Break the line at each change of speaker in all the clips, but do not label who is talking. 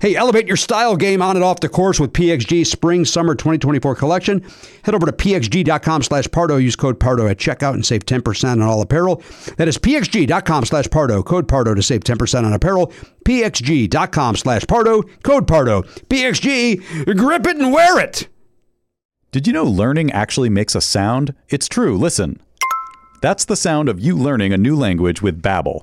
Hey, elevate your style game on and off the course with PXG Spring Summer 2024 collection. Head over to pxg.com slash Pardo. Use code Pardo at checkout and save 10% on all apparel. That is pxg.com slash Pardo. Code Pardo to save 10% on apparel. pxg.com slash Pardo. Code Pardo. PXG, grip it and wear it.
Did you know learning actually makes a sound? It's true. Listen. That's the sound of you learning a new language with Babbel.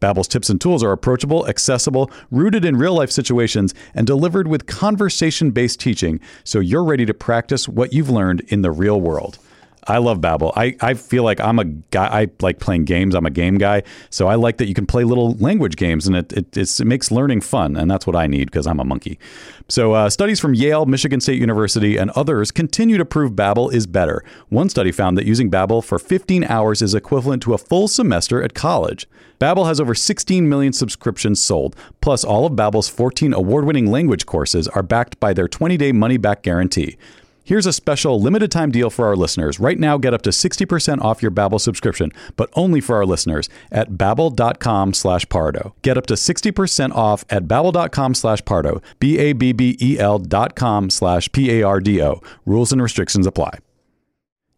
Babbel's tips and tools are approachable, accessible, rooted in real-life situations, and delivered with conversation-based teaching, so you're ready to practice what you've learned in the real world. I love Babbel. I, I feel like I'm a guy. I like playing games. I'm a game guy, so I like that you can play little language games, and it it, it's, it makes learning fun, and that's what I need because I'm a monkey. So uh, studies from Yale, Michigan State University, and others continue to prove Babbel is better. One study found that using Babbel for 15 hours is equivalent to a full semester at college. Babbel has over 16 million subscriptions sold. Plus, all of Babbel's 14 award-winning language courses are backed by their 20-day money-back guarantee. Here's a special limited time deal for our listeners. Right now, get up to 60% off your Babbel subscription, but only for our listeners at babbel.com slash pardo. Get up to 60% off at babbel.com slash pardo, B-A-B-B-E-L E dot com slash P-A-R-D-O. Rules and restrictions apply.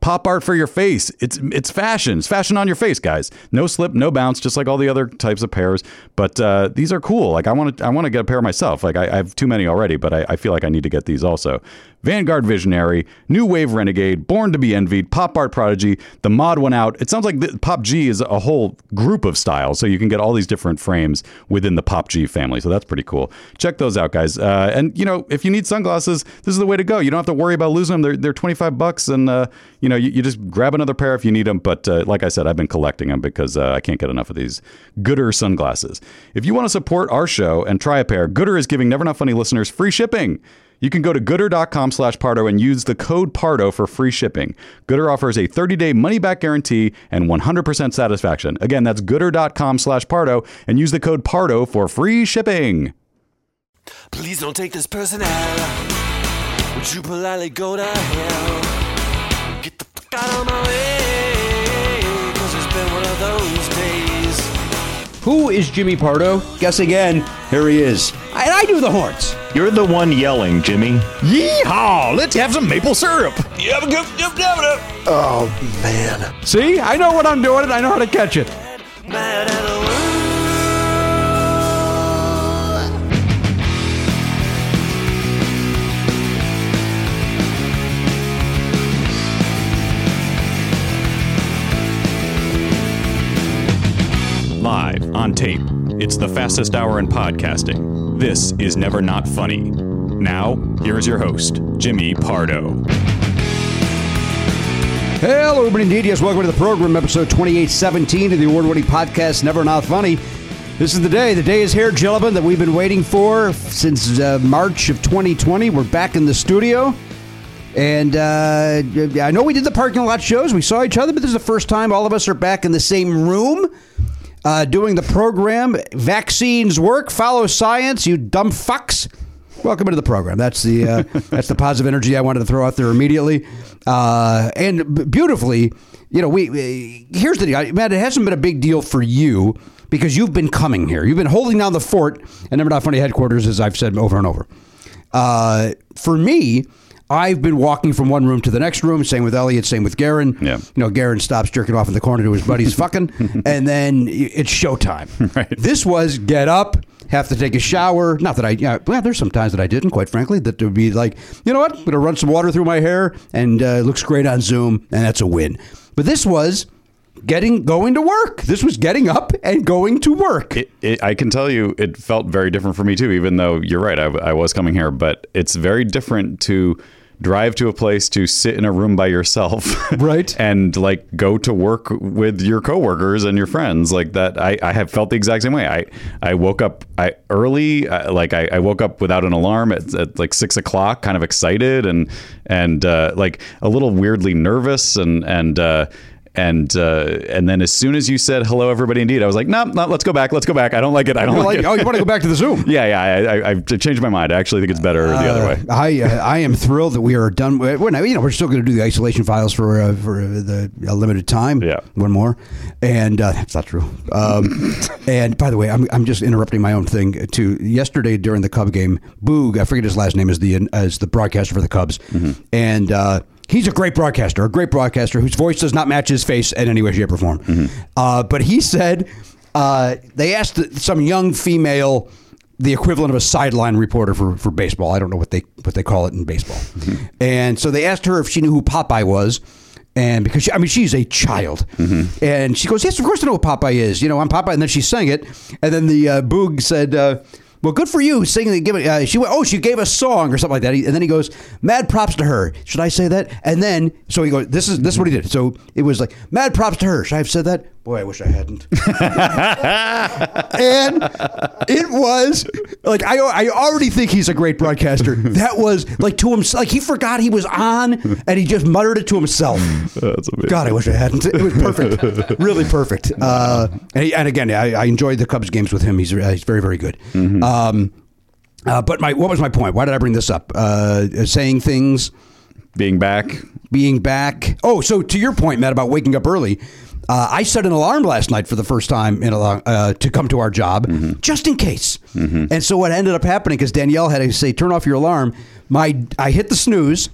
pop art for your face. It's it's fashion. It's fashion on your face, guys. No slip, no bounce, just like all the other types of pairs. But uh, these are cool. Like I want to I want to get a pair myself. Like I, I have too many already, but I, I feel like I need to get these also. Vanguard Visionary, New Wave Renegade, Born to Be Envied, Pop Art Prodigy, the mod one out. It sounds like the, Pop G is a whole group of styles, so you can get all these different frames within the Pop G family. So that's pretty cool. Check those out, guys. Uh, and you know, if you need sunglasses, this is the way to go. You don't have to worry about losing them. They're, they're 25 bucks, and uh, you know, you, you just grab another pair if you need them. But uh, like I said, I've been collecting them because uh, I can't get enough of these Gooder sunglasses. If you want to support our show and try a pair, Gooder is giving Never Not Funny listeners free shipping. You can go to gooder.com slash Pardo and use the code Pardo for free shipping. Gooder offers a 30-day money-back guarantee and 100% satisfaction. Again, that's gooder.com slash Pardo and use the code Pardo for free shipping.
Please don't take this person out. Would you politely go to hell? Get the fuck out of my way. Cause it's been one of those days.
Who is Jimmy Pardo? Guess again. Here he is. And I do the horns.
You're the one yelling, Jimmy.
Yeehaw! Ah, Let's have some maple syrup.
See, I know what I'm doing and I know how to catch it.
Mad at the world.
Live on tape. It's the fastest hour in podcasting. This is Never Not Funny. Now, here's your host, Jimmy Pardo.
Hello, everybody, indeed. Yes, welcome to the program, episode 2817 of the award winning podcast, Never Not Funny. This is the day. The day is here, gentlemen, that we've been waiting for since uh, March of 2020. We're back in the studio. And uh, I know we did the parking lot shows. We saw each other, but this is the first time all of us are back in the same room uh, doing the program. Vaccines work. Follow science, you dumb fucks. Welcome into the program. That's the uh, that's the positive energy I wanted to throw out there immediately, uh, and b- beautifully. You know, we, we here's the deal, I- Matt. It hasn't been a big deal for you because you've been coming here. You've been holding down the fort and never not funny headquarters, as I've said over and over. Uh, for me, I've been walking from one room to the next room. Same with Elliot. Same with Garen.
Yeah.
You know, Garen stops jerking off in the corner to his buddies fucking, and then it's showtime.
Right.
This was get up, have to take a shower. Not that I, yeah, well, there's some times that I didn't, quite frankly, that would be like, you know what, I'm going to run some water through my hair and uh, it looks great on Zoom, and that's a win. But this was getting, going to work. This was getting up and going to work.
It, it, I can tell you, it felt very different for me too. Even though you're right, I, I was coming here, but it's very different to drive to a place to sit in a room by yourself,
Right.
and like go to work with your coworkers and your friends. Like that, I, I have felt the exact same way. I I woke up I early, I, like I, I woke up without an alarm at, at like six o'clock, kind of excited and and uh, like a little weirdly nervous and and. Uh, and uh, and then as soon as you said hello, everybody, indeed, I was like, no, no, let's go back, let's go back. I don't like it. I don't
You're
like,
like,
it.
oh, you want to go back to the Zoom?
yeah, yeah. I, I, I've changed my mind. I actually think it's better the other way.
Uh, I uh, I am thrilled that we are done. with- We're not, you know we're still going to do the isolation files for uh, for uh, the a limited time.
Yeah.
one more, and uh, that's not true. Um, and by the way, I'm, I'm just interrupting my own thing. To yesterday during the Cub game, Boog, I forget his last name is the as the broadcaster for the Cubs,
Mm-hmm.
and. Uh, He's a great broadcaster, a great broadcaster whose voice does not match his face in any way, shape, or form.
Mm-hmm.
Uh, but he said uh, they asked some young female the equivalent of a sideline reporter for, for baseball. I don't know what they what they call it in baseball. And so they asked her if she knew who Popeye was. And because she, I mean, she's a child, and she goes, "Yes, of course I know what Popeye is. You know, I'm Popeye." And then she sang it, and then the uh, boog said, uh, "Well, good for you singing." and giving uh, she went, "Oh, she gave a song or something like that." He- And then he goes, "Mad props to her." Should I say that? And then so he goes, "This is this is what he did." So it was like, "Mad props to her." Should I have said that? Boy, I wish I hadn't and it was like I, I already think he's a great broadcaster. That was like to himself, like he forgot he was on, and he just muttered it to himself.
That's amazing.
God, I wish I hadn't. It was perfect, really perfect. Uh, and, he- and again, I, I enjoyed the Cubs games with him. He's uh, he's very very good. Um, uh, but my what was my point? Why did I bring this up? Uh, saying things
Being back,
being back. Oh, so to your point, Matt, about waking up early, uh, I set an alarm last night for the first time in a long, uh, to come to our job, just in case. And so what ended up happening because Danielle had to say, "Turn off your alarm." My I hit the snooze,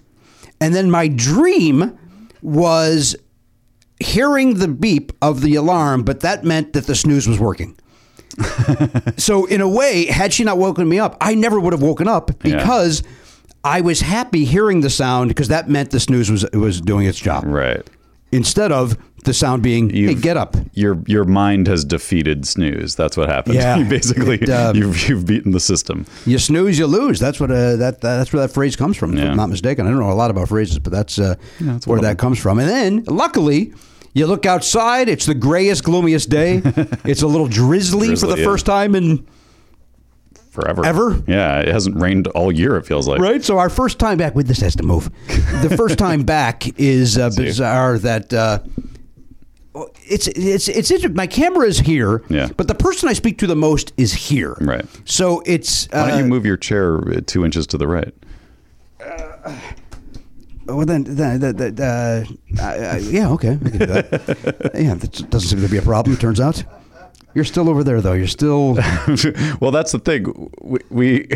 and then my dream was hearing the beep of the alarm, but that meant that the snooze was working. so in a way, had she not woken me up, I never would have woken up
Yeah.
because I was happy hearing the sound because that meant the snooze was was doing its job.
right?
Instead of the sound being, hey,
You've-
get up.
Your your mind has defeated snooze. That's what happened.
Yeah.
You basically,
It, um,
you've you've beaten the system.
You snooze, you lose. That's what uh, that that's where that phrase comes from. If
Yeah.
I'm not mistaken. I don't know a lot about phrases, but that's, uh,
that's
where
one of
that comes from. And then, luckily, you look outside. It's the grayest, gloomiest day. it's a little drizzly for
Drizzly,
the
yeah.
first time in
Forever.
Ever?
Yeah. It hasn't rained all year. It feels like.
Right. So our first time back. Wait, this has to move. The first time back is uh,
see.
bizarre. That uh, oh, it's it's it's interesting. My camera is here.
Yeah.
But the person I speak to the most is here.
Right.
So it's. Uh,
Why don't you move your chair uh, two inches to the right?
Well, then, then, then, then, uh, I- I- yeah, okay, I can do that. yeah, that doesn't seem to be a problem. It turns out. You're still over there, though. You're still.
well, that's the thing. We. we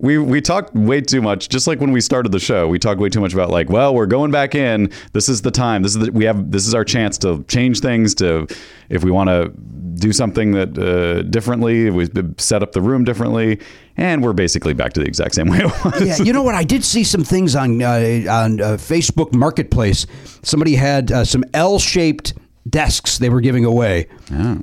We, we talked way too much, just like when we started the show. We talked way too much about like, well, we're going back in. This is the time. This is the, we have. This is our chance to change things. To if we want to do something that uh, differently, we set up the room differently, and we're basically back to the exact same way it was.
yeah, you know what? I did see some things on uh, on uh, Facebook Marketplace. Somebody had uh, some L-shaped desks they were giving away,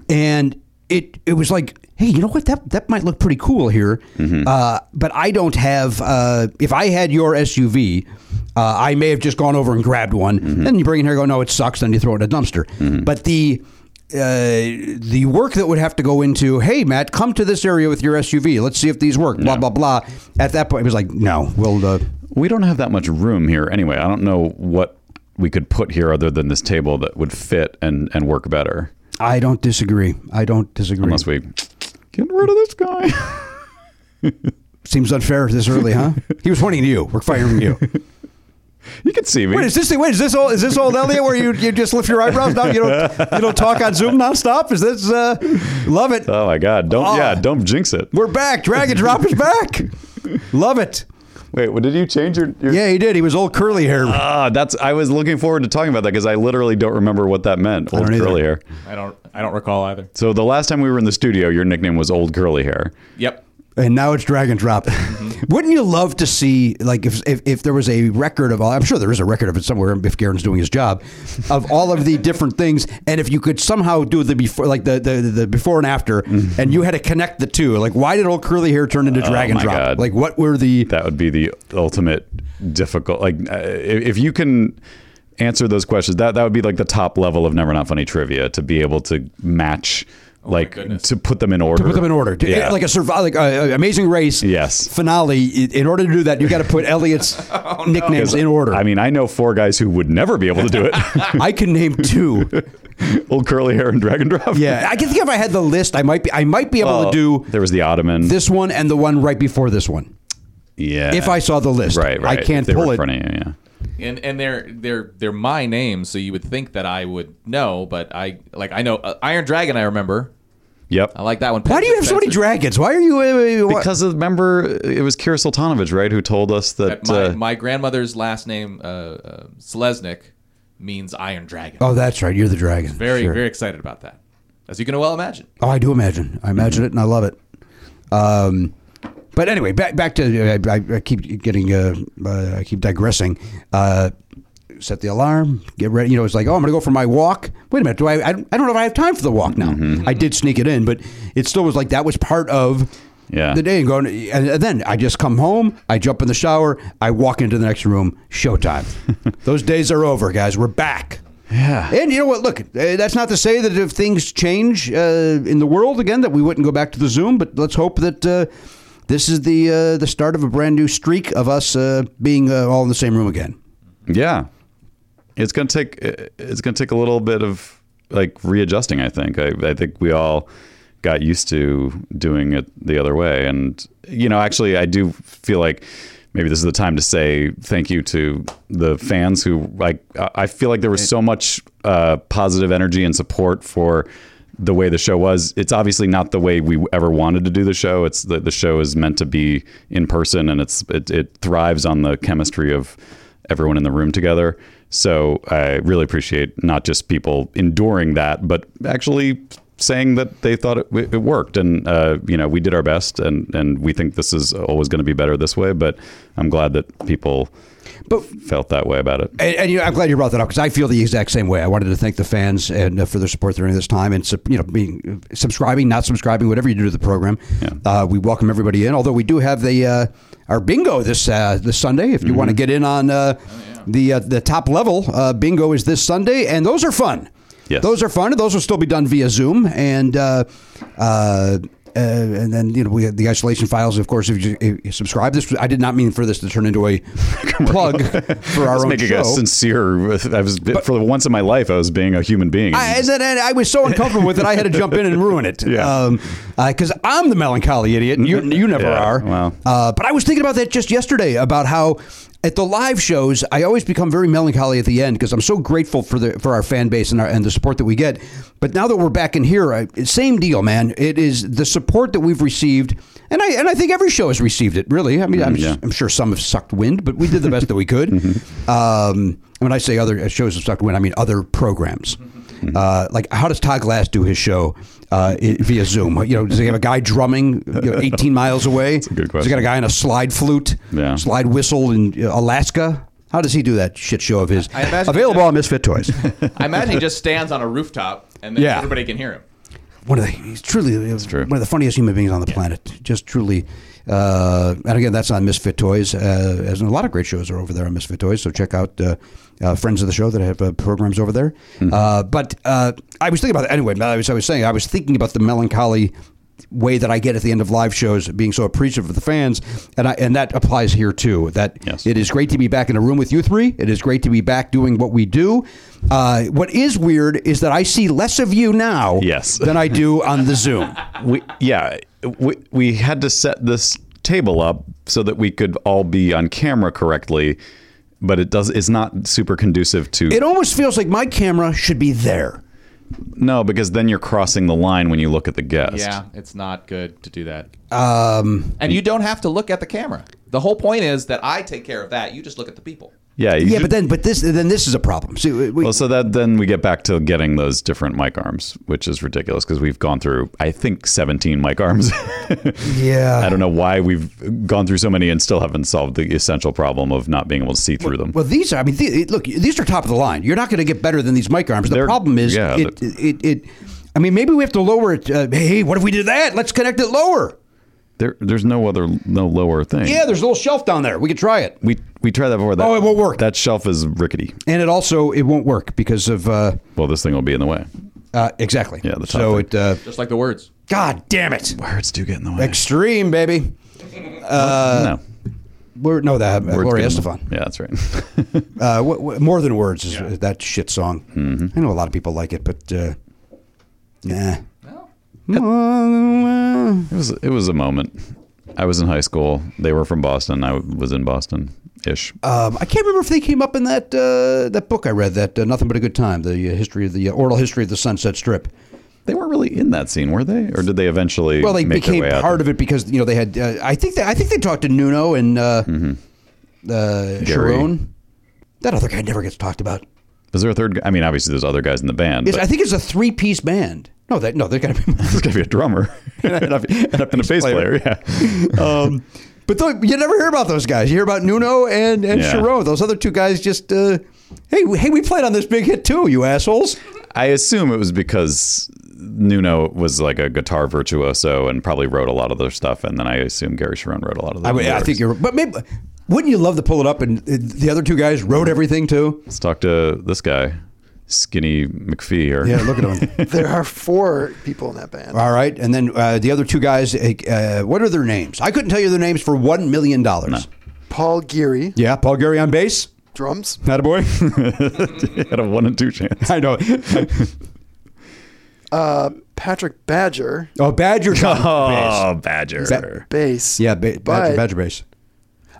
and it it was like, hey, you know what? That that might look pretty cool here. Uh, but I don't have. Uh, if I had your SUV. Uh, I may have just gone over and grabbed one, and you bring it here. and Go, no, it sucks. Then you throw it in a dumpster. But the uh, the work that would have to go into, hey, Matt, come to this area with your SUV. Let's see if these work. Blah blah blah. At that point, it was like, no, we'll uh,
We don't have that much room here anyway. I don't know what we could put here other than this table that would fit and, and work better.
I don't disagree. I don't disagree.
Unless we get rid of this guy.
Seems unfair this early, huh? he was pointing to you. We're firing you.
you can see me.
Wait, is this the wait? Is this old? Is this old Elliot? Where you, you just lift your eyebrows down? You don't you don't talk on Zoom nonstop? Is this uh, love it?
oh my God. Don't,
Ah.
yeah, don't jinx it.
We're back. Drag and drop is back. Love it.
Wait, what, did you change your, your
Yeah, he did. He was old curly hair.
Ah, that's. I was looking forward to talking about that because I literally don't remember what that meant. Old
don't either.
curly hair.
I don't. I don't recall either.
So the last time we were in the studio, your nickname was Old Curly Hair.
Yep.
and now it's drag and drop.
Mm-hmm.
Wouldn't you love to see like if, if if there was a record of all? I'm sure there is a record of it somewhere if Garen's doing his job of all of the different things, and if you could somehow do the before like the the, the before and after,
Mm-hmm.
and you had to connect the two. Like why did old curly hair turn into drag and
Oh my
drop?
God.
Like what were the
That would be the ultimate difficult. Like, uh, if if you can answer those questions, that that would be like the top level of Never Not Funny trivia to be able to match, like,
goodness.
to put them in order.
put them in order. To-
Yeah.
Like a survive, like a, a Amazing Race.
Yes. Oh,
Finale. I- In order to do that, you got to put Elliot's nicknames in order.
I
I,
mean, I know four guys who would never be able to do it.
can name two.
Old Curly Hair and Drag and Drop.
Yeah, I can think if I had the list, I might be. I might be able to
Well,
do
there was the Ottoman.
this one and the one right before this one.
yeah.
If I saw the list,
Right, right.
I can't
If they were
pull
in
it.
front of you, yeah.
And and they're they're they're my names, so you would think that I would know, but I like I know uh, Iron Dragon. I remember.
Yep.
I like that one.
Why do you have so many dragons? Why are you? uh, uh, why-
Because of, remember, it was Kira Sultanovich, right, who told us that.
My,
uh,
my grandmother's last name uh, uh, Selesnik means Iron Dragon.
oh, that's right. You're the dragon.
very
Sure.
very excited about that, as you can well imagine.
Oh, I do imagine. I imagine it, and I love it. Um, but anyway, back back to I, I, I keep getting uh, uh, I keep digressing. Uh, set the alarm, get ready. You know, it's like oh, I'm going to go for my walk. Wait a minute, do I? I, I don't know if I have time for the walk now. I did sneak it in, but it still was like that was part of.
Yeah.
The day and going, and then I just come home. I jump in the shower. I walk into the next room. Showtime. Those days are over, guys. We're back.
yeah.
And you know what? Look, uh, that's not to say that if things change uh, in the world again, that we wouldn't go back to the Zoom. But let's hope that uh, this is the uh, the start of a brand new streak of us uh, being uh, all in the same room again.
yeah. It's going to take it's going to take a little bit of like readjusting, I think. I, I think we all got used to doing it the other way and you know, actually I do feel like maybe this is the time to say thank you to the fans who like I I feel like there was so much uh, positive energy and support for the way the show was. It's obviously not the way we ever wanted to do the show. It's the, the show is meant to be in person and it's it, it thrives on the chemistry of everyone in the room together. So I really appreciate not just people enduring that, but actually saying that they thought it, it worked and uh, you know we did our best and and we think this is always going to be better this way but i'm glad that people
But
felt that way about it
and, and you know, I'm glad you brought that up because I feel the exact same way. I wanted to thank the fans and uh, for their support during this time, and sup- you know, being uh, subscribing, not subscribing, whatever you do to the program. Uh, we welcome everybody in. Although we do have the uh, our bingo this uh, this Sunday. If you want to get in on uh, the uh, the top level uh, bingo is this Sunday, and those are fun.
Yes.
those are fun, and those will still be done via Zoom and. Uh, uh, uh, and then you know we had the isolation files. Of course, if you, if you subscribe, this I did not mean for this to turn into a plug for our
I was
own
making
show.
a sincere i was for once in my life i was being a human being
I, as I, said, I was so uncomfortable with it, I had to jump in and ruin it.
Yeah.
Because I'm the melancholy idiot, and you, you never
Yeah,
are.
wow.
Uh, but I was thinking about that just yesterday about how at the live shows, I always become very melancholy at the end because I'm so grateful for the for our fan base and, our, and the support that we get. But now that we're back in here, I, same deal, man. It is the support that we've received, and I and I think every show has received it. Really, I mean, I'm,
yeah.
I'm sure some have sucked wind, but we did the best that we could. Um, when I say other shows have sucked wind, I mean other programs. Uh, like how does Todd Glass do his show uh, i- via Zoom? You know, does he have a guy drumming you know, 18 miles away? That's
a good
Does he got a
question.
guy on a slide flute,
Yeah.
slide whistle in uh, Alaska? How does he do that shit show of his?
I imagine-
Available on Misfit Toys.
I imagine he just stands on a rooftop and then
Yeah.
everybody can hear him.
one of the he's truly uh,
true.
one of the funniest human beings on the planet. Just truly, uh, and again, that's on Misfit Toys. Uh, as in a lot of great shows are over there on Misfit Toys, so check out uh, uh, friends of the show that have uh, programs over there.
Hmm.
Uh, but uh, I was thinking about it anyway. I was, I was saying I was thinking about the melancholy way that I get at the end of live shows, being so appreciative of the fans, and I, and that applies here too. That
Yes.
it is great to be back in a room with you three. It is great to be back doing what we do. Uh, what is weird is that I see less of you now,
Yes.
than I do on the Zoom.
we yeah we, we had to set this table up so that we could all be on camera correctly but it does it's not super conducive to
It almost feels like my camera should be there.
no because then you're crossing the line when you look at the guest
Yeah, it's not good to do that. Um, and you don't have to look at the camera. The whole point is that I take care of that. You just look at the people.
yeah you
Yeah,
ju-
but then but this then this is a problem. See, we,
well so that then we get back to getting those different mic arms which is ridiculous because we've gone through i think 17 mic arms
yeah,
i don't know why we've gone through so many and still haven't solved the essential problem of not being able to see through them
Well, these are. I mean, the, look, these are top of the line. You're not going to get better than these mic arms. The
They're-
problem is,
yeah,
it, it, it, I mean, maybe we have to lower it. Uh, hey, what if we did that? Let's connect it lower.
there, there's no other no lower thing
Yeah, there's a little shelf down there. We could try it,
we we tried that before that
Oh, it won't work.
that shelf is rickety
and it also it won't work because of uh,
well, this thing will be in the way.
uh, exactly.
Yeah, the top
so
thing.
it. Uh,
Just like the words.
God damn it!
Words do get in the way.
Extreme, baby.
uh, no,
We're, no, that uh,
Words
Gloria
get in the-
Estefan.
Yeah, that's right.
Uh, what, what, more than words is that shit song.
Mm-hmm.
I know a lot of people like it, but uh, nah.
it was it was a moment. I was in high school. They were from Boston. I was in Boston ish.
Um, I can't remember if they came up in that uh, that book I read, that uh, Nothing But a Good Time, the uh, history of the uh, oral history of the Sunset Strip.
they weren't really in that scene, were they? Or did they eventually?
Well, they
make
became
their way out?
part of it because you know they had. Uh, I think they, I think they talked to Nuno and uh, uh,
Mm-hmm. Gary.
Sharon. That other guy never gets talked about.
Is there a third? guy? I mean, obviously there's other guys in the band.
It's,
but
I think it's a three piece band. No, that no, there's got to be.
there's got to be a drummer and a, and a- and a bass player.
player.
Yeah.
Um, but though, you never hear about those guys. You hear about Nuno and and
Yeah.
Sharon. Those other two guys just. Uh, hey, we- hey, we played on this big hit too, you assholes.
I assume it was because Nuno was like a guitar virtuoso and probably wrote a lot of their stuff, and then I assume Gary Sharon wrote a lot of the
I, mean, I
lyrics.
think you're, but maybe wouldn't you love to pull it up and uh, the other two guys wrote everything too?
Let's talk to this guy, Skinny McPhee. Or
Yeah, look at them.
There are four people in that band.
All right, and then uh, the other two guys. uh, Uh, what are their names? I couldn't tell you their names for one million dollars.
Paul Geary,
Yeah, Paul Gary on bass.
drums.
Not a boy.
had a one and two chance.
I know.
Patrick Badger,
Oh, Badger's on bass.
Oh, Badger.
That-
bass.
Yeah, ba- Badger,
But-
Badger bass.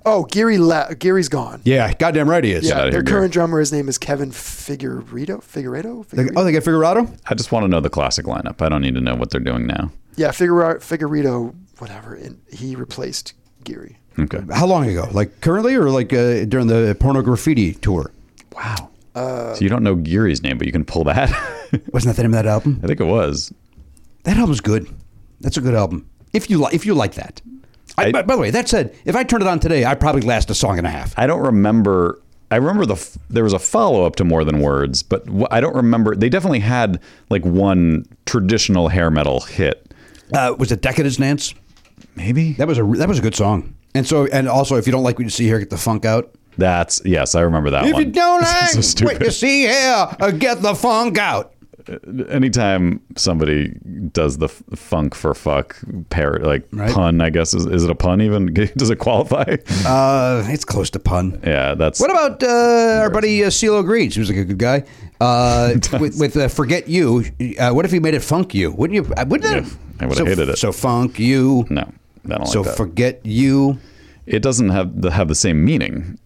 Oh, Geary. La- Geary's gone.
Yeah, goddamn right he is.
outta
their
here, Geary.
current drummer. His name is Kevin Figueredo. Figueredo.
They-
Figueredo?
oh, they got Figurado.
I just want to know the classic lineup. I don't need to know what they're doing now.
yeah, Figueredo. Figueredo. Whatever. And he replaced Geary.
Okay.
How long ago? Like currently, or like uh, during the porno graffiti tour?
Wow. so you don't know Geary's name, but you can pull that.
Wasn't that the name of that album?
I think it was.
That album's good. That's a good album. If you like, if you like that. I,
I-
by, by the way, that said, if I turned it on today, I'd probably last a song and a half.
I don't remember. I remember the f- there was a follow up to More Than Words, but wh- I don't remember. They definitely had like one traditional hair metal hit.
Uh, was it Decadence Nance?
Maybe
That was a that was a good song. And so, and also, if you don't like what you see here, get the funk out.
that's yes, I remember that
If
one.
you don't
This is
like
so
what you
stupid.
see here, uh, get the funk out.
anytime somebody does the f- funk for fuck parrot like
Right.
pun i guess is, is it a pun even does it qualify
Uh, it's close to pun.
yeah that's
What about uh, our buddy uh, CeeLo Green? He was like a good guy. Uh, with with uh, "Forget You," uh, what if he made it "Funk You"? Wouldn't you? uh, Wouldn't
Yeah,
that?
I would've
so,
hated it.
So "Funk You."
no i don't
so
like that
"Forget You."
it doesn't have the, have the same meaning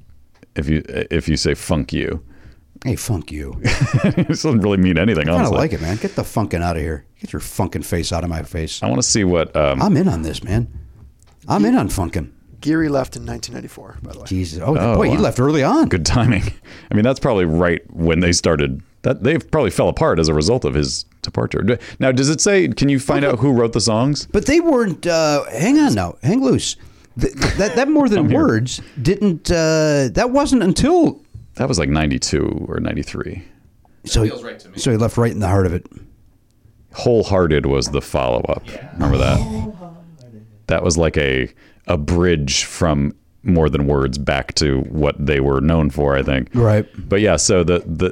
if you if you say funk you
Hey, "Funk You."
it doesn't really mean anything
I don't
honestly
like it, man. Get the funkin' out of here. Get your funkin' face out of my face.
i want to see what um
I'm in on this, man. I'm in on funkin'.
Geary left in 1994. By the way.
Jesus. Oh, boy, he
wow.
left early on.
good timing i mean that's probably right when they started that they've probably fell apart as a result of his departure D- now does it say can you find out who wrote the songs
But they weren't. Uh, hang on now. Hang loose. Th- that that more than
here.
words didn't. Uh, that wasn't until.
that was like 92 or 93
So
feels right to me.
so he left right in the heart of it.
Wholehearted was the follow up. Remember that? That was like a a bridge from more than words back to what they were known for, I think.
Right.
But yeah, so the the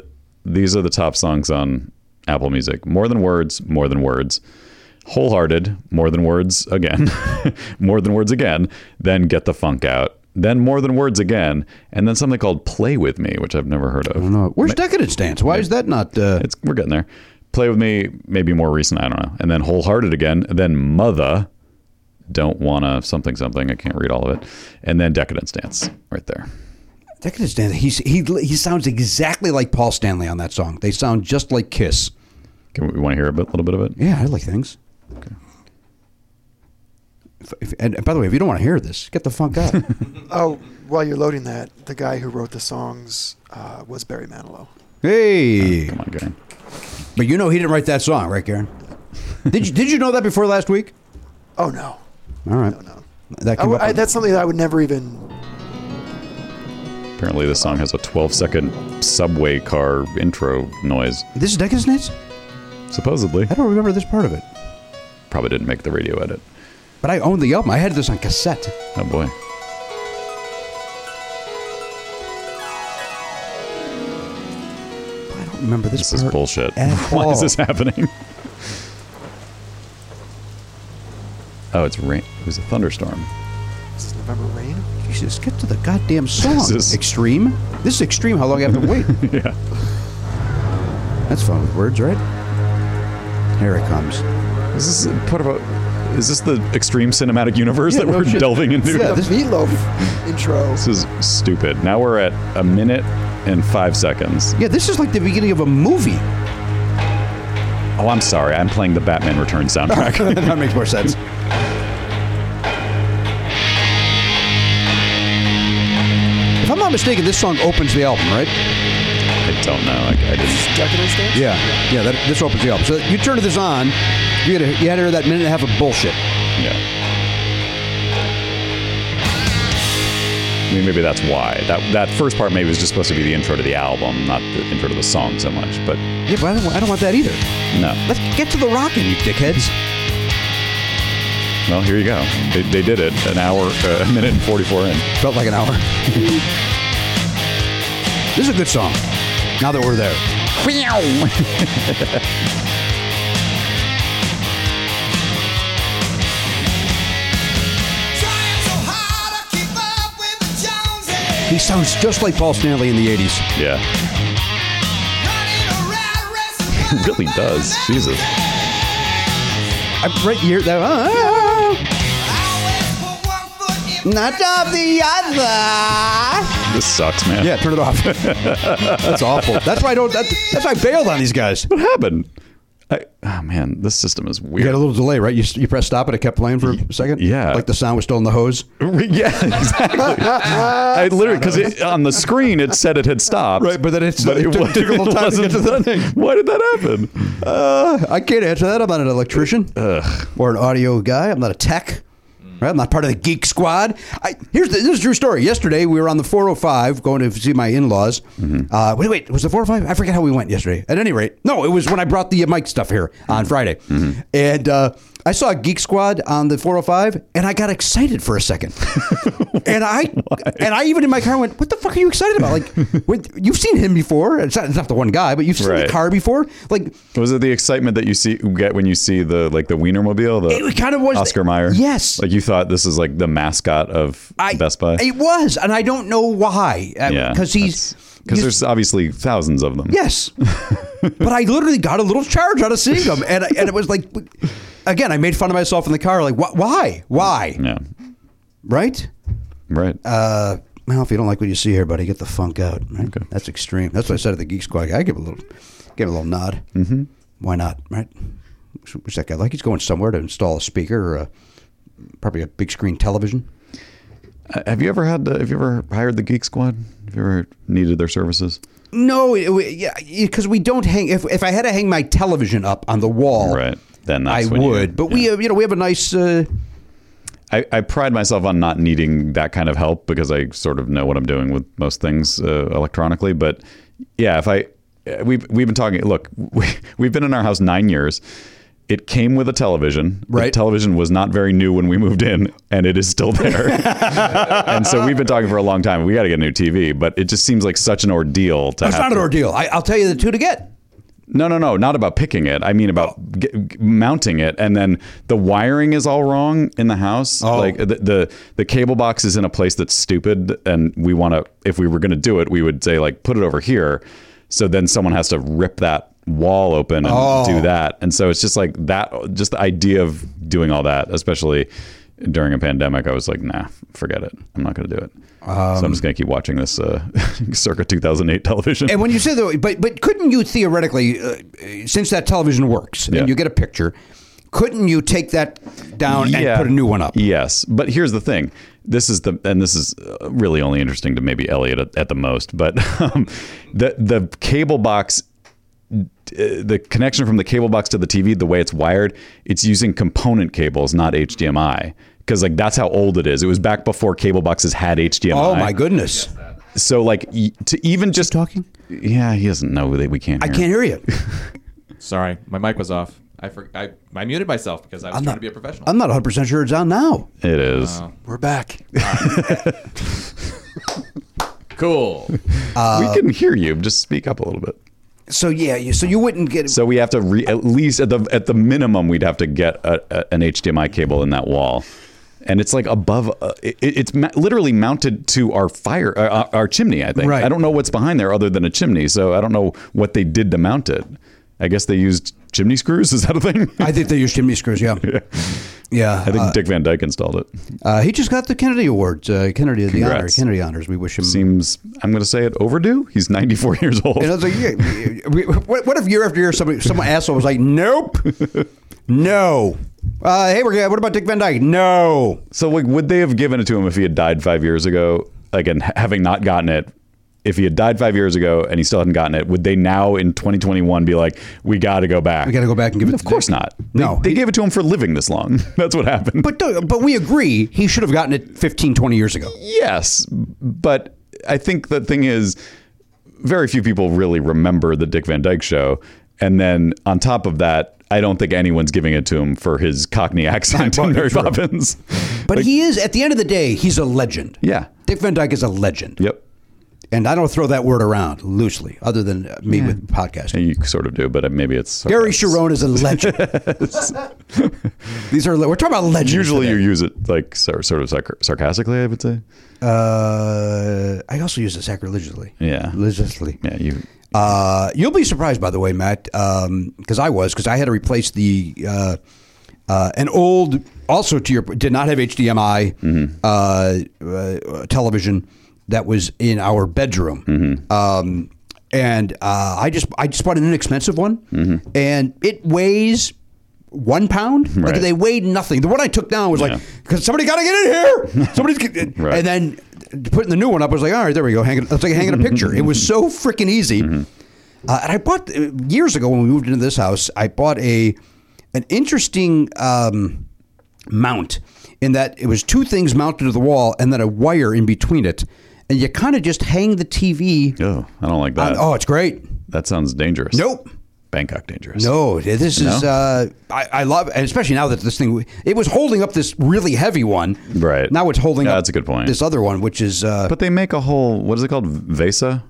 these are the top songs on Apple Music. More than words, more than words. wholehearted, more than words again, more than words again, then get the funk out, then more than words again, and then something called play with me, which I've never heard of.
Oh, No, where's Decadence Dance? Why is that not? Uh,
It's we're getting there. Play with me, maybe more recent, I don't know, and then wholehearted again, then mother, don't wanna something something. I can't read all of it, and then decadence dance right there.
Decadence Dance. He's, he he sounds exactly like Paul Stanley on that song. They sound just like Kiss.
Can we want to hear a bit, little bit of it?
Yeah, I like things. If, if, and by the way, if you don't want to hear this, get the funk out.
Oh, while you're loading that, the guy who wrote the songs uh, was Barry Manilow.
hey,
Come on, Garen.
but you know he didn't write that song, right, Karen? did you Did you know that before last week?
Oh no,
All right,
no, no.
that came
I w-
up
I-
on-
that's something that I would never even.
Apparently, this song has a 12 second subway car intro noise.
This is Decadence Dance.
Supposedly,
I don't remember this part of it,
probably didn't make the radio edit.
but I owned the album. I had this on cassette.
Oh boy.
I don't remember this.
This is
part
bullshit.
at
Why is
all.
this happening? Oh, it's rain. It was a thunderstorm.
This is November Rain.
Jesus, get to the goddamn song.
This is-
extreme. This is extreme. How long I have to wait? yeah. That's fun with words, right? Here it comes.
Is this part of a? Is this the extreme cinematic universe that we're delving into?
Yeah,
the
this-
Meatloaf intro.
This is stupid. Now we're at a minute and five seconds.
Yeah, this is like the beginning of a movie.
Oh, I'm sorry. I'm playing the Batman Return soundtrack.
that makes more sense. If I'm not mistaken, this song opens the album, right?
I don't know. I, I didn't.
Decadence Dance.
Yeah, yeah. That, this opens the album. So you turn this on, you had to, you had to hear that minute and a half of bullshit.
Yeah. I mean, maybe that's why that that first part maybe was just supposed to be the intro to the album, not the intro to the song so much. But
Yeah, but I don't, I don't want that either.
no.
Let's get to the rockin', you dickheads.
Well, here you go. They, they did it. An hour, uh, a minute and forty-four in.
Felt like an hour. this is a good song. Now that we're there. He sounds just like Paul Stanley in the 80s.
Yeah, it really does. Jesus.
I'm right here. That, ah, not of the other.
This sucks, man.
Yeah, turn it off. that's awful. That's why I don't. That, that's why I bailed on these guys.
What happened? I, oh man, this system is
You
weird.
had a little delay, right? You, you pressed stop and it kept playing for a second?
Yeah.
Like the sound was still in the hose?
yeah, exactly. I literally because on the screen it said it had stopped.
Right, but then it's- it took-
wa-
took a little
it
time to get
wasn't-
to the thing.
Why did that happen?
Uh, I can't answer that. I'm not an electrician or an audio guy. I'm not a tech. Right? I'm not part of the geek squad. I, here's the, this is a true story. Yesterday we were on the 405 going to see my in-laws. Uh, wait, wait, was the 405? I forget how we went yesterday. At any rate, no, it was when I brought the uh, mic stuff here on Friday, and uh, I saw Geek Squad on the 405, and I got excited for a second. and I and I even in my car went, "What the fuck are you excited about? Like, what, you've seen him before. It's not, it's not the one guy, but you've seen
Right.
the car before. Like,
Was it the excitement that you see get when you see the like the Wienermobile? The
It kind of was the-
Oscar Mayer.
Yes.
like you thought this is like the mascot of
I,
Best Buy.
It was, and I don't know why.
yeah,
because he's
because
he's-
there's obviously thousands of them.
yes. but I literally got a little charge out of seeing him, and I- and it was like, again, I made fun of myself in the car, like wh- why, why,
yeah,
right?
right.
Uh, well, if you don't like what you see here, buddy, get the funk out. Right? That's extreme. That's what I said at the Geek Squad. I give a little, give a little nod. Mm-hmm. Why not? Right? What's that guy like? He's going somewhere to install a speaker or a, probably a big screen television.
Uh, have you ever had? The, have you ever hired the Geek Squad? Have you ever needed their services?
No, it- we- yeah, because we don't hang. If, if I had to hang my television up on the wall,
Right. Then
Oh. I
that's when you-
would. but we, uh, you know, we have a nice. Uh,
I, I pride myself on not needing that kind of help because I sort of know what I'm doing with most things uh, electronically. But yeah, if I uh, we've we've been talking. Look, we, we've been in our house nine years. It came with a television. The
Right.
television was not very new when we moved in, and it is still there. and so we've been talking for a long time. We got to get a new TV, but it just seems like such an ordeal to
it's
have
not an
to-
ordeal. I, I'll tell you the two to get.
No, no, no, not about picking it. I mean about g- g- mounting it, and then the wiring is all wrong in the house.
Oh.
Like the, the the cable box is in a place that's stupid, and we want to. If we were going to do it, we would say like put it over here. So then someone has to rip that wall open and do that, and so it's just like that. Just the idea of doing all that, especially during a pandemic, I was like, nah, forget it. I'm not going to do it. so I'm just going to keep watching this uh, circa 2008 television.
And when you say though, but but couldn't you theoretically, uh, since that television works
Yeah.
and you get a picture, couldn't you take that down and put a new one up?
Yes, but here's the thing. This is the and this is uh, really only interesting to maybe Elliot at, at the most, but um, the the cable box uh, the connection from the cable box to the TV, the way it's wired, it's using component cables, not HDMI. Because like that's how old it is. It was back before cable boxes had HDMI.
Oh my goodness!
So like y- to even just
talking?
Yeah, he doesn't know that we can't.
I can't hear you.
Sorry, my mic was off. I for, I, I muted myself because I was trying to be a professional.
I'm not 100 percent sure it's on now.
It is.
We're back.
cool.
Uh,
we can hear you. Just speak up a little bit.
So yeah, you, so you wouldn't get.
So we have to re- at least at the at the minimum we'd have to get a, a, an HDMI cable in that wall, and it's like above. Uh, it, it's ma- literally mounted to our fire, uh, our- our chimney. I think.
Right.
I don't know what's behind there other than a chimney. So I don't know what they did to mount it. I guess they used chimney screws. Is that a thing?
I think they used chimney screws. Yeah, yeah.
I think Dick Van Dyke installed it.
Uh, he just got the Kennedy Award, uh, Kennedy the honor,
Congrats.
Kennedy honors. We wish him.
Seems I'm going to say it overdue. He's 94 years old.
and I was like, yeah, we- what, what if year after year somebody, some asshole was like, nope, no. Uh, hey, we're good. What about Dick Van Dyke? No.
So like, would they have given it to him if he had died five years ago? Again, ha- having not gotten it, if he had died five years ago and he still hadn't gotten it, would they now in 2021 be like, we got to go back?
We got to go back and give it.
Of
to
course
Dick.
not.
No.
they, they gave it to him for living this long. That's what happened.
But don't- but we agree he should have gotten it 15, 20 years ago.
yes, but I think the thing is, very few people really remember the Dick Van Dyke Show, and then on top of that. I don't think anyone's giving it to him for his Cockney accent in Mary Poppins.
But he is at the end of the day, he's a legend.
Yeah.
Dick Van Dyke is a legend.
Yep.
And I don't throw that word around loosely, other than uh, me with podcasting.
You sort of do, but uh, maybe it's
Gary Sharon is a legend. These are le- we're talking about legends.
Usually,
today.
you use it like sor- sort of sarc- sarcastically. I would say.
Uh, I also use it sacrilegiously.
Yeah.
Religiously.
Yeah, you.
Uh, you'll be surprised, by the way, Matt, because I was, because I had to replace the uh, uh, an old, also to your did not have HDMI
Mm-hmm.
uh, uh, television that was in our bedroom,
Mm-hmm.
um, and uh, I just I just bought an inexpensive one,
Mm-hmm.
and it weighs. One pound, like
Right.
they weighed nothing. The one I took down was
Yeah.
like, because somebody got to get in here. Somebody's, get-"
Right.
and then putting the new one up, I was like, all right, there we go. Hang it, it's like hanging a picture. It was so freaking easy.
Mm-hmm.
Uh, and I bought uh, years ago when we moved into this house. I bought a an interesting um, mount in that it was two things mounted to the wall and then a wire in between it, and you kind of just hang the TV.
Oh, I don't like
on-
that.
oh, it's great.
that sounds dangerous.
Nope.
Bangkok dangerous.
No, this is
No?
uh, I, I love, and especially now that this thing it was holding up this really heavy one.
Right.
now it's holding
Yeah,
up.
that's a good point.
This other one, which is uh,
But they make a whole. What is it called? Vesa.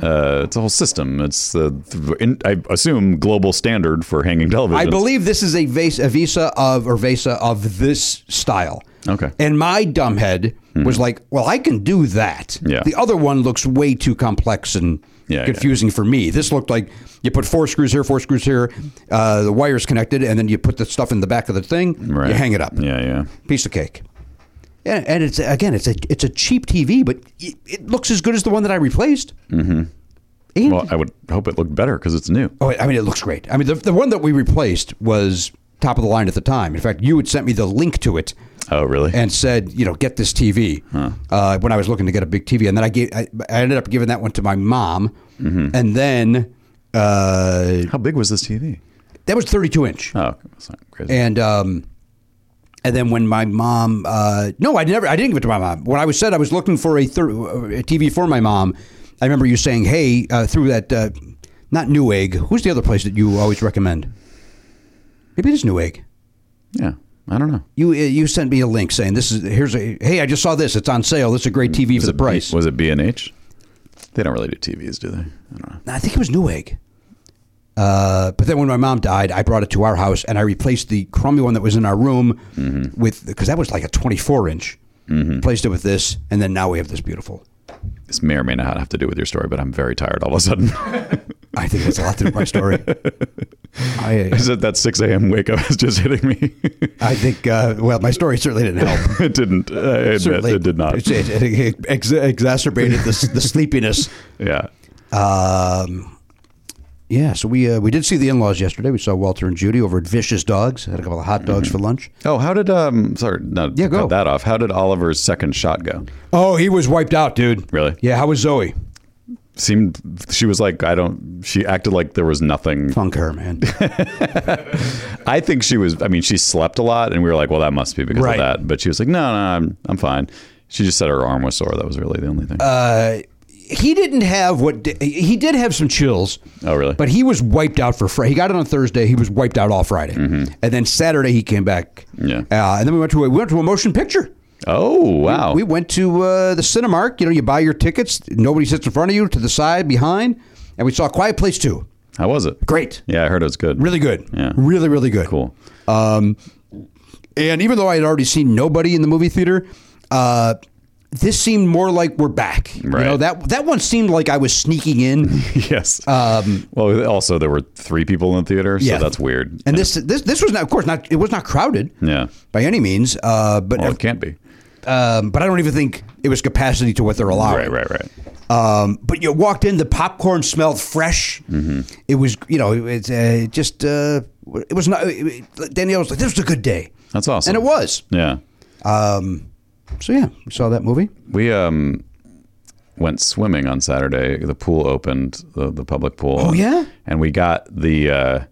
Uh, it's a whole system. It's the th- in, I assume global standard for hanging television.
I believe this is a Vesa, a Visa of or Vesa of this style.
Okay. Hmm.
And my dumb head was like, well, I can do that.
Yeah.
The other one looks way too complex and
Yeah,
confusing for me. This looked like you put four screws here, four screws here, uh, the wire's connected, and then you put the stuff in the back of the thing,
Right.
you hang it up.
Yeah, yeah.
Piece of cake. And, and it's again, it's a it's a cheap TV, but it, it looks as good as the one that I replaced. Mm-hmm. And
Well, I would hope it looked better because it's new.
Oh, I mean, it looks great. I mean, the, the one that we replaced was top of the line at the time. In fact, you had sent me the link to it
Oh, really?
and said, you know, get this TV uh, when I was looking to get a big TV. And then I gave, I, I ended up giving that one to my mom. And then uh,
how big was this TV?
that was 32 inch.
Oh, that's not crazy.
And, um, and then when my mom, uh, no, I never, I didn't give it to my mom. When I was said I was looking for a, thir- uh, a TV for my mom, I remember you saying, hey, uh, through that, uh, not Newegg, who's the other place that you always recommend? Maybe it is Newegg.
yeah, I don't know.
You uh, you sent me a link saying this is here's a hey I just saw this it's on sale this is a great TV for
Was
the
it B-
price.
was it B and H? They don't really do TVs, do they? I don't know.
I think it was Newegg. Uh, but then when my mom died, I brought it to our house and I replaced the crummy one that was in our room
Mm-hmm.
with because that was like a 24 inch. Placed it with this, and then now we have this beautiful.
This may or may not have to do with your story, but I'm very tired all of a sudden.
I think that's a lot to do with my story. I,
Is it that 6 a.m. wake up is just hitting me?
I think uh, well, my story certainly didn't help.
it didn't. I admit
Certainly,
it did not.
It, it- it ex- exacerbated the, the sleepiness.
Yeah.
Um, yeah, so we uh, we did see the in-laws yesterday. We saw Walter and Judy over at Vicious Dogs. Had a couple of hot dogs for lunch.
Oh, how did um? Sorry, no.
Yeah, go.
Cut that off. How did Oliver's second shot go?
Oh, he was wiped out, dude.
Really?
Yeah. How was Zoe?
Seemed she was like I don't. She acted like there was nothing.
Funk her, man.
I think she was. I mean, she slept a lot, and we were like, well, that must be because
Right.
of that. But she was like, no, no, I'm I'm fine. She just said her arm was sore. That was really the only thing.
he didn't have what he did have some chills.
Oh, really?
But he was wiped out for Friday. He got it on Thursday. He was wiped out all Friday, and then Saturday he came back.
Mm-hmm. Yeah.
Uh, and then we went to a, we went to a motion picture.
oh wow.
We went to uh, the Cinemark. You know, you buy your tickets. Nobody sits in front of you, to the side, behind, and we saw Quiet Place Two.
how was it?
Great.
Yeah, I heard it was good.
Really good.
Yeah.
Really, really good.
Cool.
Um, and even though I had already seen nobody in the movie theater, uh, this seemed more like we're back. You
Right.
know, that that one seemed like I was sneaking in.
yes. well, also there were three people in the theater, so
Um, Yeah.
that's weird.
And this this this was not, of course, not it was not crowded.
Yeah.
By any means, uh, but
Well, it can't be.
um, but I don't even think it was capacity to what they're allowing.
Right, right, right.
Um, but you walked in, the popcorn smelled fresh.
Mm-hmm.
It was, you know, it's uh, just uh, it was not. It, it- Danielle was like, "This was a good day."
That's awesome.
and it was.
Yeah.
Um, so yeah, we saw that movie.
We um went swimming on Saturday. The pool opened, the, the public pool.
Oh, yeah?
And we got the uh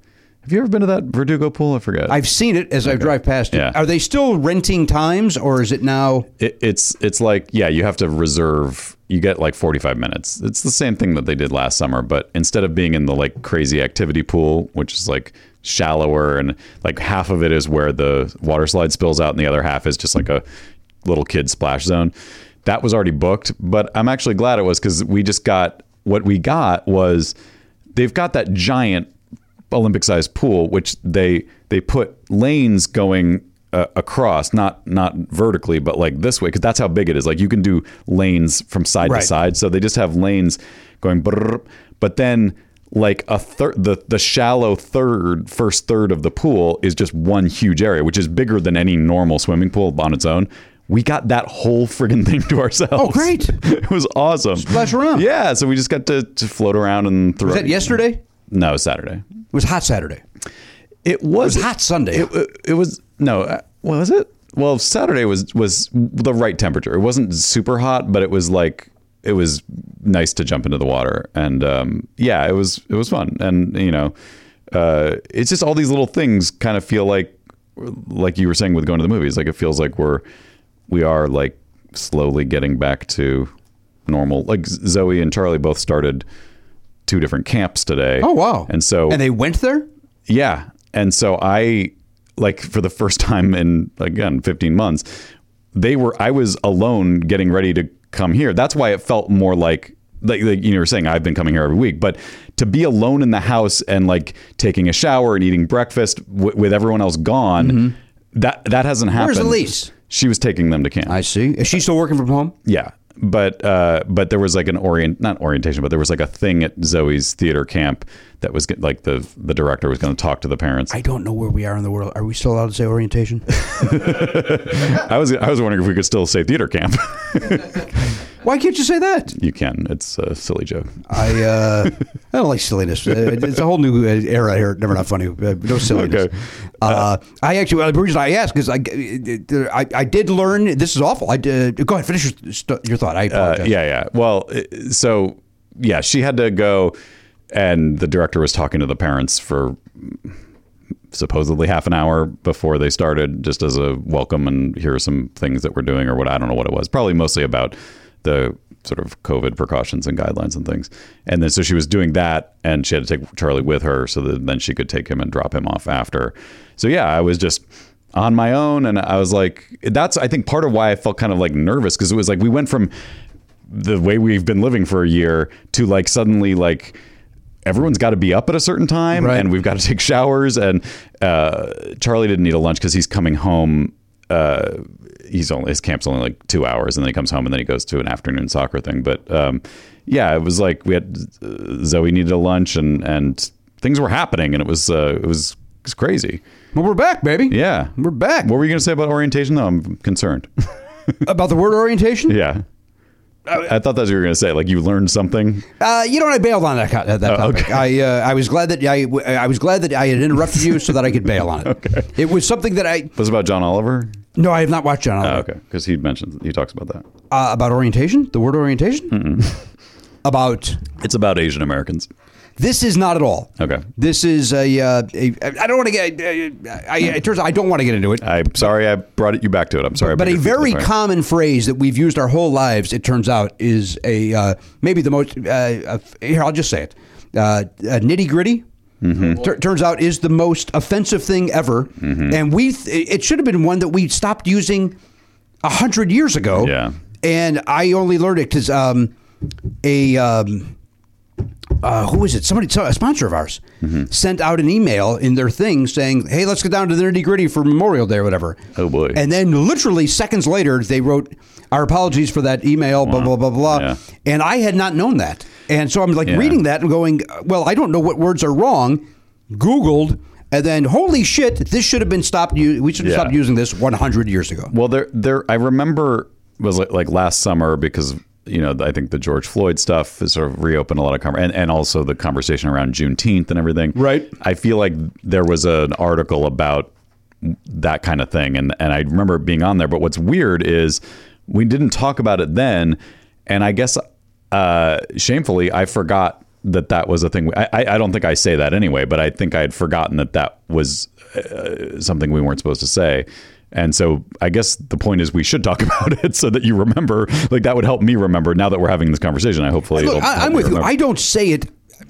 have you ever been to that Verdugo pool? I forget.
I've seen it as I drive past it.
Yeah.
Are they still renting times, or is it now?
it, it's it's like yeah, you have to reserve you get like 45 minutes. It's the same thing that they did last summer, but instead of being in the like crazy activity pool, which is like shallower and like half of it is where the water slide spills out and the other half is just like a little kid splash zone. That was already booked, but I'm actually glad it was cuz we just got what we got was they've got that giant Olympic sized pool, which they they put lanes going uh, across, not not vertically, but like this way, because that's how big it is. Like you can do lanes from side
Right.
to side, so they just have lanes going. brrrr. But then like a third, the the shallow third, first third of the pool is just one huge area, which is bigger than any normal swimming pool on its own. We got that whole friggin' thing to ourselves. Oh,
great.
it was awesome.
Splash around.
Yeah, so we just got to, to float around and throw.
Was that yesterday? It
No, Saturday.
was hot Saturday.
It was,
was hot Sunday.
It, it, it was no. uh, What was it? Well, Saturday was was the right temperature. It wasn't super hot, but it was like it was nice to jump into the water. And um, yeah, it was it was fun. And you know, uh, it's just all these little things kind of feel like like you were saying with going to the movies. Like it feels like we're we are like slowly getting back to normal. Like Zoe and Charlie both started two different camps today.
Oh wow!
And so
and they went there.
yeah. And so I like for the first time in again 15 months, they were I was alone getting ready to come here. That's why it felt more like like, like you were saying I've been coming here every week, but to be alone in the house and like taking a shower and eating breakfast w- with everyone else gone, that that hasn't happened.
Mm-hmm. Elise?
She was taking them to camp.
I see. Is she still working from home?
Yeah. But uh, but there was like an orient not orientation, but there was like a thing at Zoe's theater camp that was get- like the the director was going to talk to the parents.
I don't know where we are in the world. Are we still allowed to say orientation?
I was I was wondering if we could still say theater camp.
Why can't you say that?
you can. It's a silly joke.
I uh, I don't like silliness. Uh, It's a whole new uh, era here. at Never not funny. Uh, No silliness.
Okay.
Uh, I actually well, the reason I asked is I, uh, I I did learn. This is awful. I did. Go ahead. Finish your, st- your thought. I
Uh,
apologize.
yeah, yeah. Well, i- so yeah, she had to go, and the director was talking to the parents for supposedly half an hour before they started, just as a welcome and here are some things that we're doing or what I don't know what it was. Probably mostly about the sort of COVID precautions and guidelines and things. And then so she was doing that, and she had to take Charlie with her so that then she could take him and drop him off after. So yeah, I was just on my own and I was like that's I think part of why I felt kind of like nervous because it was like we went from the way we've been living for a year to like suddenly like everyone's got to be up at a certain time
Right.
and we've got to take showers. And uh, Charlie didn't need a lunch because he's coming home. Uh, he's only his camp's only like two hours, and then he comes home and then he goes to an afternoon soccer thing. But um, yeah, it was like we had uh, Zoe needed a lunch and and things were happening, and it was uh, it was it was crazy.
Well, we're back, baby.
Yeah,
We're back.
What were you going to say about orientation? Though I'm concerned.
About the word orientation?
yeah. I I thought that's what you were going to say. Like you learned something.
Uh, you know, what? I bailed on that, co- that that
Oh,
topic. I uh, I was glad that I I was glad that I had interrupted you so that I could bail on it. okay. It was something that I
Was it about John Oliver?
no, I have not watched John
Oh,
Oliver
okay, because he mentions he talks about that.
uh, about orientation. The word orientation about
It's about Asian Americans.
this is not at all.
Okay.
This is a, uh, a I don't want to get. I, I, it turns out I don't want to get into it.
I'm sorry I brought it, you back to it. I'm sorry, I
but
brought
a
you-
very
sorry.
common phrase that we've used our whole lives, it turns out, is a uh, maybe the most. Uh, uh, here, I'll just say it. Uh, uh, Nitty gritty.
Mm-hmm.
Tur- turns out is the most offensive thing ever, and we th- it should have been one that we stopped using a hundred years ago.
Yeah.
and I only learned it because um, a um, uh, who is it? Somebody, so- a sponsor of ours,
Mm-hmm.
sent out an email in their thing saying, "Hey, let's get down to the nitty gritty for Memorial Day or whatever."
Oh, boy.
And then literally seconds later, they wrote, "Our apologies for that email." Blah blah blah blah.
Yeah.
And I had not known that, and so I'm like
Yeah.
reading that and going, "Well, I don't know what words are wrong." Googled. And then, holy shit! This should have been stopped. u- We should have
Yeah.
stopped using this 100 years ago.
Well, there, there. I remember it was like, like last summer because you know I think the George Floyd stuff has sort of reopened a lot of conver- and and also the conversation around Juneteenth and everything.
Right.
I feel like there was an article about that kind of thing, and and I remember it being on there. But what's weird is we didn't talk about it then, and I guess uh, shamefully I forgot that that was a thing. I I I don't think I say that anyway, but I think I had forgotten that that was uh, something we weren't supposed to say. And so I guess the point is we should talk about it so that you remember. Like that would help me remember now that we're having this conversation. I hopefully
Look,
it'll
I,
help
I'm with you.
remember.
I don't say it.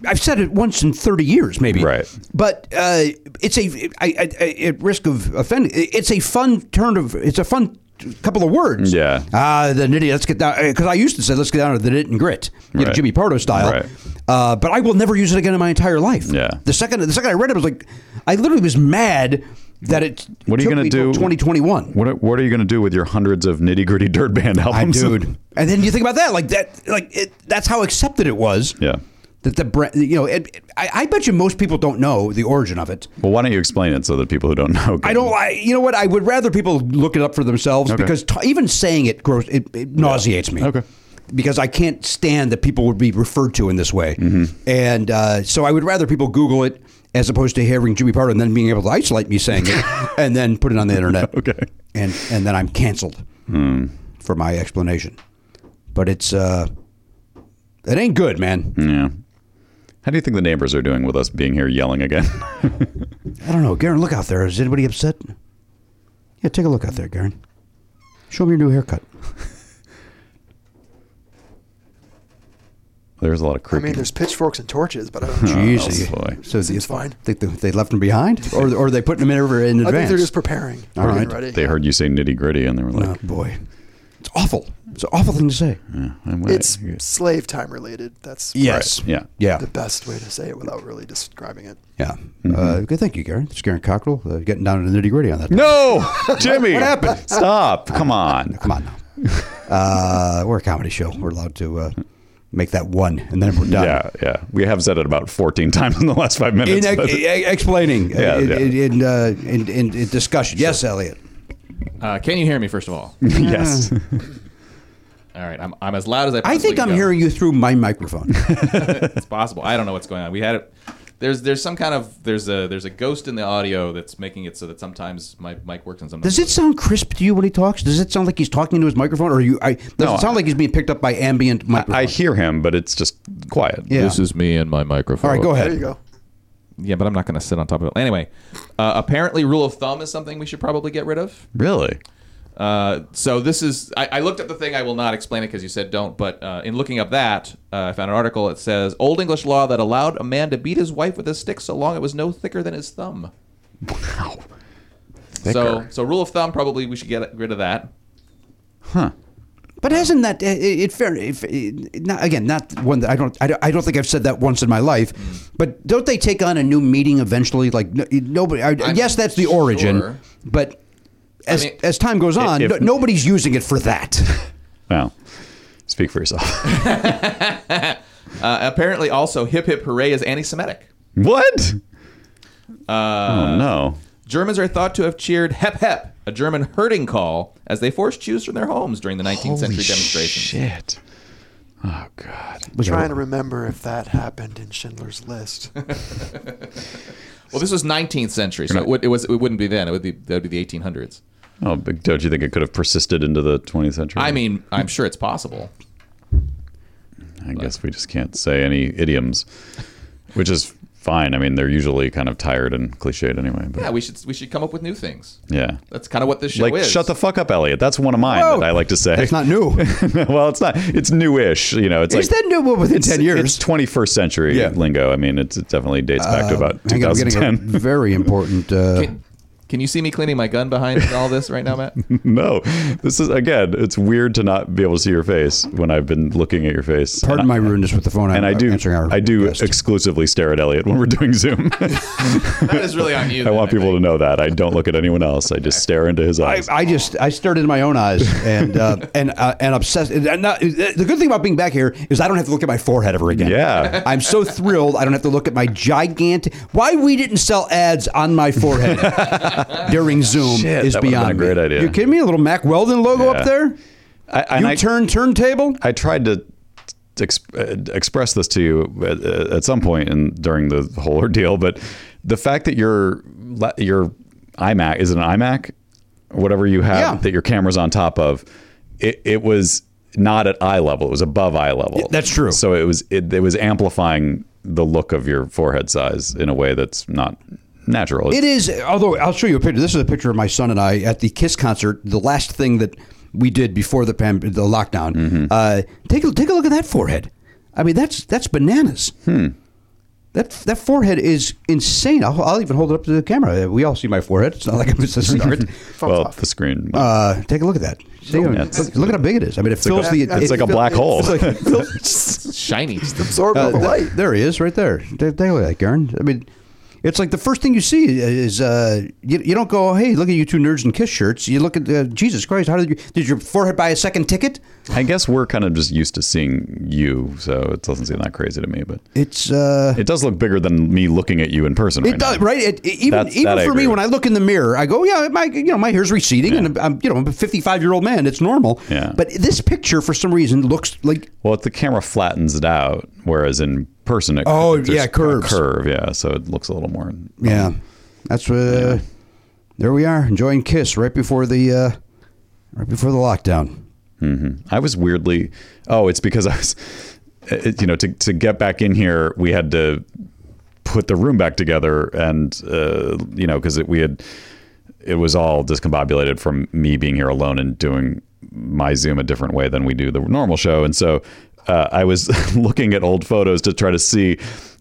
I've said it once in 30 years, maybe.
Right.
But uh, it's a I, I, I, at risk of offending. It's a fun turn of. It's a fun couple of words.
Yeah.
Ah, the nitty. Let's get down. Because I used to say, let's get down to the nit and grit, you know,
Right.
Jimmy Pardo style.
Right.
Uh, but I will never use it again in my entire life.
Yeah.
The second the second I read it, I was like, I literally was mad that it.
What are you
took
gonna
me till
do?
2021.
What are, what are you going to do with your hundreds of nitty gritty dirt band
I
albums?
dude. And then you think about that, like that, like it, that's how accepted it was.
Yeah.
That the brand, you know, it, it- I, I bet you most people don't know the origin of it.
Well, why don't you explain it so that people who don't know? Can,
I don't. I, you know what? I would rather people look it up for themselves because t- even saying it gross, it, it nauseates me.
Okay.
Because I can't stand that people would be referred to in this way,
Mm-hmm.
and uh, so I would rather people Google it as opposed to hearing Jimmy Pardo and then being able to isolate me saying it and then put it on the internet.
Okay. Hmm.
And and then I'm canceled for my explanation. But it's uh, it ain't good, man.
Yeah. How do you think the neighbors are doing with us being here yelling again?
I don't know, Garen. Look out there. Is anybody upset? Yeah, take a look out there, Garen. Show me your new haircut.
there's a lot of
I
creeping.
mean, there's pitchforks and torches, but I don't know.
Jeez,
Oh, boy.
so
Seems fine.
Think they, they left them behind, or or they put them in over in
I think
advance.
they're just preparing. All
right.
Ready.
they heard you say nitty gritty and they were
oh
like,
boy, it's awful. It's an awful thing to say.
Mm-hmm. "I'm with
It's
it."
slave time related. That's
Yes.
Yeah.
Yeah.
the best way to say it without really describing it.
Yeah.
Mm-hmm.
Uh, good. Thank you, Garen. It's Garen Cockrell uh, getting down to the nitty gritty on that.
No, Jimmy. what happened? Stop. Come on.
Come on now. Uh, we're a comedy show. We're allowed to uh, make that one, and then we're done.
Yeah, yeah. We have said it about 14 times in the last five
In
minutes.
ex-
but-
explaining, uh,
Yeah,
in,
yeah.
In, uh, in, in, in discussion. Yes, Elliot.
Uh, can you hear me, first of all?
yes.
All right, I'm, I'm as loud as I.
I
possibly
think
can
I'm
go.
hearing you through my microphone.
It's possible. I don't know what's going on. We had it. There's there's some kind of there's a there's a ghost in the audio that's making it so that sometimes my mic works and sometimes
Does it sound crisp to you when he talks? Does it sound like he's talking into his microphone, or are you? I, does
No,
it sound
I-
like he's being picked up by ambient microphone?
I hear him, but it's just quiet.
yeah.
is me and my microphone.
All right, go
There you
ahead.
go.
Yeah, but I'm not going to sit on top of it. Anyway, uh, apparently, rule of thumb is something we should probably get rid of.
Really?
Uh, so this is I, I looked up the thing. I will not explain it because you said don't. But uh, in looking up that, uh, I found an article that says old English law that allowed a man to beat his wife with a stick so long it was no thicker than his thumb.
Wow.
So so rule of thumb probably we should get rid of that.
Huh.
But hasn't that it, it fair? If, it, not, again, not one that I don't, I don't. I don't think I've said that once in my life. But don't they take on a new meaning eventually? Like no, nobody. I,
I'm
yes, that's the origin.
sure.
But as
mean,
as time goes on,
if-
no- nobody's using it for that.
Well, speak for yourself.
Uh, apparently, also, hip hip hooray is anti Semitic.
what?
Uh,
oh no.
Germans are thought to have cheered hep hep, a German herding call, as they forced Jews from their homes during the 19th century demonstrations.
Shit. Oh god.
trying to remember if that happened in Schindler's List.
Well, this was 19th century, so it, would, it was it wouldn't be then. It would be that would be the 1800s.
Oh, but don't you think it could have persisted into the 20th century?
I mean, I'm sure it's possible.
I guess we just can't say any idioms, which is fine. I mean, they're usually kind of tired and cliched anyway. But
Yeah,
yeah,
we should we should come up with new things. That's kind of what this show
like
is.
shut the fuck up, Elliot. That's one of mine
Whoa.
that I like to say.
That's not new.
well, it's not. It's newish. You know, it's
Is
like
that new within
it's,
ten years?
It's 21st century
Yeah. Uh,
lingo. I mean, it's, it definitely dates back to about
Hang on, I'm getting a
2010.
very important. Uh,
Can you see me cleaning my gun behind all this right now, Matt?
no, this is again. It's weird to not be able to see your face when I've been looking at your face.
pardon
and
my rudeness with the phone.
I, and I do.
Answering our
I do
guest.
exclusively stare at Elliot when we're doing Zoom.
That is really on you.
I want people to know that I don't look at anyone else. I just stare into his
I,
eyes.
I just I stared into my own eyes and uh, and uh, and obsessed. And not, the good thing about being back here is I don't have to look at my forehead ever again.
Yeah.
I'm so thrilled. I don't have to look at my gigantic. Why we didn't sell ads on my forehead during Zoom
Shit,
is
that would've
beyond
been a
me.
great idea.
You kidding me? A little Mac Weldon logo
Yeah.
up there.
I, and
you
I,
turn turntable.
I tried to ex- uh, express this to you at, uh, at some point and during the whole ordeal, but the fact that your la- your iMac is it an iMac, whatever you have
Yeah.
that your camera's on top of, it, it was not at eye level. It was above eye level.
that's true.
So it was it, it was amplifying the look of your forehead size in a way that's not natural.
It is, although I'll show you a picture. This is a picture of my son and I at the Kiss concert, the last thing that we did before the pand- the lockdown.
Mm-hmm.
Uh, take a, take a look at that forehead. I mean, that's that's bananas.
Hmm.
That that forehead is insane. I'll, I'll even hold it up to the camera. Uh, We all see my forehead. It's not like I'm just a start.
well, the screen.
Uh, take a look at that. See, I mean,
it's-
look, look at how big it is. I mean, it
like
fills
a-
the.
it's
it-
like a
it-
black hole.
It's like,
Shiny.
Absorb all
uh,
the light.
th- there he is, right there. Take, take a look at that, Garen. I mean, it's like the first thing you see is uh, you, you don't go, hey, look at you two nerds in kiss shirts. You look at uh, Jesus Christ. How did you did your forehead buy a second ticket?
I guess we're kind of just used to seeing you, so it doesn't seem that crazy to me. But
It's uh,
it does look bigger than me looking at you in person.
it
right
does
now.
right. It, it- even
That's-
even
that I
for
agree
me, when
with.
I look in the mirror, I go, yeah, my you know my hair's receding, and I'm you know I'm a 55 year old man. It's normal.
Yeah.
But this picture, for some reason, looks like
Well, if the camera flattens it out, whereas in person, it
Oh,
there's
yeah,
a
curves.
curve, yeah. So it looks a little more.
yeah, that's uh, there we are enjoying kiss right before the uh, right before the lockdown.
I was weirdly. Oh, it's because I was. It, you know, to to get back in here, we had to put the room back together, and uh, you know, because we had it was all discombobulated from me being here alone and doing my Zoom a different way than we do the normal show, and so uh, I was looking at old photos to try to see.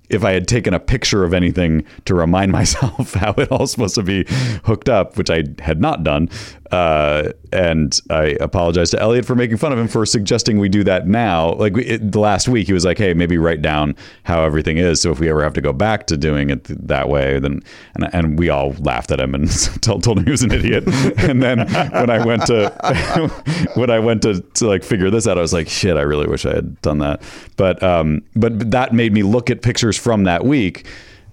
If I had taken a picture of anything to remind myself how it all supposed to be hooked up, which I had not done, uh, and I apologize to Elliot for making fun of him for suggesting we do that now. Like we, it, the last week, he was like, "Hey, maybe write down how everything is, so if we ever have to go back to doing it th- that way, then." And, and we all laughed at him and told, told him he was an idiot. and then when I went to when I went to, to like figure this out, I was like, "Shit, I really wish I had done that." But um, but that made me look at pictures from that week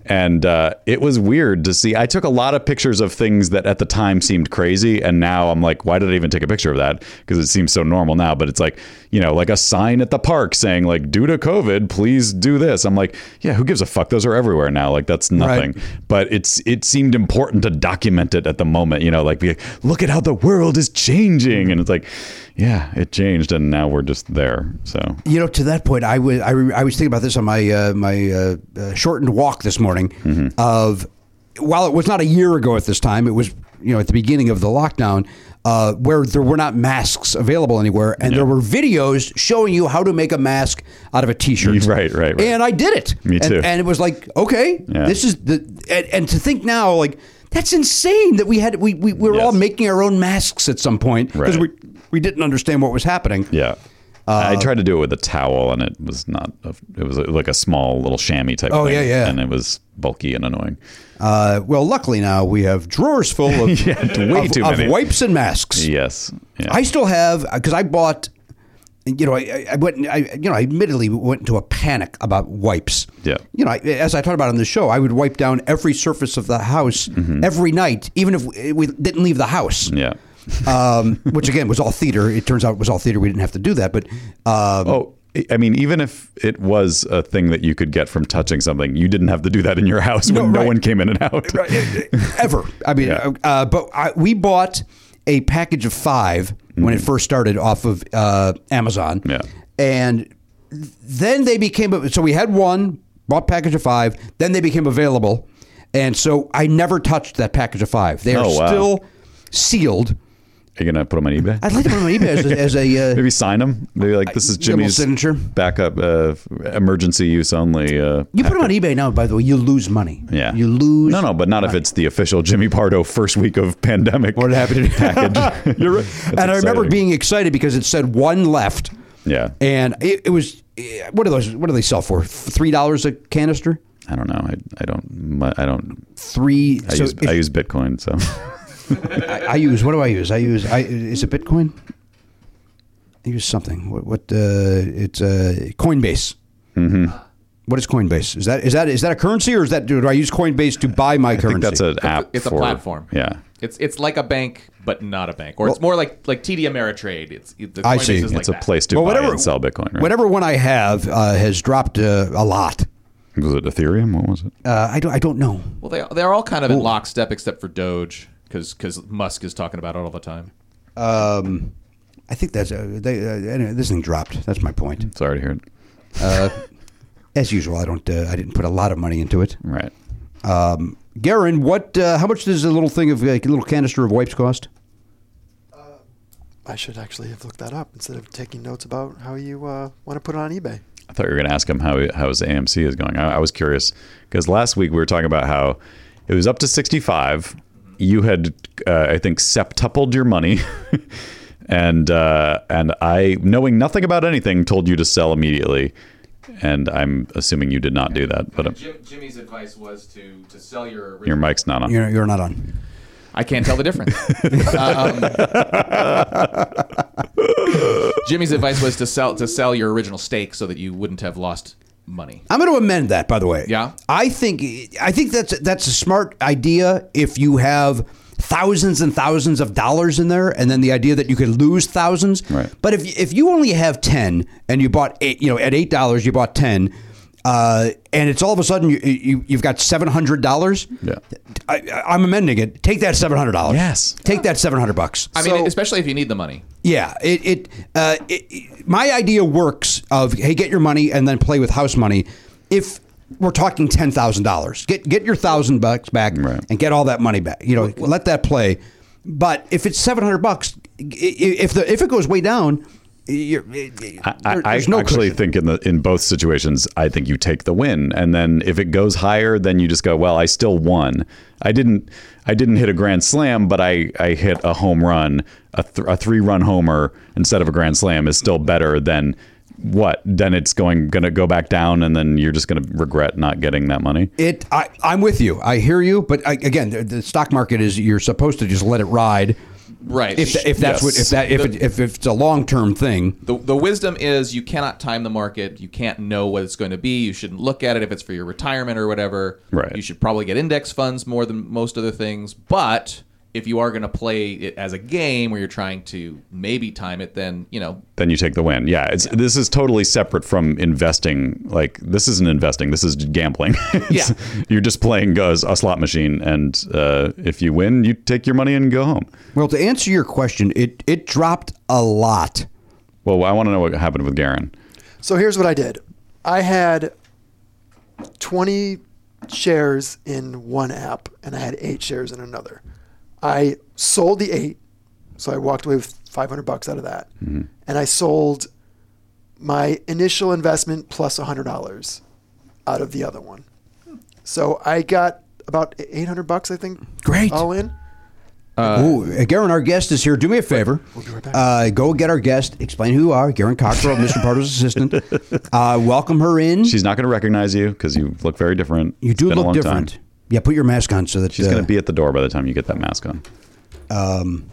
and uh, it was weird to see. I took a lot of pictures of things that at the time seemed crazy, and now I'm like, why did I even take a picture of that? Because it seems so normal now. But it's like, you know, like a sign at the park saying like, due to COVID, please do this. I'm like, yeah, who gives a fuck? Those are everywhere now. Like that's nothing. But it's it seemed important to document it at the moment. You know, like be like, look at how the world is changing, and it's like, yeah, it changed, and now we're just there. So
You know, to that point, I was I, re- I was thinking about this on my uh, my uh, uh, shortened walk this morning.
Mm-hmm.
Of while it was not a year ago at this time, it was you know at the beginning of the lockdown, uh, where there were not masks available anywhere, and there were videos showing you how to make a mask out of a T-shirt.
Right, right, right.
And I did it.
Me
And-
too.
And, it was like, okay,
Yeah.
this is the and, and to think now like. That's insane that we had we, we, we were all
Yes.
making our own masks at some point because
Right.
we we didn't understand what was happening.
Yeah.
Uh,
I tried to do it with a towel, and it was not. A, it was like a small little chamois type.
Oh,
thing,
yeah, yeah.
And it was bulky and annoying.
Uh, well, luckily now we have drawers full of,
way
of-
too
of
many.
wipes and masks.
Yes. Yeah.
I still have because I bought. You know, I, I went. I you know, I admittedly went into a panic about wipes.
Yeah.
You know, I, as I talked about on the show, I would wipe down every surface of the house every night, even if we- we didn't leave the house.
Mm-hmm. yeah.
Um, which again was all theater. It turns out it was all theater. We didn't have to do that, but um,
Oh, I- I mean, even if it was a thing that you could get from touching something, you didn't have to do that in your house when no
right.
one came in and out.
Uh, ever. I mean,
Yeah.
uh, but I, we bought a package of 5 when it first started off of uh, Amazon.
Mm. Yeah.
And then they became, so we had one, bought package of five, then they became available. And so I never touched that package of five. They are
Oh, wow.
still sealed.
Are you gonna put them on eBay?
I'd like to put them on eBay as a, as a uh,
Maybe sign them. Maybe like this is
Give 'em a
Jimmy's
signature.
backup, uh, emergency use only. Uh,
you put them on eBay now, by the way, you lose money.
yeah,
You lose.
No, no, but not if it's the official Jimmy Pardo first week of pandemic.
What happened?
package? You're right. That's
and I remember
exciting.
being excited because it said one left.
Yeah.
and it, it was eh, what are those? What do they sell for? Three dollars a canister.
I don't know. I, I don't. my- I don't.
Three.
I,
so
use,
if-
I use Bitcoin. So
I, I use. What do I use? I use. I is it Bitcoin? I use something. What? What? Uh, it's uh, Coinbase. Mm-hmm. is Coinbase? Is that is that is that a currency or is that do I use Coinbase to buy my
I think
currency?
that's an app.
It's a
for-
platform.
Yeah.
It's it's like a bank, but not a bank, or it's more like like TD Ameritrade. It's it, the
I
Coinbase
see.
Is like
It's a
that.
place to
Well,
buy
whatever-
and sell Bitcoin. Right?
Whatever one I have uh, has dropped uh, a lot.
was it? Ethereum? What was it?
Uh, I don't. I don't know.
Well, they they're all kind of in lockstep except for Doge, because Musk is talking about it all the time.
Um, I think that's uh, they, uh, anyway, this thing dropped. That's my point.
Sorry to hear it.
As usual, I don't. Uh, I didn't put a lot of money into it.
Right.
Um, Garen, what? Uh, how much does a little thing of like, a little canister of wipes cost?
I should actually have looked that up instead of taking notes about how you uh, want to put it on eBay.
I thought you were going to ask him how how his AMC is going. I, I was curious because last week we were talking about how it was up to sixty five. You had, uh, I think, septupled your money, and uh, and I, knowing nothing about anything, told you to sell immediately. And I'm assuming you did not do that, but uh,
Jim, Jimmy's advice was to to sell your
your mic's not on.
You're, you're not on.
I can't tell the difference. Um, Jimmy's advice was to sell to sell your original stake so that you wouldn't have lost money.
I'm going to amend that, by the way.
Yeah?
I think I think that's that's a smart idea if you have thousands and thousands of dollars in there, and then the idea that you could lose thousands.
Right.
But if if you only have ten and you bought eight, you know, at eight dollars you bought ten. Uh, and it's all of a sudden you, you you've got seven hundred dollars.
Yeah.
I, I'm amending it. Take that seven hundred dollars.
Yes.
Take that seven hundred bucks.
I mean, especially if you need the money.
Yeah, it it, uh, it- it my idea works of hey get your money and then play with house money. If we're talking ten thousand dollars, get get your thousand bucks back
Right.
and get all that money back. You know, let that play. But if it's seven hundred bucks, i- i- if the if it goes way down, you're,
I,
there-
I
there's no
actually
cushion.
think in the in both situations, I think you take the win, and then if it goes higher, then you just go, well, I still won. I didn't, I didn't hit a grand slam, but I, I hit a home run, a, th- a three run homer instead of a grand slam is still better than what? Then it's going gonna go back down, and then you're just gonna regret not getting that money.
It, I, I'm with you. I hear you, but I, again, the, the stock market is you're supposed to just let it ride,
Right.
If, if that's what if
Yes.
that if it, if, if it's a long term thing,
The, the wisdom is you cannot time the market. You can't know what it's going to be. You shouldn't look at it if it's for your retirement or whatever.
Right.
You should probably get index funds more than most other things. But if you are going to play it as a game where you're trying to maybe time it, then you know
then you take the win. Yeah, it's this is totally separate from investing. Like this isn't investing. This is gambling. It's- you're just playing a, a slot machine, and uh, if you win, you take your money and go home.
Well, to answer your question, it it dropped a lot.
Well, I want to know what happened with Garen.
So here's what I did. I had 20 shares in one app and I had 8 shares in another. I sold the 8, so I walked away with 500 bucks out of that. And I sold my initial investment plus $100 out of the other one. So I got about 800 bucks I think
Great.
all in.
Ooh, uh, Garen, our guest is here. Do me a favor. Uh, go get our guest. Explain who you are. Garen Cockrell, Mr. Pardo's assistant. Uh, welcome her in.
She's not going to recognize you because you look very different.
you
It's
do
been a long
look different.
Time.
Yeah, put your mask on so that
She's
uh,
going to be at the door by the time you get that mask on.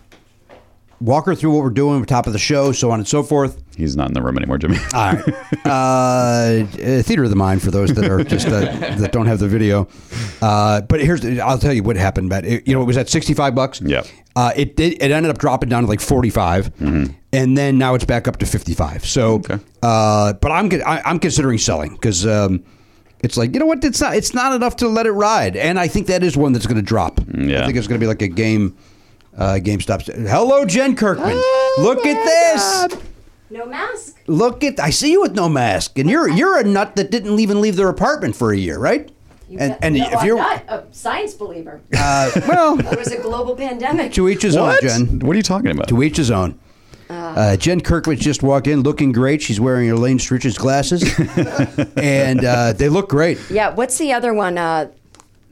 walk her through what we're doing, we're top of the show, so on and so forth.
He's not in the room anymore, Jimmy.
All right. Uh, uh, theater of the mind for those that are just uh, that don't have the video. Uh, but here's I'll tell you what happened. But it, you know it was at sixty five bucks.
Yep.
Uh, it did. It ended up dropping down to like forty
Mm-hmm.
and then now it's back up to fifty five. So, uh, but I'm con- I, I'm considering selling because. Um, it's like you know what? It's not. It's not enough to let it ride, and I think that is one that's going to drop.
yeah.
I think it's going to be like a game. Uh, GameStop. Hello, Jen Kirkman. Look at this.
No mask.
Look at I see you with no mask, and you're you're a nut that didn't even leave their apartment for a year, right?
You
and
got-
and
no,
if
I'm
you're
not a science believer,
uh, well,
there was a global pandemic.
to each his
what?
own, Jen.
What are you talking about?
To each his own. Uh, Jen Kirkwood just walked in looking great. She's wearing her Lane Stritch's glasses, and uh, they look great.
Yeah. What's the other one? Uh,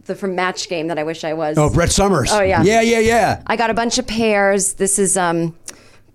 the from Match Game that I wish I was.
Oh, Brett Summers.
Oh, yeah.
yeah, yeah, yeah.
I got a bunch of pairs. This is um,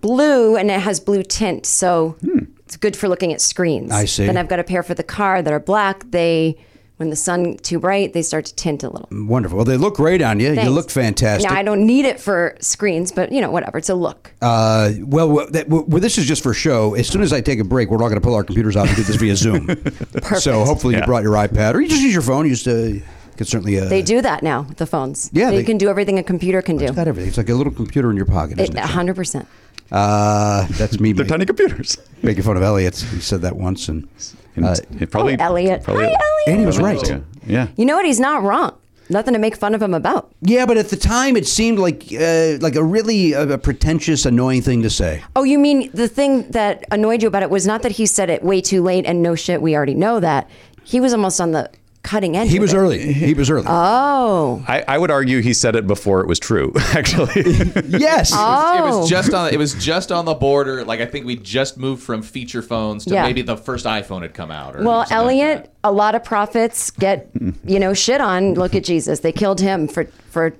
blue and it has blue tint, so it's good for looking at screens.
Hmm. I see.
Then I've got a pair for the car that are black. They, when the sun too bright, they start to tint a little.
Wonderful. Well, they look great on you. You
Thanks.
look fantastic.
Now I don't need it for screens, but you know whatever. It's a look.
Uh, well, well, that, well, this is just for show. As soon as I take a break, we're all going to pull our computers out and do this via Zoom. Perfect. So hopefully you
Yeah.
brought your iPad, or you just use your phone. You just uh, you could certainly. Uh,
they do that now. with The phones.
Yeah,
They,
they-
can do everything a computer can do.
Not everything. It's like a little computer in your pocket, isn't it?
hundred percent.
Uh, that's me
They're
ma-
tiny computers.
making fun of Elliot. He said that once, and
And
uh,
it probably,
Oh, Elliot. Hi, Elliot.
and he was
probably-
right.
Yeah.
You know what? He's not wrong. Nothing to make fun of him about.
Yeah, but at the time, it seemed like uh, like a really uh, a pretentious, annoying thing to say.
Oh, you mean the thing that annoyed you about it was not that he said it way too late and no shit, we already know that. He was almost on the cutting edge.
He
of
was
it.
early. He was early.
Oh,
I, I would argue he said it before it was true, actually.
yes.
It
Oh.
was just on. It was just on the border. Like I think we just moved from feature phones to
Yeah.
maybe the first iPhone had come out. Or
well,
something like
Elliot, a lot of prophets get you know shit on. Look at Jesus; they killed him for for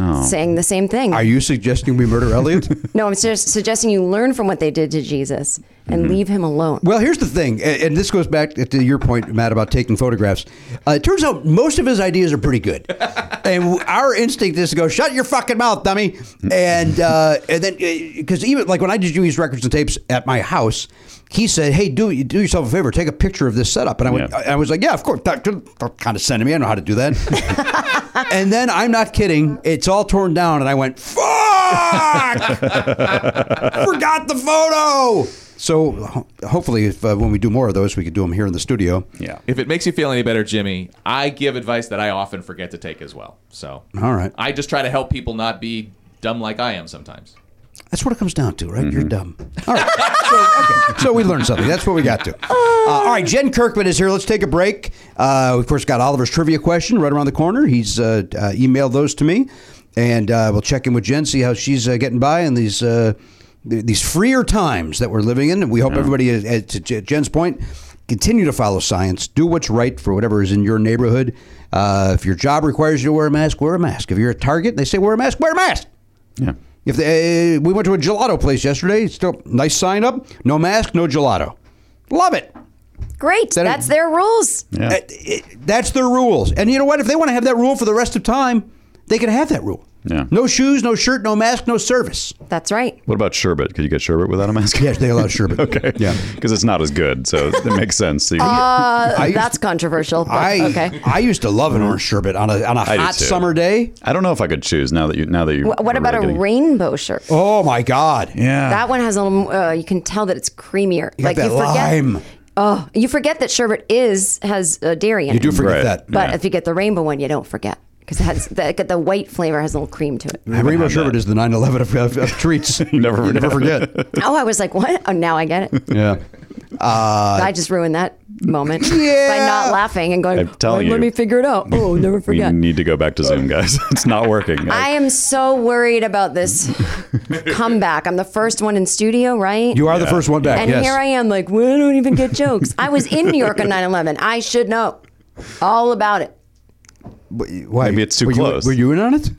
Oh.
saying the same thing.
Are you suggesting we murder Elliot?
no, I'm just suggesting you learn from what they did to Jesus and leave him alone.
Mm-hmm. Well, here's the thing, and and this goes back to your point, Matt, about taking photographs. Uh, it turns out most of his ideas are pretty good, and w- our instinct is to go, "Shut your fucking mouth, dummy," and uh, and then because even like when I did Jimmy's records and tapes at my house, he said, "Hey, do do yourself a favor, take a picture of this setup," and I went,
Yeah.
I, I was like, "Yeah, of course." That, that kind of sent me. I know how to do that. and then I'm not kidding. It's all torn down, and I went, "Fuck!" forgot the photo. So ho- hopefully, if uh, when we do more of those, we could do them here in the studio.
yeah.
If it makes you feel any better, Jimmy, I give advice that I often forget to take as well. So,
Uh-huh.
All right.
I just try to help people not be dumb like I am sometimes.
That's what it comes down to, right? You're dumb. All right. So, okay. so we learned something. That's what we got to. Uh, all right. Jen Kirkman is here. Let's take a break. Uh, we, of course, got Oliver's trivia question right around the corner. He's uh, uh, emailed those to me, and uh, we'll check in with Jen, see how she's uh, getting by in these. Uh, th- these freer times that we're living in, and we hope everybody, uh, uh, to J- Jen's point, continue to follow science. Do what's right for whatever is in your neighborhood. Uh, if your job requires you to wear a mask, wear a mask. If you're at Target, and they say wear a mask, wear a mask.
Yeah.
If they, uh, we went to a gelato place yesterday, still nice sign up, no mask, no gelato. Love it.
Great,
That-
that's their rules.
Yeah.
Uh, it- That's their rules. And you know what? If they want to have that rule for the rest of time, they can have that rule.
Yeah.
No shoes, no shirt, no mask, no service.
That's right.
What about sherbet? Could you get sherbet without a mask?
Yes, they allow sherbet.
okay.
Yeah.
Because it's not as good, so it makes sense. So you-
Uh,
I
That's
used,
controversial. But,
I,
okay.
I used to love an orange sherbet on a, on a
I do
hot
too.
summer day.
I don't know if I could choose now that you now that you.
Wh- What about a rainbow shirt?
Oh my God.
Yeah.
That one has a little. Uh, you can tell that it's creamier.
You got that lime.
Oh, you forget that sherbet is has uh, dairy in
You
it.
do forget
Right.
that.
but
yeah.
if you get the rainbow one, you don't forget because it has the, the white flavor has a little cream to it.
Rainbow
had
sherbet
that.
is the 9 11 of, of, of treats. you
never
never
forget.
forget.
Oh, I was like, what? Oh, now I get it.
yeah.
I just ruined that moment by
Uh, Yeah.
not laughing and going.
I'm telling
"Well,
you.
Let me figure it out. Oh, never
we
forget.
need to go back to Zoom, guys. it's not working.
I am so worried about this comeback. I'm the first one in studio, right?
You are the first one back.
And
yes.
here I am, like, we don't even get jokes. I was in New York on 9 11. I should know all about it.
Why?
Maybe it's too
Were you-
close.
were you in on it?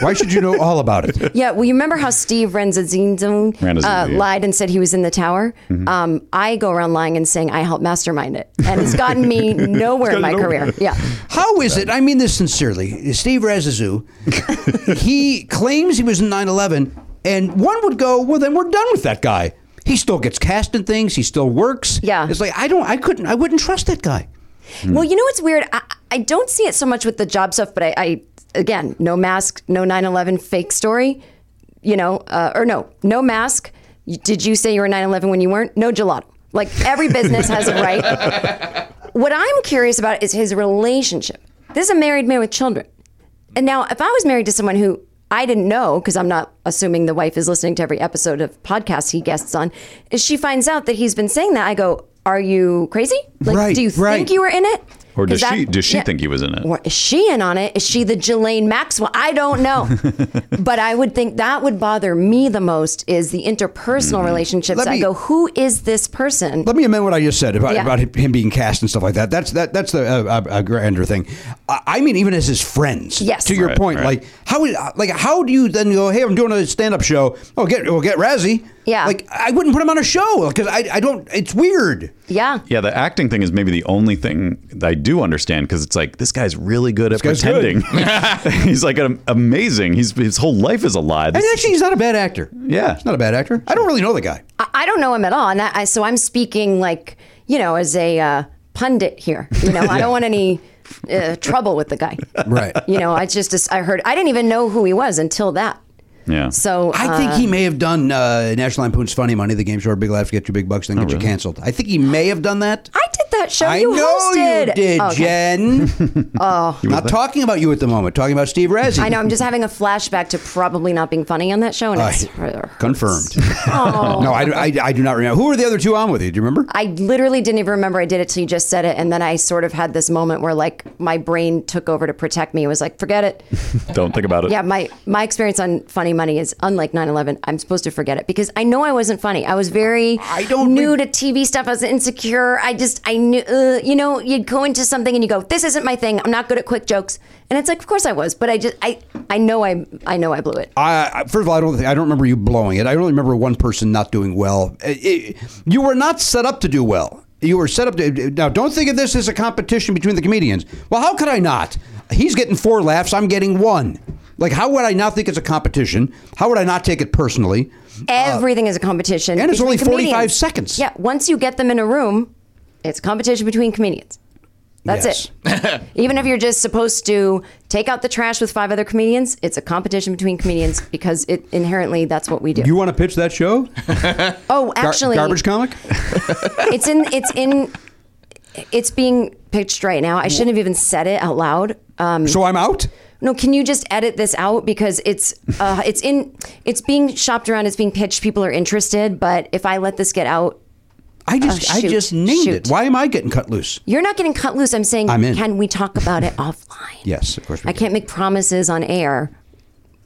Why should you know all about it?
Yeah, well, you remember how Steve Renzazinzo uh,
Renzazinzo, yeah.
lied and said he was in the tower? Um, I go around lying and saying I helped mastermind it, and it's gotten me nowhere in my career. Yeah,
How is it? I mean this sincerely. Steve Razazu, he claims he was in 9 11, and one would go, well, then we're done with that guy. He still gets cast in things, he still works.
Yeah.
It's like, I don't, I couldn't, I wouldn't trust that guy.
Well, you know what's weird? I, I don't see it so much with the job stuff, but I, I again, no mask, no 9 11 fake story, you know, uh, or no, no mask. You- Did you say you were 9 11 when you weren't? No gelato. Like every business has a right. what I'm curious about is his relationship. This is a married man with children. And now, if I was married to someone who I didn't know, because I'm not assuming the wife is listening to every episode of podcast he guests on, if she finds out that he's been saying that, I go, Are you crazy? Like,
Right,
do you
right.
think you were in it?
Or does
Is that-
she does she
yeah.
think he was in it?
Or is she in on it? Is she the Jelaine Maxwell? I don't know, but I would think that would bother me the most is the interpersonal relationships.
Mm-hmm. Let
I
me-
go, who is this person?
Let me amend what I just said about,
Yeah.
about him being cast and stuff like that. That's that that's the uh, uh, uh, grander thing. I, I mean, even as his friends.
Yes.
To your
Right,
point,
right.
like how is- like how do you then go? Hey, I'm doing a stand up show. Oh, get well, get Razzie.
Yeah.
Like I wouldn't put him on a show because I I don't. It's weird.
yeah.
Yeah, the acting thing is maybe the only thing that I do understand because it's like this guy's really good at
guy's good.
pretending. he's like am- amazing. He's his whole life is a lie.
And
This-
actually, he's not a bad actor.
Yeah.
He's not a bad actor. I don't really know the guy.
I, I don't know him at all, and that, I, so I'm speaking like you know as a uh, pundit here. You know, I don't want any uh, trouble with the guy.
Right.
You know, I just I heard I didn't even know who he was until that.
yeah.
So uh,
I think he may have done uh, National Lampoon's Funny Money, the game show where Big Laughs get you big bucks,
Oh,
then get you canceled. I think he may have done that.
I did that show.
I
you
know
hosted. Oh,
you did,
Okay.
Jen. oh, not talking about you at the moment. Talking about Steve Razzie.
I know. I'm just having a flashback to probably not being funny on that show, and it's
I-
it
confirmed.
hurts. Oh.
No, I, I, I do not remember. Who were the other two on with you? Do you remember?
I literally didn't even remember I did it till you just said it, and then I sort of had this moment where like my brain took over to protect me. It was like, forget it.
don't think about it.
Yeah, my my experience on Funny Money is unlike 9/11. I'm supposed to forget it because I know I wasn't funny. I was very
I don't
new
re-
to TV stuff. I was insecure. I just I knew uh, you know you'd go into something and you go this isn't my thing. I'm not good at quick jokes, and it's like of course I was, but I just I I know I I know I blew it.
I, I- first of all, I don't think, I don't remember you blowing it. I only remember one person not doing well. It- it- you were not set up to do well. You were set up to now. Don't think of this as a competition between the comedians. Well, how could I not? He's getting four laughs. I'm getting one. Like, how would I not think it's a competition? How would I not take it personally?
Everything is a competition,
Uh, and it's
between
only 45
comedians.
seconds.
Yeah, once you get them in a room, it's competition between comedians. That's
Yes.
it. Even if you're just supposed to take out the trash with five other comedians, it's a competition between comedians because it inherently that's what we do.
You want to pitch that show? Gar-
oh, actually,
garbage comic.
it's in it's in it's being pitched right now. I shouldn't have even said it out loud. Um,
so I'm out.
no, can you just edit this out because it's uh, it's in it's being shopped around. It's being pitched. People are interested, but if I let this get out,
I just
Oh,
I
shoot,
just named it.
shoot.
Why am I getting cut loose?
You're not getting cut loose. I'm saying,
I'm in.
can we talk about it offline?
Yes, of course. We
I
can.
can't make promises on air.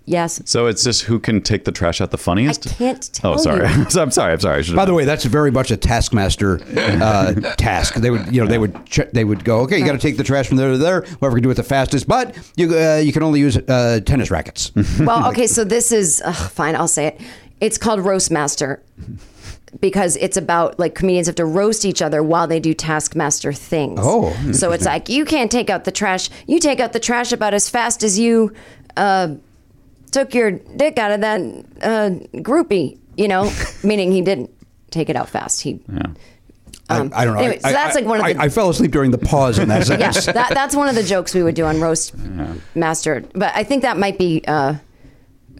Yes.
So it's just who can take the trash out the funniest.
can't
Oh,
tell
sorry.
you.
So I'm sorry. I'm sorry. I should
By the way, that's very much a taskmaster uh, task. They would, you know, they would ch- they would go, okay, you got to take the trash from there to there. Whoever can do it the fastest, but you uh, you can only use uh, tennis rackets.
Well, okay. So this is ugh, fine. I'll say it. It's called roast master because it's about like comedians have to roast each other while they do taskmaster things.
Oh,
so it's like you can't take out the trash. You take out the trash about as fast as you uh, took your dick out of that uh, groupie. You know, meaning he didn't take it out fast. He. um,
I, I don't know.
anyway,
I,
so that's
I-
like one of
I,
the-
I fell asleep during the pause in that
yeah,
sentence.
that, that's one of the jokes we would do on roast master. But I think that might be uh,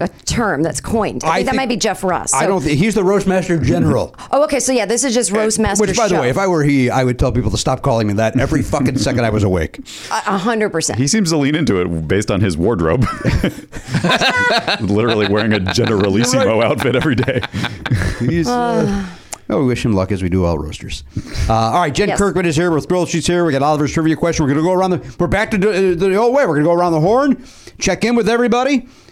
a term that's coined. I think,
I
that
think-
might be Jeff Ross.
I
So-
don't. Think, he's the roastmaster general.
oh, okay. So yeah, this is just roast master.
Which, by the
show.
way, if I were he, I would tell people to stop calling me that every fucking second I was awake.
a a hundred percent.
He seems to lean into it based on his wardrobe. Literally wearing a Generalissimo outfit every day.
He's, uh, oh, we wish him luck as we do all roasters. Uh, all right, Jen
Yes.
Kirkman is here. We're thrilled she's here. We got Oliver's trivia question. We're going to go around the. We're back to do- uh, the old way. We're going to go around the horn, check in with everybody.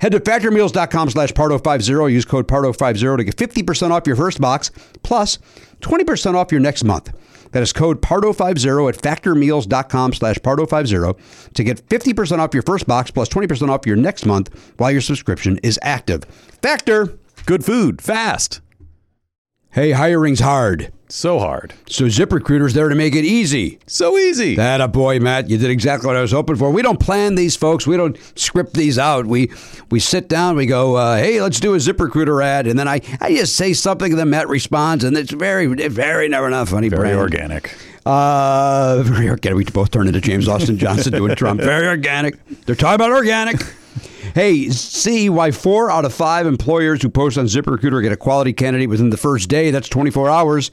Head to factormeals.com slash pardo50. Use code pardo50 to get 50% off your first box plus 20% off your next month. That is code pardo50 at factormeals.com slash pardo50 to get 50% off your first box plus 20% off your next month while your subscription is active. Factor!
Good food, fast,
Hey, hiring's hard.
so hard,
So ZipRecruiter's there to make it easy.
so easy.
That a boy, Matt. You did exactly what I was hoping for. We don't plan these, folks. We don't script these out. We we sit down. We go, uh, hey, let's do a ZipRecruiter ad, and then I, I just say something, and then Matt responds, and it's very very never enough funny.
very
brand.
organic.
Uh, very organic. We both turn into James Austin Johnson doing Trump. Very organic. They're talking about organic. Hey, see why four out of five employers who post on ZipRecruiter get a quality candidate within the first day. That's 24 hours.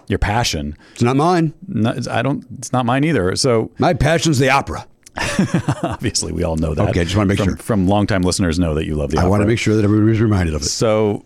your passion.
It's not mine.
No, it's- I don't. It's not mine either. So
My passion's the opera.
obviously, we all know that.
Okay, just wanna make
from,
sure.
from longtime listeners know that you love the.
I want to make sure that everybody's reminded of it.
So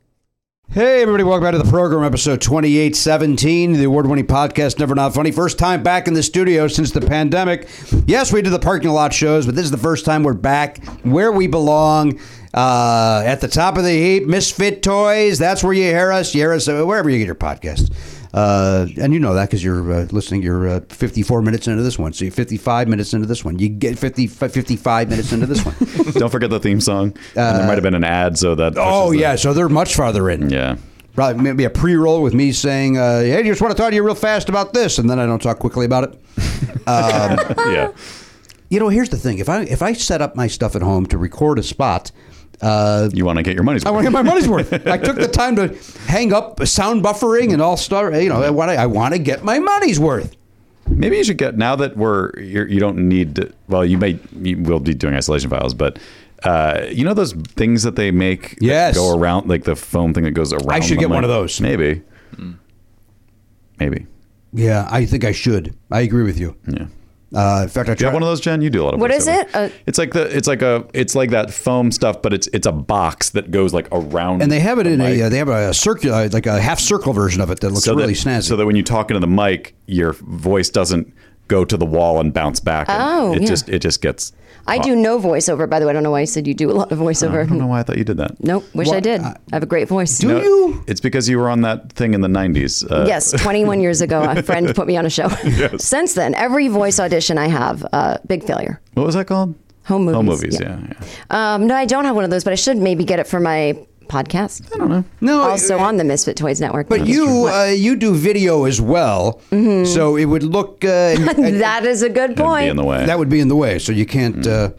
Hey, everybody, welcome back to the program, episode 2817, the award winning podcast, Never Not Funny. First time back in the studio since the pandemic. Yes, we did the parking lot shows, but this is the first time we're back where we belong. Uh, at the top of the heap, Misfit Toys. That's where you hear us. You hear us uh, wherever you get your podcast. Uh, and you know that because you're uh, listening. You're uh, 54 minutes into this one. So you're 55 minutes into this one. You get 50, 55 minutes into this one.
don't forget the theme song. and there might have been an ad, so that.
Uh, oh,
pushes the-
yeah. So they're much farther in.
Yeah.
Probably maybe a pre-roll with me saying, uh, "Hey, I just want to talk to you real fast about this," and then I don't talk quickly about it.
yeah.
You know, here's the thing: if I if I set up my stuff at home to record a spot, uh,
You want to get your money's worth.
I want to get my money's worth. I took the time to hang up sound buffering and all star. You know, I want to, I want to get my money's worth.
Maybe you should get now that we're you're, you don't need to- well you may you will be doing isolation files but uh, you know those things that they make that
Yes.
go around like the foam thing that goes around
I should
them,
get one
like-
of those.
maybe maybe
Yeah, I think I should. I agree with you.
yeah
Uh, in fact, I
do you
tried
have one of those Jen you do a lot of
What
voiceover.
is it? Uh,
it's like the it's like a it's like that foam stuff but it's it's a box that goes like around
and they have it
the
in
mic.
a uh, they have a circular like a half circle version of it that looks
so
really
that,
snazzy.
so that when you talk into the mic your voice doesn't go to the wall and bounce back and
Oh,
it
yeah.
just it just gets
I
hot.
do no voiceover, by the way. I don't know why you said you do a lot of
I don't know
voiceover.
why I thought you did that
Nope, wish I
What?
did. I have a great voice.
Do you?
It's because you were on that thing in the 90s. Uh,
Yes, 21 years ago, a friend put me on a show. Since then, every voice audition I have, uh, big failure.
What was that called?
Home movies.
Home movies, yeah. yeah.
Um, no, I don't have one of those, but I should maybe get it for my podcast. I don't know.
No,
Also on the Misfit Toys Network.
But you uh, you do video as well, so it would look uh,
Mm-hmm. that is a good
It'd be in
point.
the way.
that would be in the way. So you can't. Uh,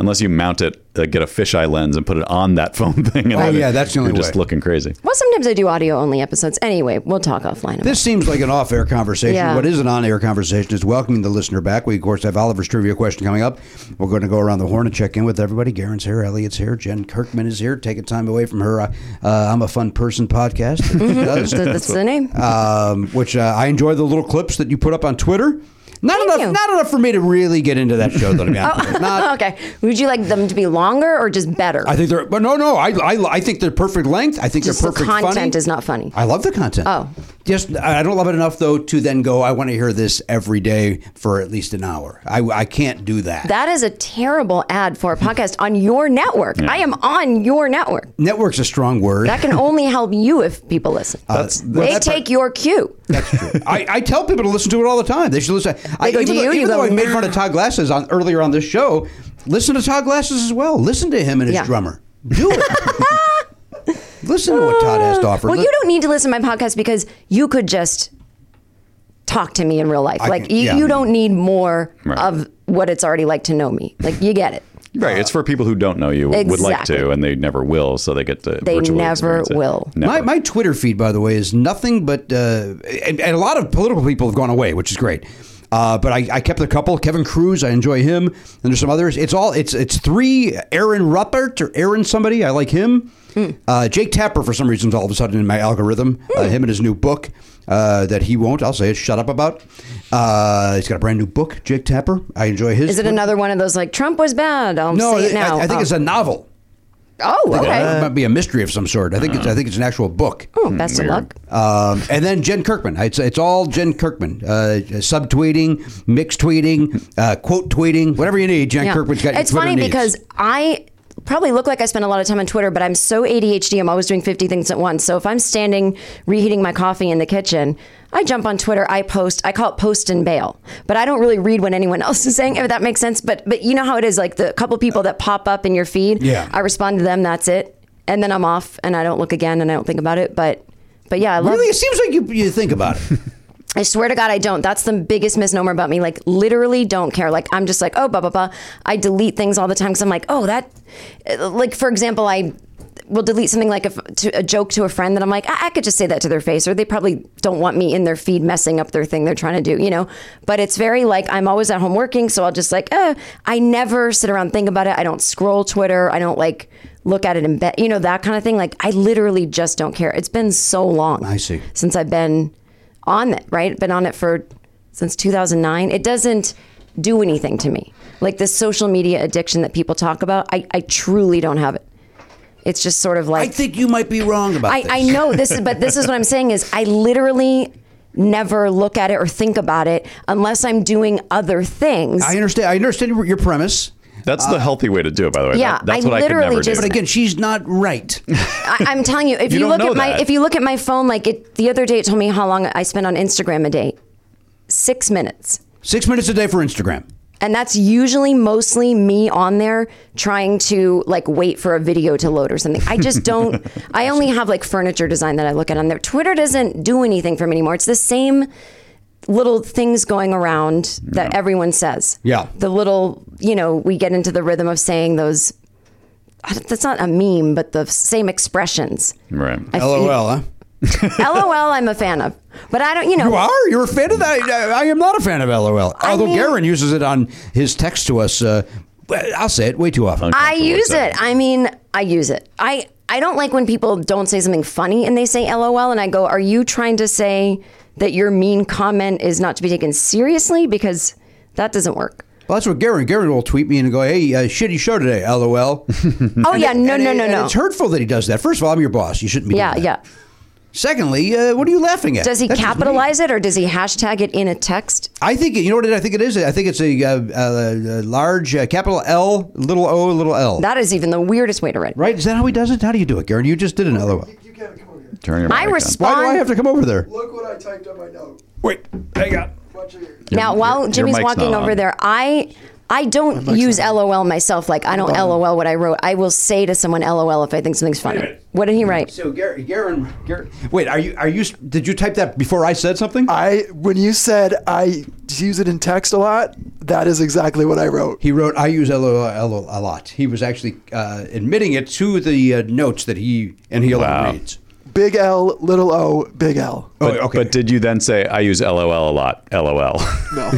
Unless you mount it, uh, get a fisheye lens and put it on that phone thing. And
Oh,
have it-
yeah, that's the only
You're just
way.
looking crazy.
Well, sometimes I do audio only episodes. Anyway, we'll talk offline. About
This seems like an off-air conversation.
Yeah.
What is an on-air conversation is welcoming the listener back. We of course have Oliver's trivia question coming up. We're going to go around the horn and check in with everybody. Garen's here, Elliot's here, Jen Kirkman is here. Taking time away from her, uh, uh, I'm a fun person podcast,
Mm-hmm.
It does.
it. That's the name.
um, which uh, I enjoy the little clips that you put up on Twitter. Not
Thank
enough,
you. Oh.
not enough for me to really get into that show. Though, to be honest, with you. not
okay. Would you like them to be longer or just better?
I think they're, but no, no. I, I, I think they're perfect length. I think
Just
they're
the
perfect.
content
funny.
is not funny.
I love the content.
Oh.
just I I don't love it enough though to then go. I want to hear this every day for at least an hour. I, I can't do that.
that is a terrible ad for a podcast on your network. I am on your network.
Network's a strong word.
That can only help you if people listen.
That's- Uh, well,
they
that's-
take your cue.
That's true. I, I tell people to listen to it all the time. They should listen. I,
go,
even
"Do
though,
you?"
even
You go,
though I made
"Nah."
fun of Todd Glasses on earlier on this show, listen to Todd Glasses as well. Listen to him and his
Yeah.
drummer. Do it. listen to what Todd has to offer.
Well,
Li-
you don't need to listen to my podcast because you could just talk to me in real life.
I
like
can-
you,
yeah.
you don't need more
Right.
of what it's already like to know me. Like you get it.
Right. it's for people who don't know you, would like to,
Exactly.
and they never will, so they get to.
They
virtually
never
experience it.
will.
Never.
My, my Twitter feed, by the way, is nothing but, uh, and, and a lot of political people have gone away, which is great. Uh, but I, I kept a couple. Kevin Cruz, I enjoy him, and there's some others. It's all it's it's three. Aaron Ruppert or Aaron somebody, I like him.
Hmm.
Uh, Jake Tapper for some reason's all of a sudden in my algorithm. Uh, him and his new book uh, that he won't. I'll say it. Shut up about. Uh, he's got a brand new book. Jake Tapper. I enjoy his.
Is it another one of those like Trump was bad? I'll
No,
say
I-
it now.
I, I think
oh.
it's Uh, a novel.
Oh, okay.
It might be a mystery of some sort. I think it's I think it's an actual book.
oh, best of luck.
Um, and then Jen Kirkman. It's, it's all Jen Kirkman. Uh, subtweeting, mixed tweeting, uh, quote tweeting, whatever you need. Jen
Yeah.
Kirkman's got your
It's
Twitter
funny
needs.
because I probably look like I spend a lot of time on Twitter, but I'm so ADHD. I'm always doing 50 things at once. So if I'm standing reheating my coffee in the kitchen, I jump on Twitter. I post. I call it post and bail, but I don't really read what anyone else is saying. If that makes sense, but but you know how it is. Like the couple people that pop up in your feed,
Yeah.
I respond to them. That's it, and then I'm off, and I don't look again, and I don't think about it. But but yeah, I love.
really, it seems like you, you think about it.
I swear to God, I don't. That's the biggest misnomer about me. Like, literally don't care. Like, I'm just like, oh, blah, blah, blah. I delete things all the time because I'm like, oh, that. uh, Like, for example, I will delete something like a, f- to, a joke to a friend that I'm like, I-, I could just say that to their face, or they probably don't want me in their feed messing up their thing they're trying to do, you know? But it's very like, I'm always at home working, so I'll just like, eh. I never sit around and think about it. I don't scroll Twitter. I don't like look at it in bed, you know, that kind of thing. Like, I literally just don't care. It's been so long.
I see.
Since I've been on it, right? Been on it for since 2009. It doesn't do anything to me. Like this social media addiction that people talk about, I, I truly don't have it. It's just sort of
I
like
think you might be wrong about
I,
this.
I know this is, but this is what I'm saying is I literally never look at it or think about it unless I'm doing other things.
I understand. I understand your premise,
That's the healthy way to do it, by the way.
Uh, yeah,
That- that's
I
what I could
literally
never
just-
but
do.
again, she's not right.
I, I'm telling you, if
You
you,
don't
look
know
at my
that.
if you look at my phone, like it the other day, it told me how long I spent on Instagram a day, six minutes.
Six minutes a day for Instagram.
And that's usually mostly me on there trying to like wait for a video to load or something. I just don't, I only have like furniture design that I look at on there. Twitter doesn't do anything for me anymore. It's the same little things going around that everyone says.
Yeah.
The little, you know, we get into the rhythm of saying those, I don't- that's not a meme, but the same expressions.
Right.
I-
LOL. Huh?
LOL, I'm a fan of. But I don't, you know.
You are. You're a fan of that. I, I am not a fan of LOL. Although
mean-
Garen uses it on his text to us. Uh, I'll say it way too often.
I
comfortable
use
with
it. I mean, I use it. I I don't like when people don't say something funny and they say LOL and I go, "Are you trying to say that your mean comment is not to be taken seriously because that doesn't work."
well, that's what Garen. Garen will tweet me and go, "Hey, uh, shitty show today." LOL.
Oh yeah, no
Hmm. And
no
it-
no
and
no.
It's hurtful that he does that. First of all, I'm your boss. You shouldn't be.
Yeah,
doing that.
yeah.
Secondly, uh, what are you laughing at?
Does he
That's just me.
capitalize it or does he hashtag it in a text?
I think you know what it, I think it is. I think it's a, uh uh a large uh, capital L, little O, little L.
That is even the weirdest way to write. it.
right? Is that how he does it? How do you do it, Garen? You just did an LOL.
You can't come over here.
Turn your
I
mic on.
respond-
Why do I have to come over there?
Look what I typed on my note.
Wait, hang on.
Watch it here.
Now, while
your
Jimmy's
mic's
walking
not
over
on.
there, I I don't use LOL myself. Like I don't LOL what I wrote. I will say to someone LOL if I think something's funny. What did he write?
So Garen, Garen, Garen, wait, are you are you did you type that before I said something?
I when you said I use it in text a lot, that is exactly what I wrote.
he wrote, "I use LOL a lot." He was actually uh, admitting it to the uh, notes that he and he
Wow.
reads.
Big L, little O, big L.
Oh,
But, but did you then say I use LOL a lot? LOL.
No.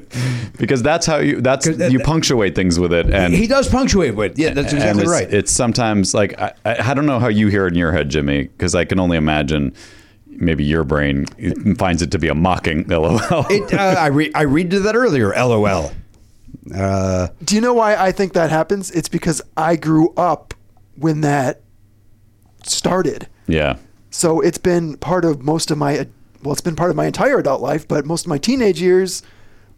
because that's how you that's you punctuate things with it and
he does punctuate with. Yeah, that's
and
exactly
it's,
right.
It's sometimes like I, I I don't know how you hear it in your head, Jimmy, because I can only imagine maybe your brain finds it to be a mocking LOL.
It, uh, I re- I read to that earlier. LOL. Uh,
Do you know why I think that happens? It's because I grew up when that started.
yeah.
So it's been part of most of my well, it's been part of my entire adult life, but most of my teenage years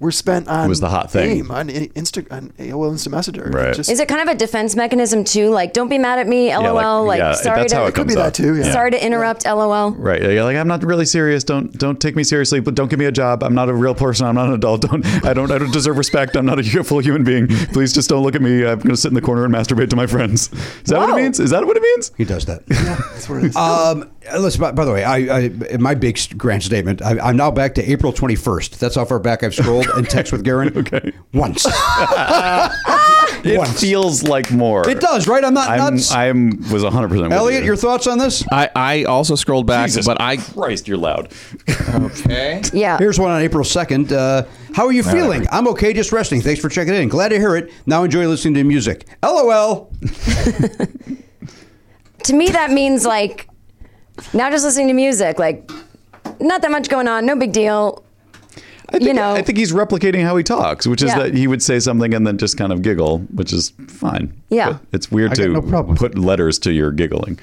were spent on
was the hot thing.
AIM, on I- Insta on AOL Instant Messenger.
Right.
Just-
Is it kind of a defense mechanism too? Like don't be mad at me. LOL. like
yeah,
sorry
that's
to
how it comes
be that
up.
too, yeah.
sorry to interrupt. LOL.
Right. Yeah, like I'm not really serious. Don't don't take me seriously. But don't give me a job. I'm not a real person. I'm not an adult. Don't I don't I don't deserve respect. I'm not a full human being. Please just don't look at me. I'm gonna sit in the corner and masturbate to my friends. Is that what
Whoa.
it means? Is that what it means?
he does that.
that's what it is.
Um, listen, by, by the way, I, I my big st- grand statement. I, I'm now back to April 21st. That's how far back I've scrolled and text with Garen. okay, once.
It
Once.
feels like more.
It does, right? I'm not
I'm
nuts.
I'm was 100 percent
Elliot, your thoughts on this?
I, I also scrolled back,
Jesus
but I
Christ, you're loud.
okay.
Yeah.
Here's one on April 2nd. Uh, how are you feeling? I'm okay, just resting. Thanks for checking in. Glad to hear it. Now enjoy listening to music. LOL.
to me that means like now just listening to music like not that much going on no big deal
I think,
You know.
I think he's replicating how he talks, which is
Yeah.
that he would say something and then just kind of giggle, which is fine.
Yeah.
But it's weird
I got
to
no problem.
put letters to your giggling.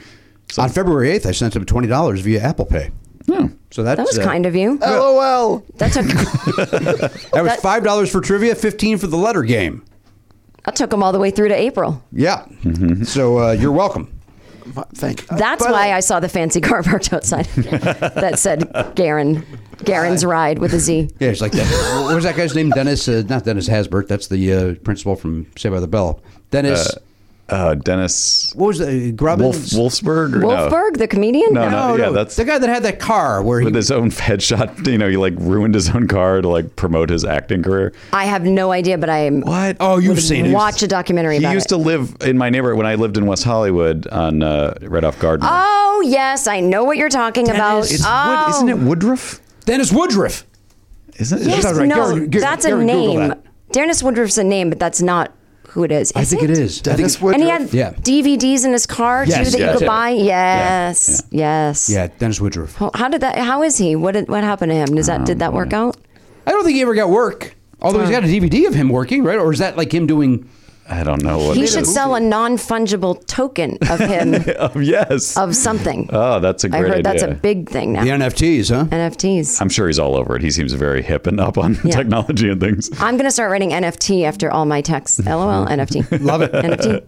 On February 8th, I sent him $20 via Apple Pay.
Yeah.
So that's,
that was
uh,
kind of you
LOL.
that took
That was
that-
$5 for trivia, 15 for the letter game.
that took them all the way through to april
Yeah. So uh, you're welcome.
My- Thank you.
that's
But-
why i saw the fancy car parked outside that said Garin, Garin's ride with a z
Yeah, it's like that. what was that guy's name? Dennis, uh, not Dennis Hasbert. That's the uh, principal from Saved by the Bell. Dennis,
Uh, Dennis
what was the, uh,
Wolf,
Grubbins? Oh,
Wolfsburg? Or
wolfberg the comedian
No, no, no, yeah, that's
the guy that had that car where he
with his own headshot. You know, he like ruined his own car to like promote his acting career.
i have no idea but i am
What?
Oh, you've seen it.
watch a documentary
He
about
used
it
to live in my neighborhood when I lived in West Hollywood on uh, right off Gardner.
oh yes i know what you're talking
It's
about
Wood-
oh
isn't it Woodruff?
Dennis Woodruff.
Isn't it?
yes,
That's right.
no
Garen- Garen-
that's a
Garen, Google
name
that.
dennis woodruff's a name but that's not who it is,
I
is
think it is. I think
Dennis
it-
Woodruff.
And he had
Yeah.
DVDs in his car
Yes,
too that
yes.
you could buy.
Yeah.
Yes, yes.
Yeah, Dennis Woodruff.
How- How did that? How is he? What did, what happened to him? Does that did that work out?
I don't think he ever got work. Although he's got a DVD of him working, right? Or is that like him doing?
I don't know what
He
it
should
is.
sell a non fungible token of him
Oh, yes.
of something.
oh, that's a
I
great
heard
idea.
that's a big thing now.
The NFTs, huh?
NFTs.
I'm sure he's all over it. He seems very hip and up on
Yeah.
technology and things.
I'm gonna start writing NFT after all my texts. LOL NFT.
Love it.
NFT.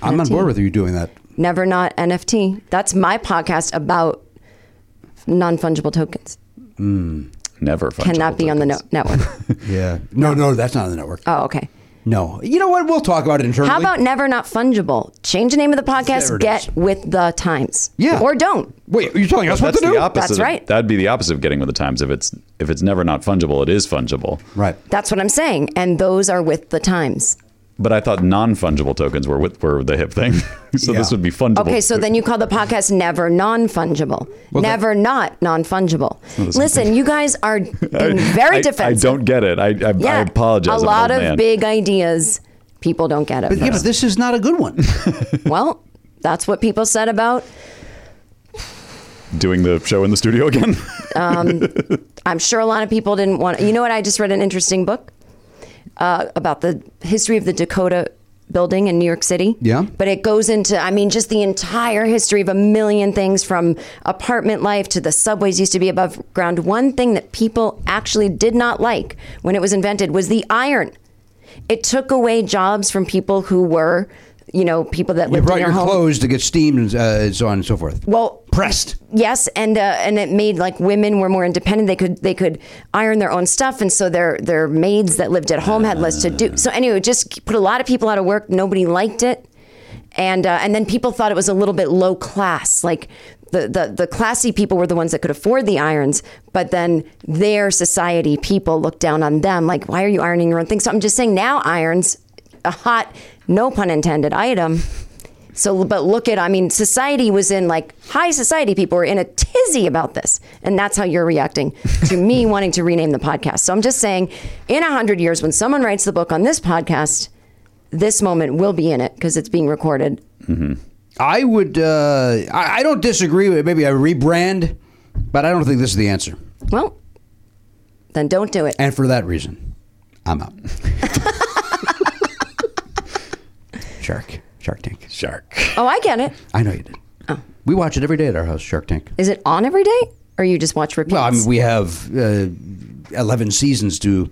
I'm on board with you doing that.
Never not NFT. That's my podcast about non fungible tokens.
Never
Cannot
fungible
be on the no-
tokens.
network.
Yeah. No, no, that's not on the network.
Oh, okay.
No. You know what? We'll talk about it internally.
How about never not fungible? Change the name of the
There
podcast.
it
Get
is.
with the times.
Yeah.
Or don't.
Wait, are you telling us what
That's
to do?
the opposite.
That's
of-
right.
That'd be the opposite of getting with the times. If it's if it's never not fungible, it is fungible.
Right.
That's what I'm saying. And those are with the times.
But I thought non fungible tokens were with, were the hip thing. so
Yeah.
this would be fungible.
Okay, so then you call the podcast never non fungible. never not non fungible. Listen, you guys are being very
I, I
defensive.
don't get it. I I, I apologize. I'm
A
an old
lot of
man.
big ideas, people don't get it.
Yeah, but this is not a good one.
well, that's what people said about.
doing the show in the studio again.
I'm sure a lot of people didn't want. You know what? I just read an interesting book uh, about the history of the Dakota building in New York City.
Yeah.
But it goes into, I mean, just the entire history of a million things from apartment life to the subways used to be above ground. One thing that people actually did not like when it was invented was the iron. It took away jobs from people who were, you know, people that
you
lived in
brought
their
your
home.
clothes to get steamed and uh, so on and so forth.
Well,
oppressed.
yes and uh, and it made like women were more independent they could they could iron their own stuff and so their their maids that lived at home had less to do so anyway it just put a lot of people out of work nobody liked it and uh, and then people thought it was a little bit low class like the, the, the classy people were the ones that could afford the irons, but then their society people looked down on them like, why are you ironing your own thing? So I'm just saying now irons, a hot, no pun intended item, so, but look at, I mean, society was in like high society. People were in a tizzy about this. And that's how you're reacting to me wanting to rename the podcast. So I'm just saying, in a hundred years, when someone writes the book on this podcast, this moment will be in it because it's being recorded.
I would. Uh, I, I don't disagree with maybe a rebrand, but I don't think this is the answer.
Well, then don't do it.
And for that reason, I'm out. Shark, Shark Tank.
Shark.
Oh, I get it.
I know you did. We watch it every day at our house, Shark Tank.
Oh. Is it on every day or you just watch repeats?
Well, I mean, we have uh, eleven seasons to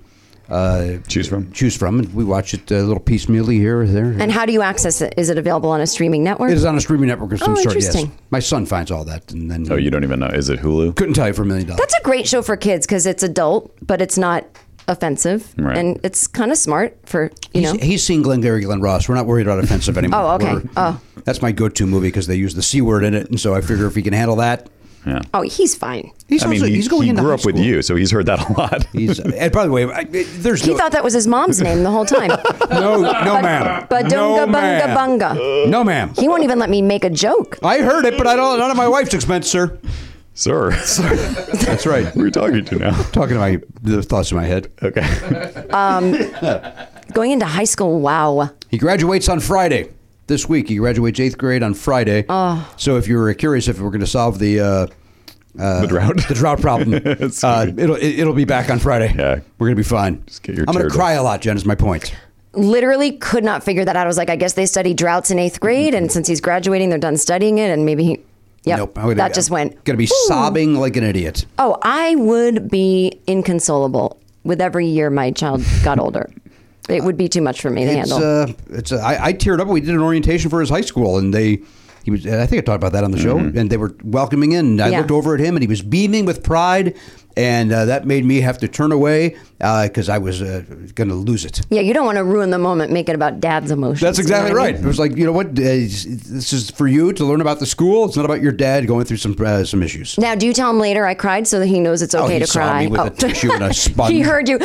uh,
Choose from.
choose from, and we watch it a little piecemeally here or there.
and how do you access it? Is it available on a streaming network?
it is on a streaming network of some
Oh,
sort. Yes,
interesting.
my son finds all that, and then
Oh, you don't even know. Is it Hulu?
couldn't tell you for a million dollars.
That's a great show for kids because it's adult, but it's not offensive,
Right.
and it's kind of smart for you know.
He's, he's seen Glengarry Glen Ross. We're not worried about offensive anymore.
Oh, okay.
We're-
Oh.
That's my go-to movie because they use the c word in it, and so I figure if he can handle that,
oh, he's fine.
he's
I mean,
also-
he,
he's going
he
into
grew
high
up with
school.
you, so he's heard that a lot.
He's, and by the way, I, I- there's
He
no,
thought that was his mom's name the whole time.
no, no, ma'am, no,
Badunga bunga
ma'am,
bunga.
no, ma'am.
He won't even let me make a joke.
I heard it, but I don't. Not at my wife's expense, sir.
Sir,
That's right.
who are you talking to now?
Talking to my the thoughts in my head.
Okay.
Going into high school, wow.
He graduates on Friday. This week, he graduates eighth grade on Friday.
Ah.
Oh. So if you were curious if we're going to solve the uh,
the drought.
the drought problem,
That's
uh,
good.
it'll it- it'll be back on Friday.
Yeah.
We're going to be fine.
get your
I'm going
tear
to cry a lot, Jen, is my point.
Literally could not figure that out. I was like, I guess they study droughts in eighth grade, and since he's graduating, they're done studying it, and maybe he. Yep, that just went.
Going to be sobbing like an idiot.
Oh, I would be inconsolable with every year my child got older. It would be too much for me to
It's,
handle.
uh, it's, uh, I, I teared up. We did an orientation for his high school, and they, he was, and I think I talked about that on the show,
Mm-hmm.
and they were welcoming in. I
Yeah.
looked over at him, and he was beaming with pride, and uh, that made me have to turn away because I was uh, going to lose it.
yeah, you don't want to ruin the moment, make it about dad's emotions.
That's
you know
exactly
what I
right.
mean?
It was like, you know what? Uh, this is for you to learn about the school. It's not about your dad going through some uh, some issues.
Now, do you tell him later I cried so that he knows it's
Oh,
okay
he
to
saw
cry?
me with a tissue and a sponge.
he heard you.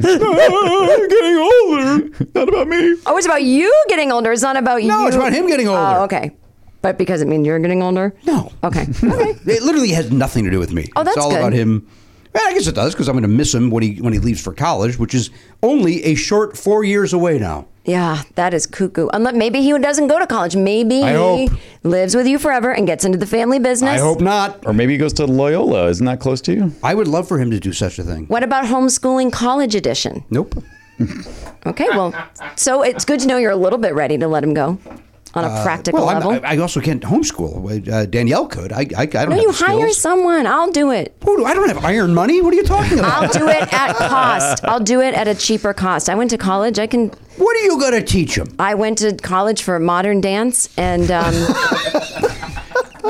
I'm getting older. Not about me.
Oh, it's about you getting older. It's not about you.
No, it's about him getting older.
Oh, okay. But because it means you're getting older?
No.
Okay. Okay.
It literally has nothing to do with me.
Oh, that's
it's all
good.
about him. Well, I guess it does because I'm going to miss him when he when he leaves for college, which is only a short four years away now.
Yeah, that is cuckoo. Unless maybe he doesn't go to college. Maybe
I
he
hope.
lives with you forever and gets into the family business.
I hope not.
Or maybe he goes to Loyola. Isn't that close to you?
I would love for him to do such a thing.
What about homeschooling college edition?
Nope.
Okay, well, so it's good to know you're a little bit ready to let him go on a practical
Uh, Well, I'm,
level.
I, I also can't homeschool. Uh, Danielle could. I, I, I don't.
no,
have
you
the skills.
hire someone. I'll do it.
Who do- I don't have iron money. What are you talking about?
I'll do it at cost. I'll do it at a cheaper cost. I went to college. I can.
what are you going to teach him?
I went to college for modern dance and um,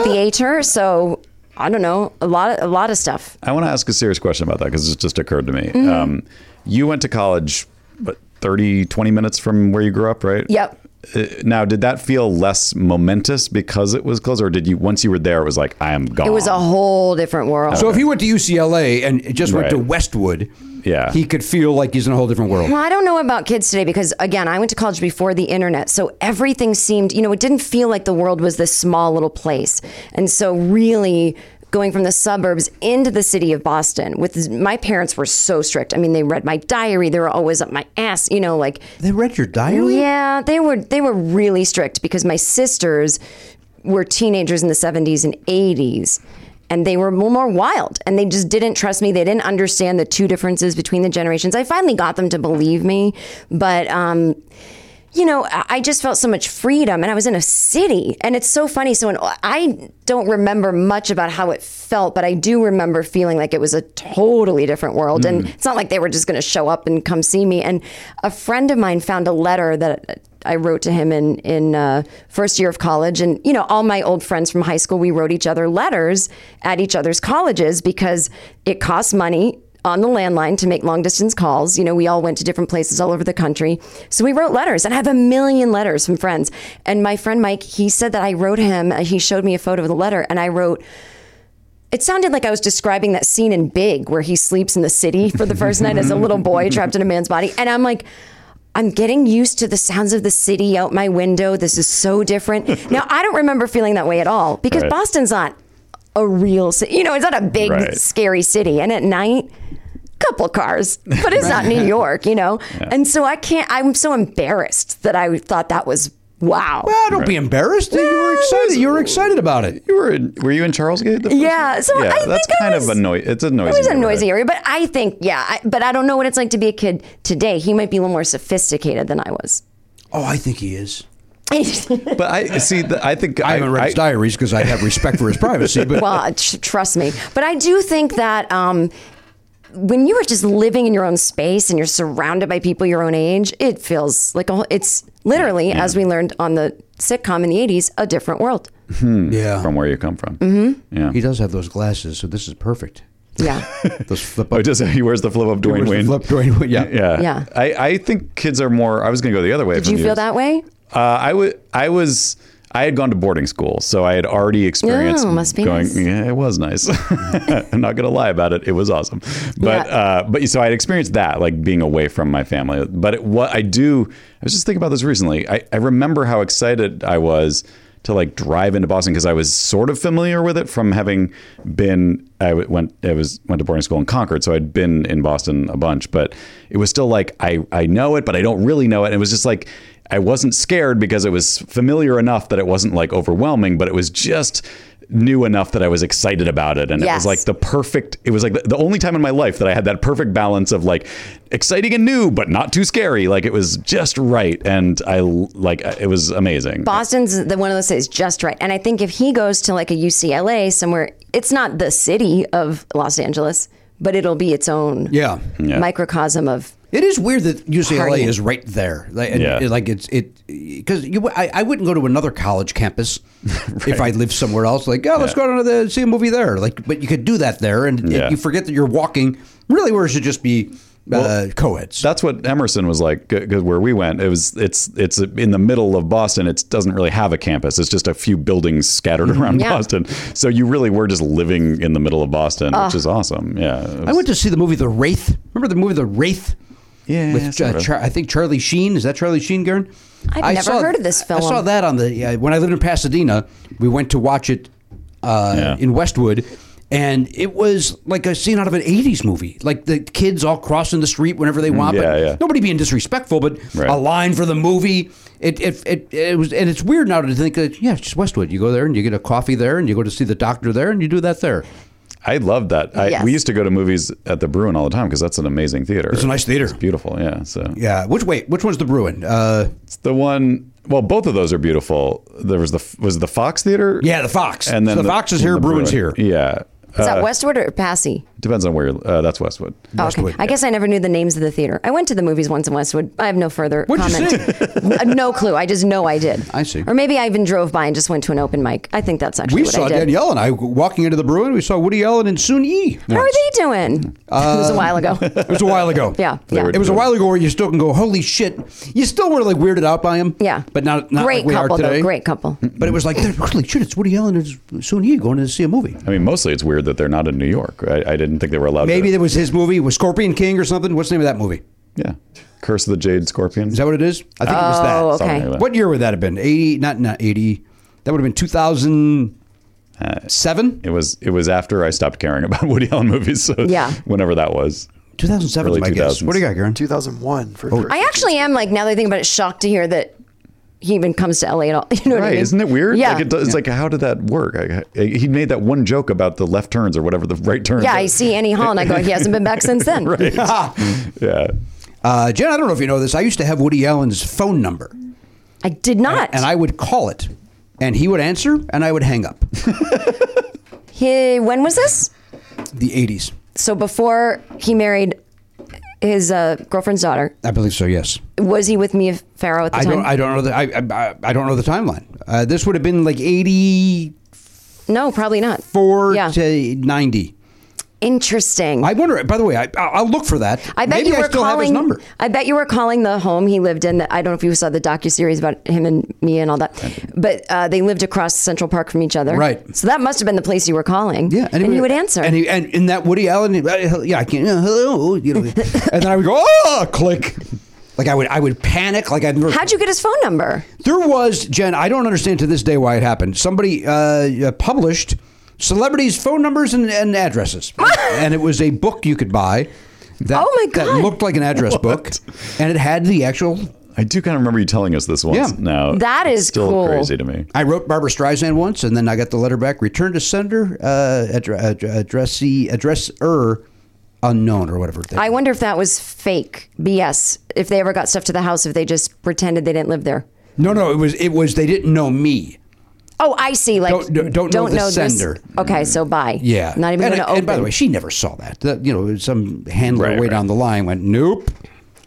theater. So I don't know a lot. Of, a lot of stuff.
I want to ask a serious question about that because it just occurred to me.
Mm-hmm.
Um, you went to college, what, 30, 20 minutes from where you grew up, right?
Yep.
Uh, Now, did that feel less momentous because it was close, or did you once you were there, it was like I am gone?
It was a whole different world.
So if he went to UCLA and just went
Right.
to Westwood,
Yeah.
he could feel like he's in a whole different world.
Well, I don't know about kids today because, again, I went to college before the internet. So everything seemed, you know, it didn't feel like the world was this small little place. And so, really, going from the suburbs into the city of Boston with my parents were so strict. I mean, they read my diary, they were always up my ass, you know, like,
They read your diary.
yeah, they were they were really strict because my sisters were teenagers in the 70s and 80s and they were more, more wild and they just didn't trust me. They didn't understand the two differences between the generations. I finally got them to believe me, but um you know, I I just felt so much freedom and I was in a city. And it's so funny. So when, I don't remember much about how it felt, but I do remember feeling like it was a totally different world. And it's not like they were just going to show up and come see me. And a friend of mine found a letter that I wrote to him in, in uh, first year of college. And, you know, all my old friends from high school, we wrote each other letters at each other's colleges because it costs money on the landline to make long distance calls. You know, we all went to different places all over the country. So we wrote letters, and I have a million letters from friends. And my friend Mike, he said that I wrote him, and he showed me a photo of the letter, and I wrote, it sounded like I was describing that scene in Big where he sleeps in the city for the first night as a little boy trapped in a man's body. And I'm like, I'm getting used to the sounds of the city out my window. This is so different. Now, I don't remember feeling that way at all because
Right.
Boston's not a real city. You know, it's not a big,
Right.
scary city. And at night, couple cars, but it's not New York, you know? And so I can't, I'm so embarrassed that I thought that was wow.
Ah, don't be embarrassed. you were excited. You were excited about it.
You were in, were you in Charlesgate? The first
Yeah, so
yeah,
I
that's
think I
kind
was-
of a noise. It's a noisy.
It was a
neighborhood.
noisy area, but I think, yeah, I, but I don't know what it's like to be a kid today. He might be a little more sophisticated than I was.
Oh, I think he is.
But I see. The, I think
I haven't read his diaries because I have respect for his privacy. But
well, uh, tr- trust me. But I do think that um, when you are just living in your own space and you're surrounded by people your own age, it feels like a, whole- it's literally, as we learned on the sitcom in the 80s, a different world.
yeah,
from where you come from. Mm-hmm. Yeah.
he does have those glasses, so this is perfect.
Yeah.
Those flip
Oh,
up.
he does. He wears the flip up
Where's
Dwayne
the
Wayne.
flip Dwayne Wayne? Yeah.
Yeah.
Yeah.
I, I think kids are more. I was going to go the other way.
Did you feel that way?
Uh, I would. I was. I had gone to boarding school, so I had already experienced
Oh, must be
going.
nice.
Yeah, it was nice. I'm not gonna lie about it. It was awesome, but
Yeah.
uh, but so I had experienced that, like being away from my family. But it, what I do, I was just thinking about this recently. I, I remember how excited I was to like drive into Boston because I was sort of familiar with it from having been. I w- went. I was went to boarding school in Concord, so I'd been in Boston a bunch, but it was still like I I know it, but I don't really know it. And it was just like. I wasn't scared because it was familiar enough that it wasn't like overwhelming, but it was just new enough that I was excited about it. And it
Yes.
was like the perfect, it was like the, the only time in my life that I had that perfect balance of like exciting and new, but not too scary. Like it was just right. And I l- like, it was amazing.
Boston's the one of those cities just right. And I think if he goes to like a UCLA somewhere, it's not the city of Los Angeles, but it'll be its own
Yeah.
microcosm of
It is weird that UCLA
Party.
is right there. Like, and-
Yeah.
like it's it because you I, I wouldn't go to another college campus if I lived somewhere else. Like oh, let's
Yeah.
go to the see a movie there. Like, but you could do that there, and it-
Yeah.
you forget that you're walking. Really, where it should just be uh, co-eds.
That's what Emerson was like g- 'cause where we went. It was it's it's in the middle of Boston. It doesn't really have a campus. It's just a few buildings scattered around
Mm-hmm. Yeah.
Boston. So you really were just living in the middle of Boston, which is awesome. Yeah. It
I
was-
went to see the movie The Wraith. Remember the movie The Wraith?
Yeah,
with
sort
uh,
of.
Char- I think Charlie Sheen. Is that Charlie Sheen, Garen?
I've
I
never heard of this
I saw
film.
that on the uh, when I lived in Pasadena. We went to watch it uh,
Yeah.
in Westwood, and it was like a scene out of an '80s movie. Like the kids all crossing the street whenever they want. but
Mm, yeah, yeah.
Nobody being disrespectful, but
Right.
a line for the movie. It, it it it was, and it's weird now to think that yeah, it's just Westwood. You go there and you get a coffee there, and you go to see the doctor there, and you do that there.
I loved that. I,
Yes.
We used to go to movies at the Bruin all the time because that's an amazing theater.
It's a nice theater.
beautiful. Yeah. So
Yeah. Which wait, which one's the Bruin? Uh,
it's the one. Well, both of those are beautiful. There was the was it the Fox Theater.
yeah, the Fox.
And then
So the, Fox is here,
the
Bruin's here.
Bruin. Yeah.
Is
Uh,
that Westward or Passy?
depends on where you're. Uh, that's Westwood.
Oh, okay. I guess I never knew the names of the theater. I went to the movies once in Westwood. I have no further
What'd you
comment. Uh, no clue. I just know I did.
I see.
Or maybe I even drove by and just went to an open mic. I think that's actually
We
what
saw
I did.
Danielle and I walking into the Bruin. We saw Woody Allen and Soon Yi.
How are they doing? it was a while ago.
It was a while ago.
Yeah, They yeah. were
Uh, It was a
doing-
while ago where you still can go, holy shit. You still were like weirded out by him.
Yeah.
But not, not
great
like we
couple
are today.
though. Great couple.
But it was like, holy shit, it's Woody Allen and Soon Yi going to see a movie.
I mean, mostly it's weird that they're not in New York. I, I didn't think they were allowed.
Maybe
to,
that was his movie, was Scorpion King or something. What's the name of that movie?
Yeah. Curse of the Jade Scorpion.
Is that what it is? I think it was that.
Oh,
Something
okay.
like that.
What year would that have been? 80, not, not 80. That would have been 2007?
It was. It was after I stopped caring about Woody Allen movies. So
Yeah.
Whenever that was.
2007 is
early
my guess.
2000s.
What do you got, Garen?
2001 for
Oh,
first.
I actually am like now that I think about it, shocked to hear that he even comes to LA at all. You know what I
Right,
mean?
isn't it weird?
Yeah.
like it does, it's like how did that work? I, I, he made that one joke about the left turns or whatever the right turns.
yeah,
are.
I see Annie Hall and I go, he hasn't been back since then.
Right. yeah.
Uh, Jen, I don't know if you know this. I used to have Woody Allen's phone number,
I did not.
and I would call it, and he would answer, and I would hang up.
he, when was this?
the 80s.
So before he married his uh, girlfriend's daughter,
I believe so, yes.
was he with Mia Farrow at the
I
time?
don't. I don't know the. I, I, I don't know the timeline. Uh, this would have been like eighty-four
no, probably not. yeah.
to ninety.
Interesting.
I wonder. By the way, I, I'll I'll look for that.
I bet
Maybe
you were
I still
calling.
have his number.
I bet you were calling the home he lived in. That I don't know if you saw the docu series about him and Mia and all that, but uh, they lived across Central Park from each other.
Right.
So that must have been the place you were calling.
Yeah,
And,
he
he would answer.
And he and in that Woody Allen. Yeah, I can't. uh, hello, you know. and then I would go, oh, click. Like I would, I would panic. Like I never.
How'd you get his phone number?
There was Jen. I don't understand to this day why it happened. Somebody uh, uh, published celebrities' phone numbers and, and addresses, and it was a book you could buy. That,
Oh, my
That
God.
looked like an address book, and it had the actual.
I do kind of remember you telling us this once.
Yeah.
Now
That
it's
is
still
cool.
crazy to me.
I wrote Barbara Streisand once, and then I got the letter back: return to sender, uh, addre- addre- addressee, addresser unknown, or whatever.
I wonder if that was fake BS. If they ever got stuff to the house, if they just pretended they didn't live there.
no, no, it was it was they didn't know me.
Oh, I see. Like
Don't- don't- don't know the sender. Mm.
Okay, so bye.
Yeah,
Not even
and,
going to open.
and by the way, she never saw that. That, you know, some handler
Right,
way
right.
down the line went, nope.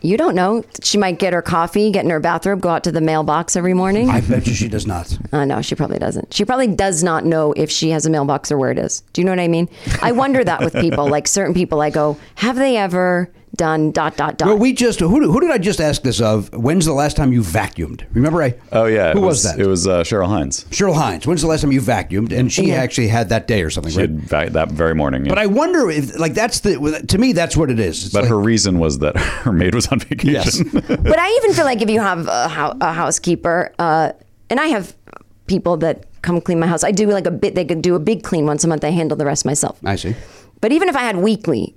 you don't know. She might get her coffee, get in her bathrobe, go out to the mailbox every morning.
I bet you she does not.
Uh, no, she probably doesn't. She probably does not know if she has a mailbox or where it is. Do you know what I mean? I wonder that with people, like certain people, I go, have they ever done dot dot dot?
Well, we just who, did- who did I just ask this of? When's the last time you vacuumed? Remember, I
Oh yeah,
who
it
was, that?
It was uh, Cheryl Hines.
Cheryl Hines. When's the last time you vacuumed? And she actually had that day or something,
She
right?
had va- that very morning.
But I wonder if like that's the to me that's what it is. It's
but
like-
her reason was that her maid was on vacation.
yes,
but I even feel like if you have a, hou- a housekeeper, uh, and I have people that come clean my house, I do like a bit. They could do a big clean once a month. I handle the rest myself.
I see.
But even if I had weekly,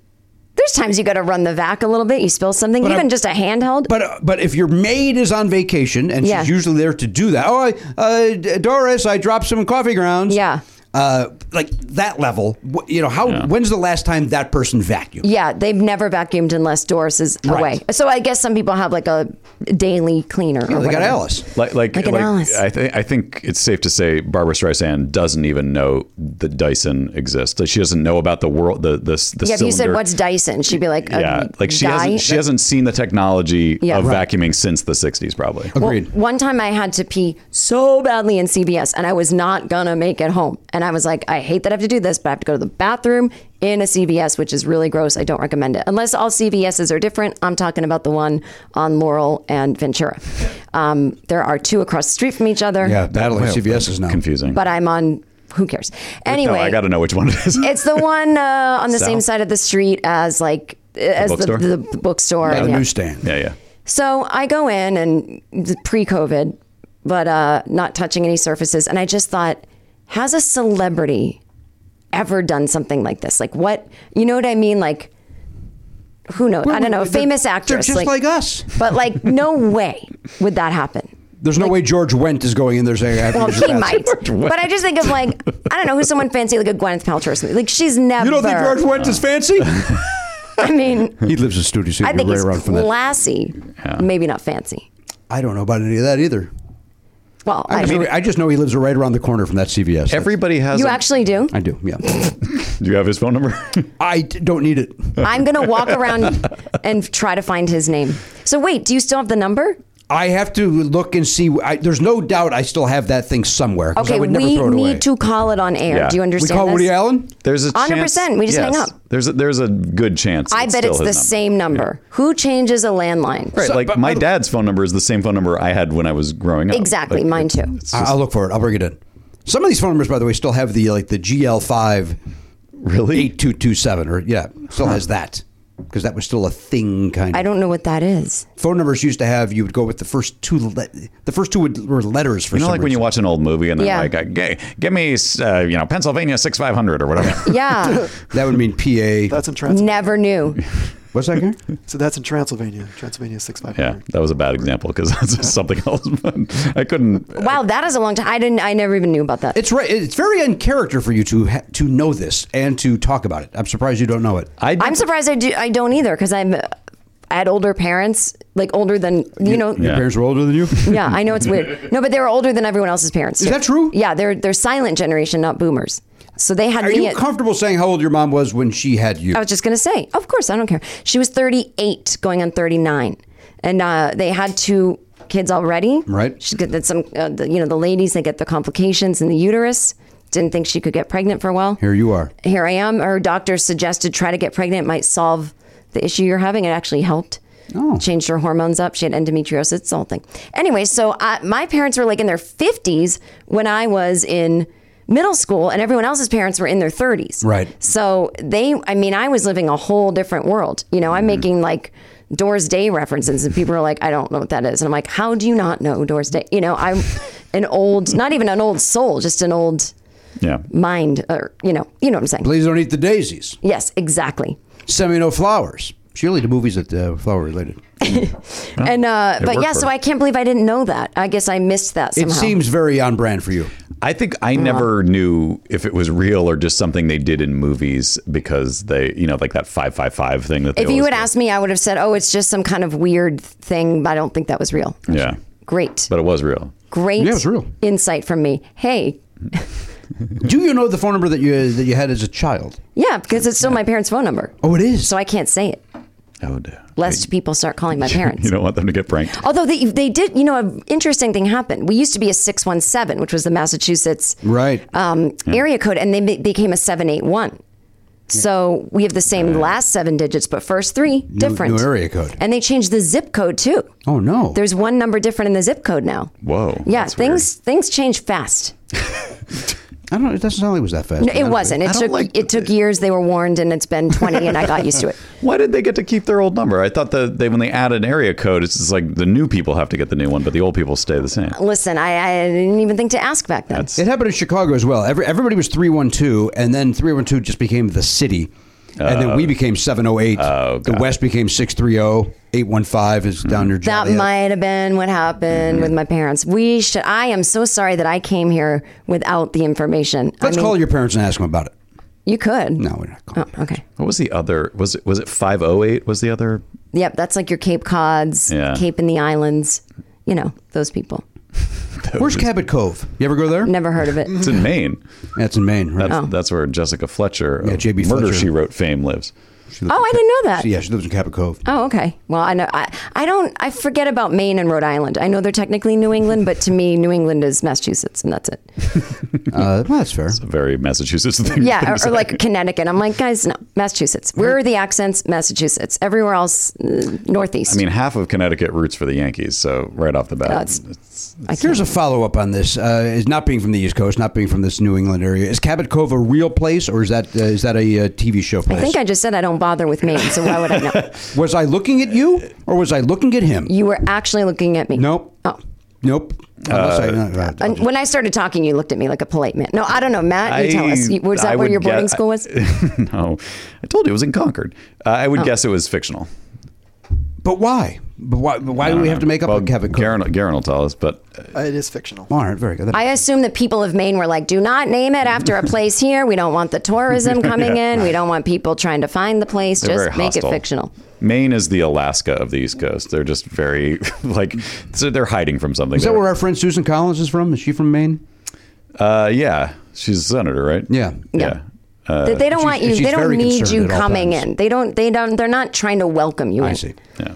there's times you got to run the vac a little bit. You spill something, even
I'm-
just a handheld.
But uh, but if your maid is on vacation and
Yeah.
she's usually there to do that. Oh, I, uh, D- Doris, I dropped some coffee grounds.
Yeah.
Uh, like that level. Wh- You know how? When's the last time that person vacuumed?
Yeah, they've never vacuumed unless Doris is
Right.
away. So I guess some people have like a daily cleaner. or
Oh, they got
whatever.
Alice.
Like, like,
Like an Alice.
I, th- I think it's safe to say Barbara Streisand doesn't even know that Dyson exists. Like she doesn't know about the world, the the, the
Yeah, if you said
cylinder-
what's Dyson, she'd be like, a
yeah, like she
dye?
hasn't she hasn't seen the technology
Yeah.
of
Right.
vacuuming since the '60s, probably.
Well,
Agreed.
one time I had to pee so badly in CVS, and I was not gonna make it home. And I was like, I hate that I have to do this, but I have to go to the bathroom in a CVS, which is really gross. I don't recommend it unless all CVSs are different. I'm talking about the one on Laurel and Ventura. Um, there are two across the street from each other.
Yeah, battling CVS is now
confusing.
But I'm on. Who cares? Anyway,
no, I got to know which one it is.
It's the one uh, on the
South?
same side of the street as like as the
bookstore?
the, the bookstore.
The
Yeah.
newsstand.
yeah, yeah.
So I go in and pre-COVID, but uh, not touching any surfaces, and I just thought, has a celebrity ever done something like this? Like what? You know what I mean? Like who knows? I don't know.
Well, they're-
famous
they're
actress,
just like us.
But like, no way would that happen.
There's no way George Wendt is going in there saying, I have to
Well,
use your
he might,
bathroom."
but I just think of like I don't know who's someone fancy like a Gwyneth Paltrow or something. Like she's never.
You don't think George Wendt is fancy?
I mean,
he lives in Studio City.
I think
right
it's
around from that.
classy, maybe not fancy.
I don't know about any of that either.
Well,
I,
I,
just know, I just know he lives right around the corner from that CVS.
Everybody has.
you
a-
actually do.
I do, yeah.
Do you have his phone number?
I d- don't need it.
I'm gonna walk around and try to find his name. So wait, do you still have the number?
I have to look and see. I, there's no doubt I still have that thing somewhere. 'cause I
Okay,
would never
we
throw it
need
away.
to call it on air.
Yeah.
Do you
We
We
understand?
call
this?
Woody Allen?
There's a
100%,
chance-
we just hang
yes.
up.
There's a, there's a good chance.
I bet
still
it's the
his number.
same number. Who changes a landline?
Right, like my dad's phone number is the same phone number I had when I was growing up.
Exactly,
Like,
mine
it-
too.
It's
I-
just,
I'll look for it. I'll bring it in. Some of these phone numbers, by the way, still have the like the GL5
really?
8227 or yeah, still has that because that was still a thing kind of.
I don't know what that is.
phone numbers used to have you would go with the first two le- the first two would, were letters for
You know,
some
like when you
reason.
watch an old movie and they're
Yeah.
like, uh, "Gi- "Give me, uh, you know, Pennsylvania six five hundred or whatever."
Yeah,
that would mean PA.
That's in Transylvania.
never knew.
What's that? Gary?
So that's in Transylvania. Transylvania six five.
yeah, that was a bad example because that's just something else. I couldn't.
Wow, that is a long time. I didn't. I never even knew about that.
It's right. It's very uncharacter for you to ha- to know this and to talk about it. I'm surprised you don't know it.
I
I'm surprised I do. I don't either because I'm. I had older parents, like older than you know.
Your
Yeah.
parents were older than you.
I know it's weird. No, but they were older than everyone else's parents.
Is
too.
that true?
Yeah, they're they're silent generation, not boomers. So they had
Are
me
you
at
comfortable saying how old your mom was when she had you?
I was just going to say, of course, I don't care. She was 38 going on 39. And uh, they had two kids already.
Right.
She got that some, uh, the, you know, the ladies, they get the complications in the uterus. Didn't think she could get pregnant for a while.
Here you are.
Here I am. Her doctor suggested try to get pregnant. It might solve the issue you're having. It actually helped.
Oh.
Changed her hormones up. She had endometriosis. It's the whole thing. Anyway, so I, my parents were like in their 50s when I was in middle school, and everyone else's parents were in their 30s.
Right.
So they, I mean, I was living a whole different world. You know,
Mm-hmm.
I'm making like Doors Day references, and people are like, I don't know what that is. And I'm like, how do you not know Doors Day? You know, I'm an old, not even an old soul, just an old
Yeah.
mind, or, you know, you know what I'm saying.
Please don't eat the daisies.
Yes, exactly.
Send me no flowers. She only did movies that uh, flower related.
and uh, but
worked
yeah,
for
so
her.
I can't believe I didn't know that. I guess I missed that
It
somehow.
seems very on brand for you.
I think I never knew if it was real or just something they did in movies because they, you know, like that 555 thing that they
if you
always
had
do.
asked me, I would have said, "Oh, it's just some kind of weird thing." But I don't think that was real.
Yeah.
Great,
But it was real.
great
Yeah, it's real.
insight from me. Hey,
Do you know the phone number that you that you had as a child?
yeah, because it's still my parents' phone number,
Oh, it is.
so I can't say it
Oh, dear.
lest people start calling my parents.
You don't want them to get pranked.
Although they, they did, you know, an interesting thing happened. We used to be a 617, which was the Massachusetts
right.
um, area code, and they be- became a 781. So we have the same last seven digits, but first three different.
new area code.
And they changed the zip code too.
oh no.
There's one number different in the zip code now.
Whoa.
Yeah,
that's weird.
things things change fast.
I don't. know. It doesn't sound like it was that fast.
No, it wasn't. It
don't
took
like
it took years. They were warned, and it's been 20, and I got used to it.
Why did they get to keep their old number? I thought that they when they add an area code, it's just like the new people have to get the new one, but the old people stay the same.
Listen, I, I didn't even think to ask back then.
That's
It happened in Chicago as well. Every, everybody was three one two, and then three one two just became the city, and then we became seven zero eight. The West became six three oh. zero. 815 is down near
that
Joliet.
might have been what
Mm-hmm.
happened with my parents. We should. I am so sorry that I came here without the information. I
Let's
mean,
call your parents and ask them about it.
You could.
No, we're not
Oh,
calling.
okay.
what was the other? Was it was it five oh eight? Was the other?
Yep, that's like your Cape Cods,
Yeah.
Cape in the Islands, you know, those people. Oh.
Where's Cabot Cove? You ever go there?
Never heard of it.
It's in Maine.
That's in Maine, right?
That's
Oh.
that's where Jessica Fletcher, of
Yeah, J.B.
Murder
Fletcher.
She Wrote fame lives.
Oh, I didn't know that.
Yeah, she lives in Cabot Cove.
Oh, okay. Well, I know I, I don't I forget about Maine and Rhode Island. I know they're technically New England, but to me New England is Massachusetts and that's it.
Uh, well, that's fair.
A very Massachusetts thing.
Yeah, or, or like Connecticut. I'm like, guys, no, Massachusetts. Where are the accents? Massachusetts. Everywhere else, uh, Northeast.
I mean, half of Connecticut roots for the Yankees. So right off the bat,
That's-
it's-
Here's a follow up on this. Uh, is not being from the East Coast, not being from this New England area. Is Cabot Cove a real place, or is that uh, is that a uh, TV show place?
I think I just said I don't bother with Maine, so why would I know?
was I looking at you, or was I looking at him?
You were actually looking at me.
Nope.
Oh.
Nope. Unless I- no, no,
Uh,
And when I started talking, you looked at me like a polite man. No, I don't know, Matt. You tell us.
I-
You- Was
I
that where
would
your
get-
boarding school was?
no, I told you it was in Concord. Uh, I
Oh.
would guess it was fictional.
But why? But why, but why
I
do
don't
we
know.
have to make up
well,
a Cabot Cove?
Garen, Garen will tell us, but
Uh, it is fictional.
All right, very good. That-
I assume the people of Maine were like, do not name it after a place here. We don't want the tourism coming in. We don't want people trying to find the place.
They're
Just
very
make
hostile.
it fictional.
Maine is the Alaska of the East Coast. They're just very like so they're hiding from something.
is that where our friend Susan Collins is from? Is she from Maine?
uh, yeah, she's a senator, right?
Yeah. Uh,
yeah.
They- they don't want you.
she's
They don't
very
need
concerned
you
at all
coming
times.
in. They don't. They don't. They're not trying to welcome you in.
I see.
yeah.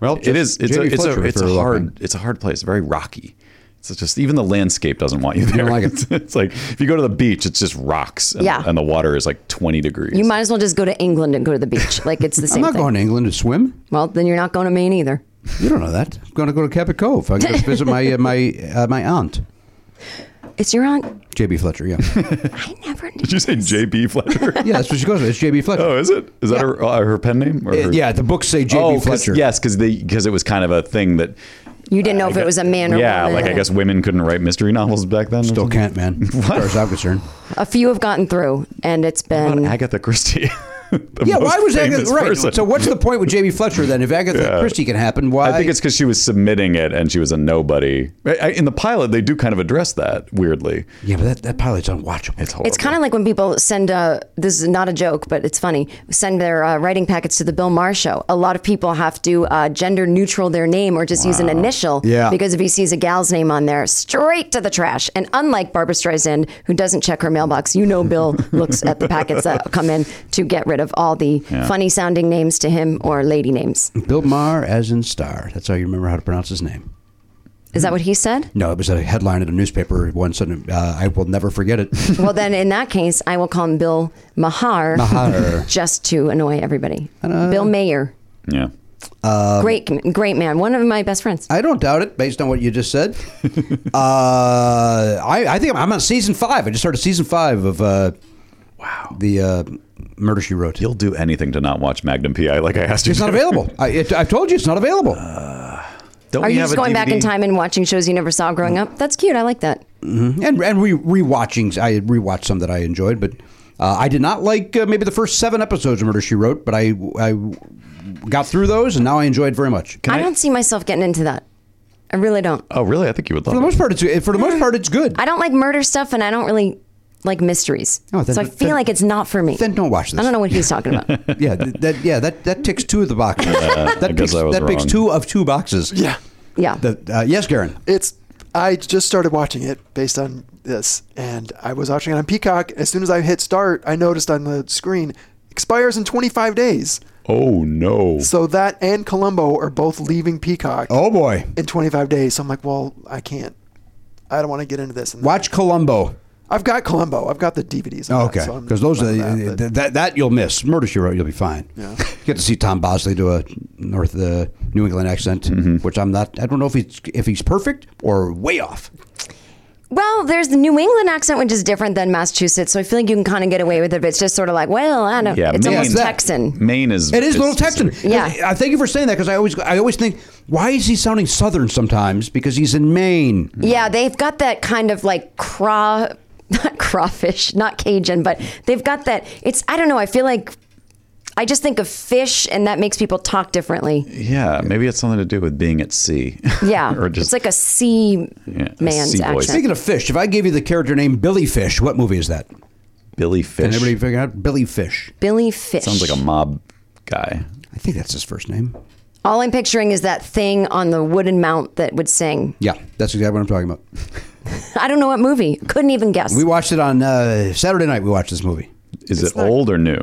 Well,
It is. It's a,
Jamie
it's a,
Fletcher
it's a
referred
hard.
up on-
It's a hard place. Very rocky. It's just even the landscape doesn't want you there.
like it.
it's, it's like if you go to the beach, it's just rocks. And,
Yeah.
and the water is like twenty degrees.
You might as well just go to England and go to the beach. Like it's the
I'm
same
not
thing.
going to England to swim.
Well, then you're not going to Maine either.
You don't know that. I'm going to go to Cabot Cove. I'm going to visit my uh, my uh, my aunt,
It's your aunt.
JB Fletcher. Yeah,
I never knew.
Did you say J.B. Fletcher?
yeah, that's what she goes with. It's JB Fletcher.
Oh, is it? Is that her, uh, her pen name? Or
Uh,
her-
yeah, the books say JB
Oh, 'cause-
Fletcher.
yes, because because it was kind of a thing that.
You didn't know Oh, if it was a man or
yeah,
woman.
like I guess women couldn't write mystery novels back then. or
Still
something.
can't, man. As far as I'm concerned.
a few have gotten through, and it's
What about
been
Agatha Christie. the
Yeah, why
most
was
famous
Agatha right?
person.
So what's the point with Jamie Fletcher then? If Agatha Christie can happen, why?
I think it's because she was submitting it and she was a nobody. I, I, in the pilot, they do kind of address that weirdly.
yeah, but that, that pilot's unwatchable.
It's horrible.
It's kind of like when people send, uh, this is not a joke, but it's funny, send their uh, writing packets to the Bill Maher show. A lot of people have to uh, gender neutral their name or just use an initial.
Yeah.
Because if he sees a gal's name on there, straight to the trash. And unlike Barbara Streisand, who doesn't check her mailbox, you know Bill looks at the packets that come in to get rid of all the funny sounding names to him or lady names.
Bill Maher as in star. That's how you remember how to pronounce his name.
Is that what he said?
No, it was a headline in a newspaper once, and uh, I will never forget it.
Well, then in that case, I will call him Bill Mahar,
Maher.
just to annoy everybody. Bill Mayer,
yeah.
great, great man, one of my best friends.
Um, I don't doubt it based on what you just said. uh, I, I think I'm on season five. I just started season five of uh, wow the uh, Murder She Wrote.
You'll do anything to not watch Magnum PI, like I asked you.
it's
to.
not available. I, it, I've told you it's not available.
Don't
Are
we
you
have
just
a
going back in
DVD?
time and watching shows you never saw growing up? That's cute. I like that.
and and re rewatchings. I rewatched some that I enjoyed, but uh, I did not like uh, maybe the first seven episodes of Murder She Wrote. But I I got through those, and now I enjoy it very much.
I, don't see myself getting into that. I really don't.
Oh, really? I think you would
For the
love
most
it.
part, it's for the most part it's good.
I don't like murder stuff, and I don't really like mysteries.
Oh, then-
so I feel
then-
like it's not for me.
then don't watch this.
I don't know what he's talking about.
Yeah, th- that yeah that that ticks two of the boxes.
I
that
guess
picks,
I was
that picks
wrong.
two of two boxes.
Yeah.
Yeah.
The, uh, yes, Garen.
It's. I just started watching it based on this, and I was watching it on Peacock. As soon as I hit start, I noticed on the screen expires in 25 days.
Oh no.
So that and Columbo are both leaving Peacock
Oh boy,
in 25 days. So I'm like, well, I can't. I don't want to get into this. And that.
watch Columbo.
I've got Columbo. I've got the DVDs. on
Oh,
that,
okay,
so I'm
because those are
fine with
the-
that,
that, that you'll miss. Murder She Wrote, you'll be fine. You get to see Tom Bosley do a North uh, New England accent, which I'm not. I don't know if he's if he's perfect or way off.
Well, there's the New England accent, which is different than Massachusetts. So I feel like you can kind of get away with it. But it's just sort of like, well, I don't.
Yeah,
it's
Maine-
almost
Yes, that-
Texan.
Maine is.
It is a little
specific.
Texan.
Yeah.
I thank you for saying that because I always I always think why is he sounding Southern sometimes because he's in Maine.
Yeah, they've got that kind of like craw, not crawfish, not Cajun, but they've got that. It's I don't know. I feel like I just think of fish, and that makes people talk differently.
Yeah, maybe it's something to do with being at sea.
Yeah,
or just
it's like a sea
Yeah, a
man's
sea voice.
accent.
Speaking of fish, if I gave you the character name Billy Fish, what movie is that?
Billy
Can
Fish.
everybody figure out Billy Fish?
Billy Fish.
Sounds like a mob guy.
I think that's his first name.
All I'm picturing is that thing on the wooden mount that would sing.
Yeah, that's exactly what I'm talking about.
I don't know what movie. Couldn't even guess.
We watched it on uh, Saturday night. We watched this movie.
Is it old or new?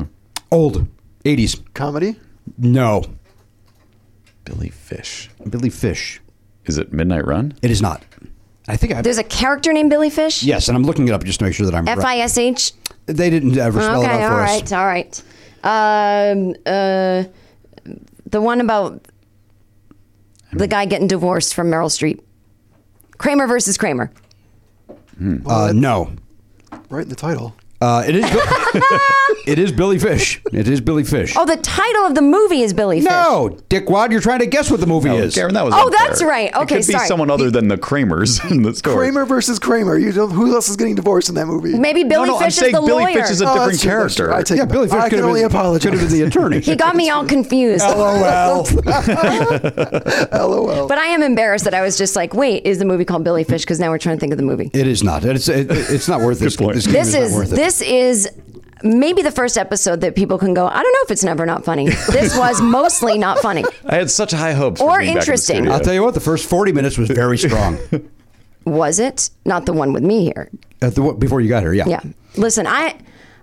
Old, 80s.
comedy.
No,
Billy Fish.
Billy Fish.
Is it Midnight Run?
It is not. I think I.
There's a character named Billy Fish.
yes, and I'm looking it up just to make sure that I'm
F I
right.
S H.
They didn't ever spell it
Okay.
out
All
for us.
right. All right. Um, uh, the one about the guy getting divorced from Meryl Streep. Kramer versus Kramer.
Uh, no,
Right in the title.
uh, it is. it is Billy Fish. It is Billy Fish.
Oh, the title of the movie is Billy Fish.
no, Dick Wad, you're trying to guess what the movie
No,
is.
Karen, that was
Oh,
unfair.
that's right. Okay,
it could
sorry.
be someone other than the Kramers in the story.
Kramer versus Kramer. You don't, who else is getting divorced in that movie?
Maybe
No,
Billy
no, I'm
Fish is
saying
the
Billy
lawyer.
Fish is a
Oh,
different
that's true, that's true.
character.
I take
yeah,
it
Billy
back.
Fish could
I can
have
only
been,
apologize.
Could have been the attorney.
he got me all confused.
Oh, LOL.
LOL.
But I am embarrassed that I was just like, wait, is the movie called Billy Fish? Because now we're trying to think of the movie.
It is not. It's it, it's not worth this.
point.
This, game
This
not
is
worth it.
this is maybe the first episode that people can go. I don't know if it's never not funny. This was mostly not funny.
I had such high hopes. for being
Or
back in the
interesting.
studio.
I'll tell you what. The first 40 minutes was very strong.
Was it not the one with me here?
At the, what- before you got here, yeah.
Yeah. Listen, I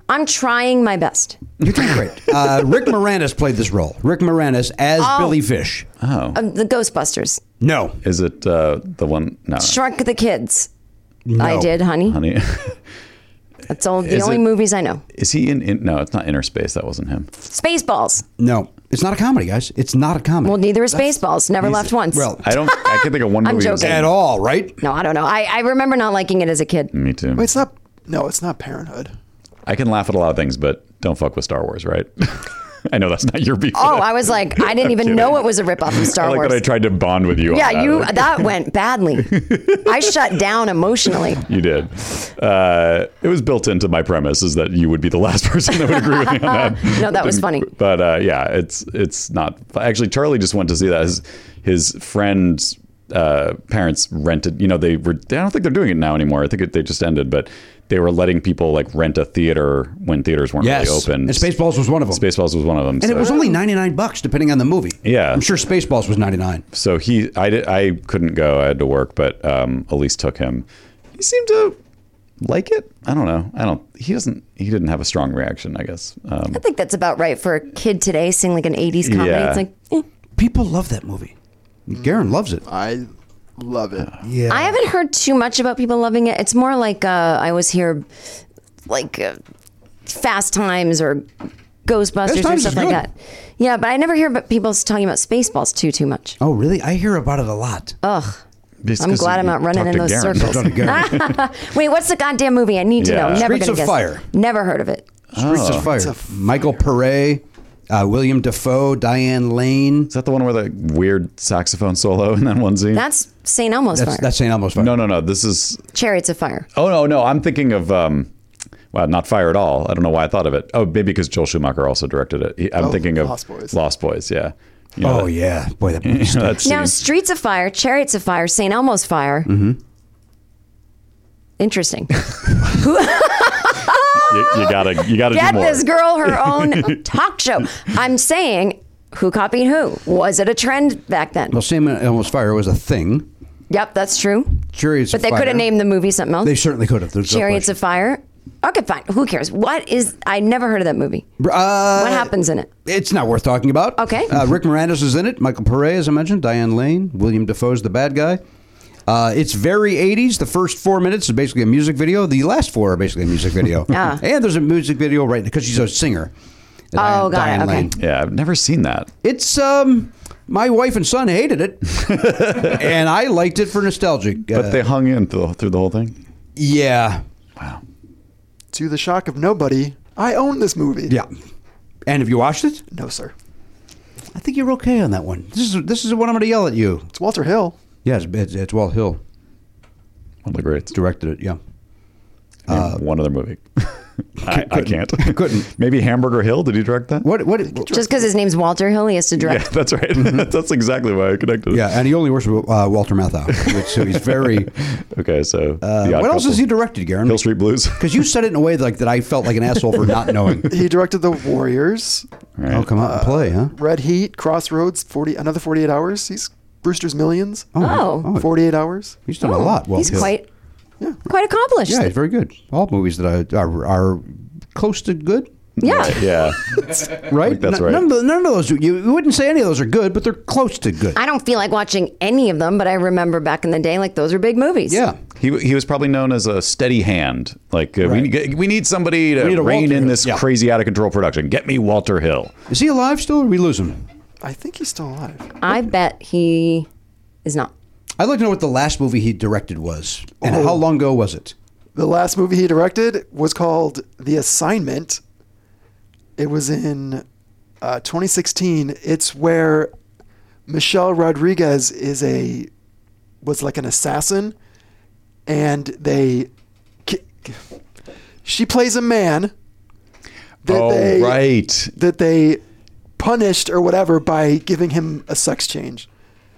I'm trying my best.
You're doing great. Uh, Rick Moranis played this role. Rick Moranis as
Oh.
Billy Fish.
Uh, the Ghostbusters,
No.
Oh. Is it uh, the one? No, no.
Shrunk the Kids. I
No.
did, honey.
honey.
That's all the
Is
only
it-
movies I know.
Is he in, in? No, it's not Inner Space. That wasn't him.
Spaceballs.
No. It's not a comedy, guys. It's not a comedy.
Well, neither is Spaceballs. Never left once.
well,
I don't. I can think of one
I'm
movie. he was
joking.
at
in.
all, right?
no, I don't know. I, I remember not liking it as a kid.
Me too.
Wait, it's not. No, it's not Parenthood.
I can laugh at a lot of things, but don't fuck with Star Wars, right? I know that's not your beef.
Oh, I was like, I didn't even know it was a ripoff of Star
I like
Wars.
that I tried to bond with you. on
yeah,
that.
you that went badly. I shut down emotionally.
You did. Uh, it was built into my premise is that you would be the last person that would agree with me on that.
No, that was funny.
But uh, yeah, it's it's not. Actually, Charlie just went to see that. His, his friend's uh, parents rented. You know, they were. I don't think they're doing it now anymore. I think it, they just ended. But they were letting people like rent a theater when theaters weren't
Yes.
really open.
And Spaceballs was one of them.
Spaceballs was one of them.
And it was only 99 bucks depending on the movie.
Yeah.
I'm sure Spaceballs was 99.
so he I, did, I couldn't go i had to work but um, elise took him he seemed to like it i don't know i don't he doesn't he didn't have a strong reaction i guess um,
I think that's about right for a kid today seeing like an 80s comedy.
Yeah.
It's like, eh.
People love that movie. Garen loves it.
I love it.
Yeah.
I haven't heard too much about people loving it. It's more like uh, I always hear like uh, Fast Times or Ghostbusters
Times
or
is
stuff like
good.
that. Yeah, but I never hear about people talking about Spaceballs too too much.
oh, really? I hear about it a lot.
it's
I'm
'cause
glad I'm
you
not running
talked
in
to
those
Garen.
circles.
Don't Garen.
Wait, what's the goddamn movie? I need to
Yeah.
know. Never
Streets
gonna
of
guess.
Fire.
Never heard of it.
Streets of Fire. Michael Pere, uh, William Defoe, Diane Lane.
is that the one with a weird saxophone solo in that one scene
That's St. Elmo's
That's
Fire.
that's St. Elmo's Fire.
no no no this is
Chariots of Fire.
oh no no i'm thinking of um well, not fire at all. I don't know why I thought of it. Oh, maybe because Joel Schumacher also directed it. He- I'm thinking of
Lost Boys.
Lost Boys, yeah. You know
Oh
that-
yeah, boy, that movie.
you know that
Now,
scene?
Streets of Fire, Chariots of Fire, St. Elmo's Fire. Mm-hmm. Interesting.
you, you gotta, you gotta
Get
do more.
this girl her own talk show. I'm saying, who copied who? Was it a trend back then?
well, St. Elmo's Fire was a thing.
Yep, that's true.
Chariots
But
of
they
Fire.
could have named the movie something else.
They certainly could have. There's no
Chariots
question.
of Fire. Okay, fine. Who cares? What is? I never heard of that movie.
Uh,
What happens in it?
It's not worth talking about.
Okay.
Uh, Rick Moranis is in it. Michael Pere, as I mentioned. Diane Lane. William Defoe's the bad guy. Uh, it's very 80s. The first four minutes is basically a music video. The last four are basically a music video.
Ah.
And there's a music video right because she's a singer. Diane-
Oh, got it.
Diane
Okay.
Lane.
Yeah, I've never seen that.
It's um, my wife and son hated it, and I liked it for nostalgic.
But
uh,
they hung in through, through the whole thing.
yeah,
Wow.
To the shock of nobody, I own this movie.
yeah. And have you watched it?
No, sir.
I think you're okay on that one. This is this is the one I'm going to yell at you.
It's Walter Hill.
Yes, it's, it's Walt Hill
One of the greats.
directed it. Yeah.
Name one other movie. I, I can't.
Uh, couldn't.
Maybe Hamburger Hill. Did he direct that?
What what?
Just because his name's Walter Hill, he has to direct.
Yeah, that's right. that's exactly why I connected. it.
Mm-hmm. Yeah, and he only works with uh, Walter Matthau, which, so he's very.
Okay, so
Uh, what else has he directed, Garen?
Hill Street Blues.
Because you said it in a way like that, I felt like an asshole for not knowing.
He directed The Warriors,
Right.
Oh, come out and play, huh?
Red Heat, Crossroads, 40, another 48 hours. He's Brewster's Millions,
Oh,
Oh,
48 hours.
he's done a lot. Walt
he's
Hill.
quite quite accomplished.
Yeah, he's very good. All movies that are are, are close to good,
Yeah.
Yeah.
right?
that's
N-
right.
None of, the- none of those you, you wouldn't say any of those are good, but they're close to good.
I don't feel like watching any of them, but I remember back in the day, like those are big movies.
yeah.
He, he was probably known as a steady hand. Like uh, we
Right.
need we need somebody to
need a
rein
Walter
in
Hill.
this
Yeah.
crazy out of control production. Get me Walter Hill.
Is he alive still? Or we lose him.
I think he's still alive.
I bet he is not.
I'd like to know what the last movie he directed was, and
Oh.
how long ago was it?
The last movie he directed was called The Assignment. It was in uh, 2016. It's where Michelle Rodriguez is a was like an assassin, and they ki- she plays a man that
oh
they
right.
that they punished or whatever by giving him a sex change.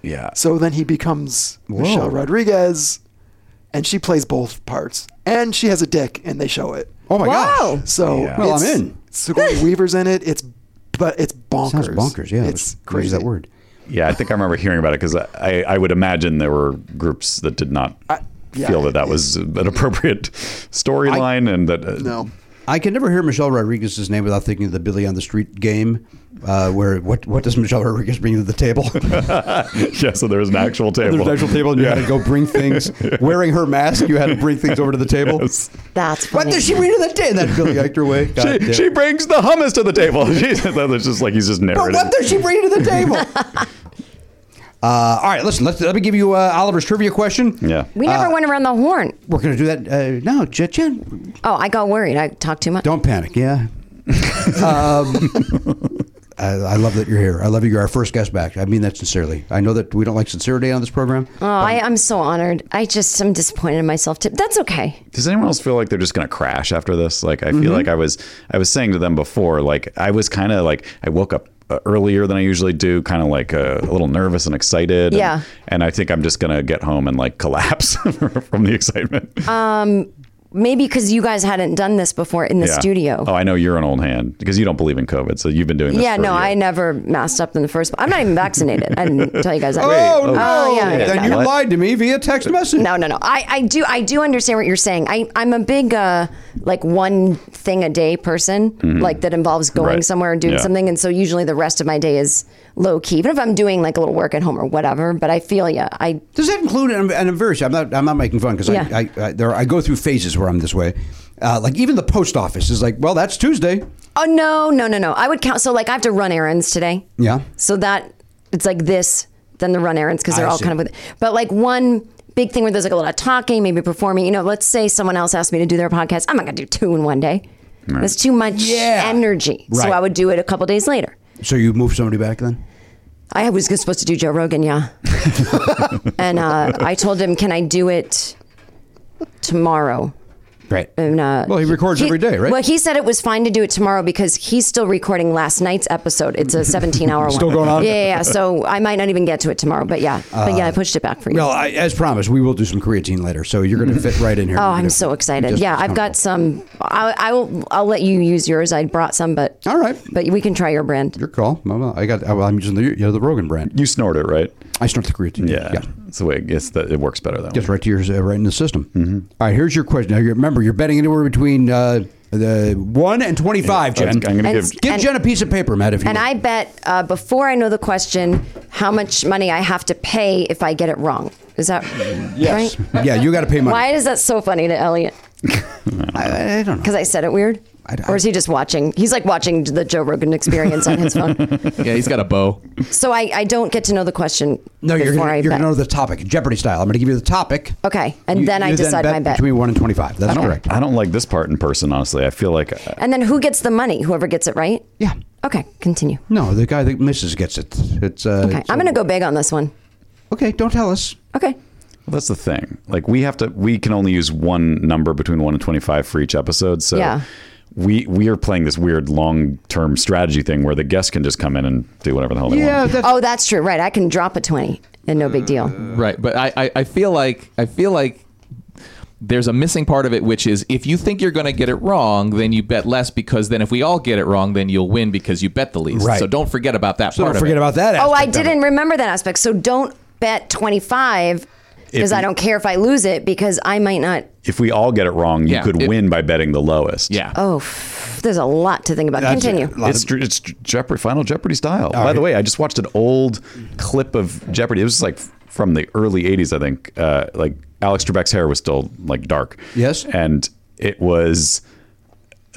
Yeah.
So then he becomes Michelle Rodriguez, and she plays both parts, and she has a dick, and they show it.
Oh my
Whoa.
gosh!
So
Yeah.
Well, I'm
it's-
in.
Sigourney Weaver's in it. It's but it's bonkers.
Sounds bonkers. Yeah,
it's
Let's use
crazy.
That word.
Yeah, I think I remember hearing about it because I, I, I would imagine there were groups that did not
yeah.
feel that that was an appropriate storyline and that. Uh,
No,
I can never hear Michelle Rodriguez's name without thinking of the Billy on the Street game, uh, where what what does Michelle Rodriguez bring to the table?
Yeah, so there was an actual table.
There's an actual table, and you had to go bring things. Wearing her mask, you had to bring things over to the table.
That's
What
funny.
does she bring to the table? That Billy Eichner way. God damn.
She, she brings the hummus to the table. She, that was just like he's just
But
narrating.
what does she bring to the table? uh, all right, listen. Let's, let me give you uh, Oliver's trivia question.
yeah.
we never went around the horn.
We're going to do that uh, now. Jen, Jen,
Oh, I got worried. I talked too much.
don't panic. Yeah, I, I love that you're here. I love you. You're our first guest back. I mean that sincerely. I know that we don't like sincerity on this program.
Oh, I, I'm so honored. I just am disappointed in myself. Too. That's okay.
Does anyone else feel like they're just going to crash after this? Like, I feel
Mm-hmm.
like I was, I was saying to them before, like, I was kind of like, I woke up uh, earlier than I usually do, kind of like uh, a little nervous and excited. and-
Yeah.
And, I think I'm just going to get home and like collapse from the excitement.
Maybe because you guys hadn't done this before in the
Yeah.
studio.
Oh, I know you're an old hand because you don't believe in COVID. So you've been doing this.
yeah,
for a
no,
year.
I never masked up in the first. I'm not even vaccinated. I didn't tell you guys that.
Oh, no!
yeah, yeah,
then
no.
you
What?
lied to me via text message.
No, no, no. I, I do I do understand what you're saying. I I'm a big uh like one thing a day person, like that involves going
Mm-hmm. Right.
somewhere and doing
Yeah.
something, and so usually the rest of my day is low key. Even if I'm doing like a little work at home or whatever, but I feel yeah, I
Does that include? And I'm, and I'm very. I'm not. I'm not making fun because
Yeah.
I, I, I, there, I go through phases where I'm this way. Uh, like even the post office is like, well, that's Tuesday.
oh no no no no. I would count. So like I have to run errands today.
Yeah.
So that it's like this, then the run errands because they're
I
all
see.
kind of with. But like one big thing where there's like a lot of talking, maybe performing. You know, let's say someone else asked me to do their podcast. I'm not gonna do two in one day. That's too much
Yeah.
energy. So
Right.
I would do it a couple days later.
So you move somebody back then?
I was just supposed to do Joe Rogan, yeah. and uh, I told him, "Can I do it tomorrow?"
Right.
And, uh,
Well, he records every day, right?
Well, he said it was fine to do it tomorrow because he's still recording last night's episode. It's a 17-hour one.
Still going on? Uh,
Yeah, yeah, yeah. So I might not even get to it tomorrow, but yeah, but yeah, I pushed it back for you.
Well, I, as promised, we will do some creatine later, so you're going to fit right in here.
oh, I'm so excited. yeah, I've got some. I, I will. I'll let you use yours. I brought some, but
All right.
but we can try your brand.
Your call. Well, well, I got. well, I'm using the you know, the Rogan brand.
You snort it, right?
I snort the creatine.
Yeah. It's the way it's the, it works better though.
Gets right to your uh, right in the system. Mm-hmm. right. Here's your question. Now, you- remember, you're betting anywhere between uh, the one and twenty-five, Jen.
I'm going to
And-
give.
Give
And-
Jen a piece of paper, Matt, if you
And
will.
I bet uh, before I know the question, how much money I have to pay if I get it wrong. Is that right?
Yeah, you got to pay money.
Why is that so funny to Elliot?
I, I don't know.
Because I said it weird.
I-
or is he just watching? He's like watching the Joe Rogan Experience on his phone.
Yeah, he's got a bow.
So I, I don't get to know the question
No, you're
before
gonna,
I
you're
bet.
gonna know the topic, Jeopardy style. I'm gonna give you the topic.
okay, and
You-
then I
you
decide my bet.
between one and twenty-five. That's correct.
I don't like this part in person, honestly. I feel like
and then who gets the money? Whoever gets it right.
Yeah.
Okay, continue.
No, the guy that misses gets it. It's uh,
Okay, I'm gonna go big on this one.
Okay, don't tell us.
Okay.
Well, that's the thing. Like we have to, we can only use one number between one and twenty-five for each episode. So
Yeah.
we we are playing this weird long-term strategy thing where the guest can just come in and do whatever the hell they want.
that's Uh,
Oh, that's true. Right, I can drop a twenty and no big deal.
Right, but I, I, I feel like I feel like there's a missing part of it, which is if you think you're going to get it wrong, then you bet less because then if we all get it wrong, then you'll win because you bet the least.
Right.
So don't forget about that
so
part.
don't forget
of it.
about that.
Oh, I
aspect of it.
didn't remember that aspect. So don't bet 25 because
If
I
you-
don't care if I lose it because I might not.
If we all get it wrong, you
Yeah,
could
it-
win by betting the lowest.
Yeah.
Oh, f- there's a lot to think about.
That's
Continue.
it. A lot
it's
of-
tr- it's tr- Jeopardy, Final Jeopardy style. By the way, I just watched an old clip of Jeopardy. It was like from the early '80s, I think. Uh, like Alex Trebek's hair was still like dark.
Yes.
and it was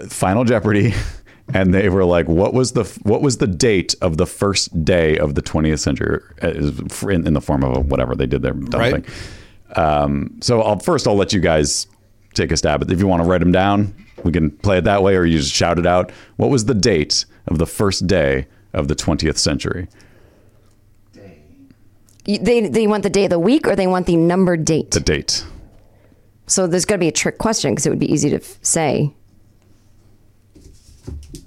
Final Jeopardy, and they were like, "What was the what was the date of the first day of the 20th century?" uh, is- for- In, in the form of a whatever they did their dumb
Right.
thing. Um, so I'll first I'll let you guys take a stab at if you want to write them down. We can play it that way, or you just shout it out. What was the date of the first day of the 20th century?
You- They, they want the day of the week or they want the numbered date.
The date.
so there's going to be a trick question because it would be easy to f- say.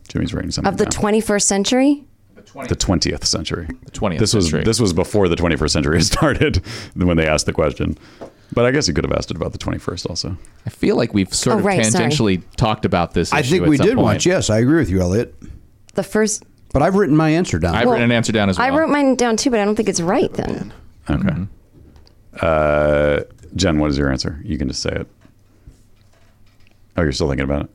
Jimmy's writing something.
Of the
down.
21st century?
the 20th century. The
20th
This
century.
was this was before the 21st century started when they asked the question. But I guess you could have asked it about the 21st also.
I feel like we've sort
Oh,
of
right, sorry.
tangentially talked about this.
I
issue
think
at
we
some
did
point.
once. Yes, I agree with you, Elliot.
The first.
But I've written my answer down.
I've
Well,
written an answer down as well.
I wrote mine down too, but I don't think it's right then.
Okay.
Mm-hmm.
Uh, Jen, what is your answer? You can just say it. Oh, you're still thinking about it.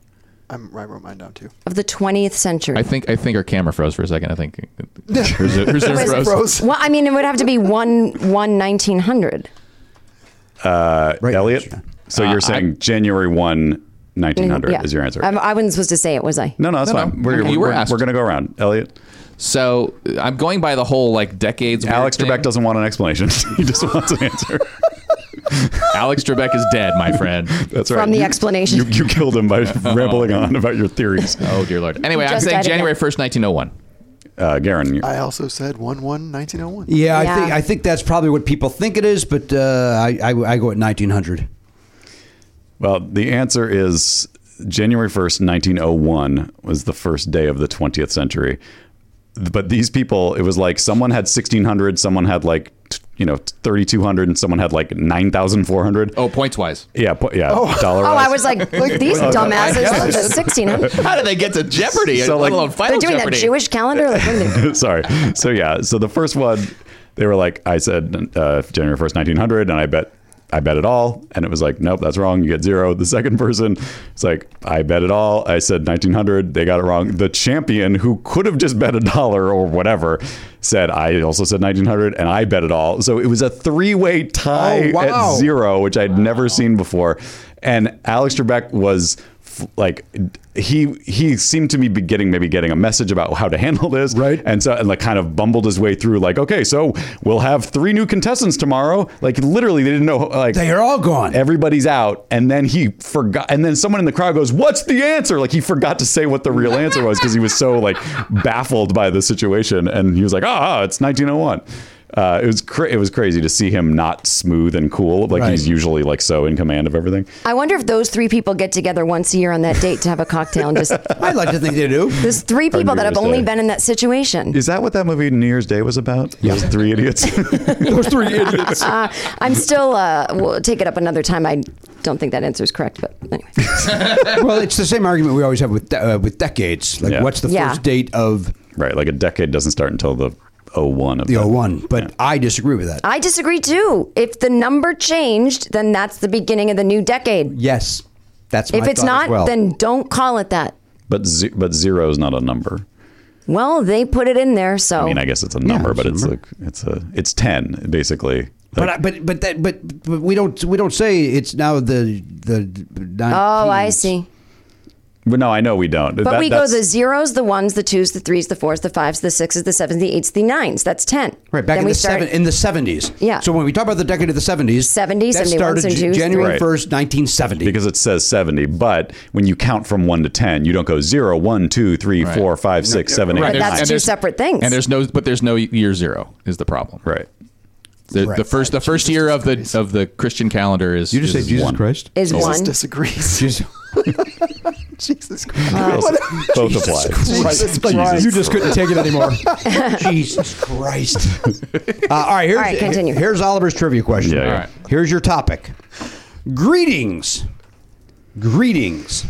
I'm, I wrote mine down too.
Of the 20th century.
I think I think our camera froze for a second. I think Here's a- here's a
Where's-
froze.
Rose.
Well, I mean, it would have to be 1 1 1900.
Right.
Elliot. So
Uh,
you're saying January 1, 1900
Yeah. Um,
is your answer.
I'm, I wasn't supposed to say it, was I?
no, no, that's
No, no.
fine. We're,
Okay,
we're,
you were
we're,
asked.
going to go around. Elliot.
So uh, I'm going by the whole like decades. weird
Alex
thing.
Trebek doesn't want an explanation. he just wants an answer.
Alex Trebek is dead, my friend.
That's
From
right.
the
You-
explanation.
You, you killed him by rambling on about your theories.
Oh dear lord. Anyway, I'm
Just
saying
died again.
January oh 1st, 1901.
Uh, Garen, you-
I also said 1 1 1901.
Yeah, I
Yeah.
think I think that's probably what people think it is, but uh, I, I I go at 1900.
well, the answer is January 1st, 1901 was the first day of the 20th century. But these people, it was like someone had 1600, someone had like, t- you know, 3200, and someone had like 9400.
Oh, points wise.
Yeah, po- yeah, dollar.
Oh, I was like, look, these dumbasses look at 1600.
How did they get to Jeopardy?
So, like-
Let alone
They're
Final
doing
Jeopardy?
that Jewish calendar. Like, what are they-
Sorry. So yeah. So the first one, they were like, I said uh, January first, nineteen hundred, and I bet, I bet it all, and it was like, nope, that's wrong. You get zero. The second person, it's like, I bet it all. I said nineteen hundred. They got it wrong. The champion, who could have just bet a dollar or whatever, said I also said nineteen hundred, and I bet it all. So it was a three-way tie
Oh, wow.
at zero, which I'd never seen before, and Alex Trebek was f- like he he seemed to me be getting maybe getting a message about how to handle this
Right.
and so and like kind of bumbled his way through like okay so we'll have three new contestants tomorrow like literally they didn't know like
They are all gone.
everybody's out and then he forgot and then someone in the crowd goes what's the answer like he forgot to say what the real answer was because he was so like baffled by the situation and he was like ah it's 1901 uh, it was cra- it was crazy to see him not smooth and cool like
Right.
he's usually like so in command of everything
I wonder if those three people get together once a year on that date to have a cocktail and just.
I'd like to think they do.
There's three people that have
Year's
only
Day.
been in that situation.
Is that what that movie New Year's Day was about? Those three idiots.
Those three idiots.
I'm still. Uh, we'll take it up another time. I don't think that answer is correct, but anyway.
well, it's the same argument we always have with de- uh, with decades. Like,
Yeah.
what's the
Yeah.
first date of
right, like a decade doesn't start until the 01 of
the
that.
01? But I disagree with that.
I disagree too. If the number changed, then that's the beginning of the new decade.
yes, that's my
if it's
thought as
not,
well.
then don't call it that.
But ze- but zero is not a number.
Well, they put it in there, so
I mean, I guess it's a number,
it's
but
a
it's
number.
a it's a it's 10 basically.
But,
Like,
I, but but that but, but we don't we don't say it's now the the.
Oh, I
19s.
see.
but no, I know we don't.
But we go the zeros, the ones, the twos, the threes, the fours, the fives, the sixes, the sevens, the eights, the nines. That's ten.
Right back
then
in
we
the
start
seven in the seventies.
Yeah.
So when we talk about the decade of the seventies,
70s,
that
71s,
started
and
J-
twos,
January
Right.
first, nineteen seventy.
because it says 70, but when you count from 1 to 10, you don't go 0 1 2 3
Right.
4 5 6 7
Right,
But
8
there's-
that's
and
two
there's-
separate things.
And there's no, but there's no year zero is the problem.
Right.
The, the first, the first year of the of the Christian calendar is. is one.
Christ?
is
Jesus
one.
disagrees. Jesus Christ.
Both apply.
Jesus Christ.
You just couldn't take it anymore. Jesus Christ. Uh, all right, here's,
All right, continue.
here's Oliver's trivia question.
Yeah, yeah.
All right.
Here's your topic. Greetings. Greetings.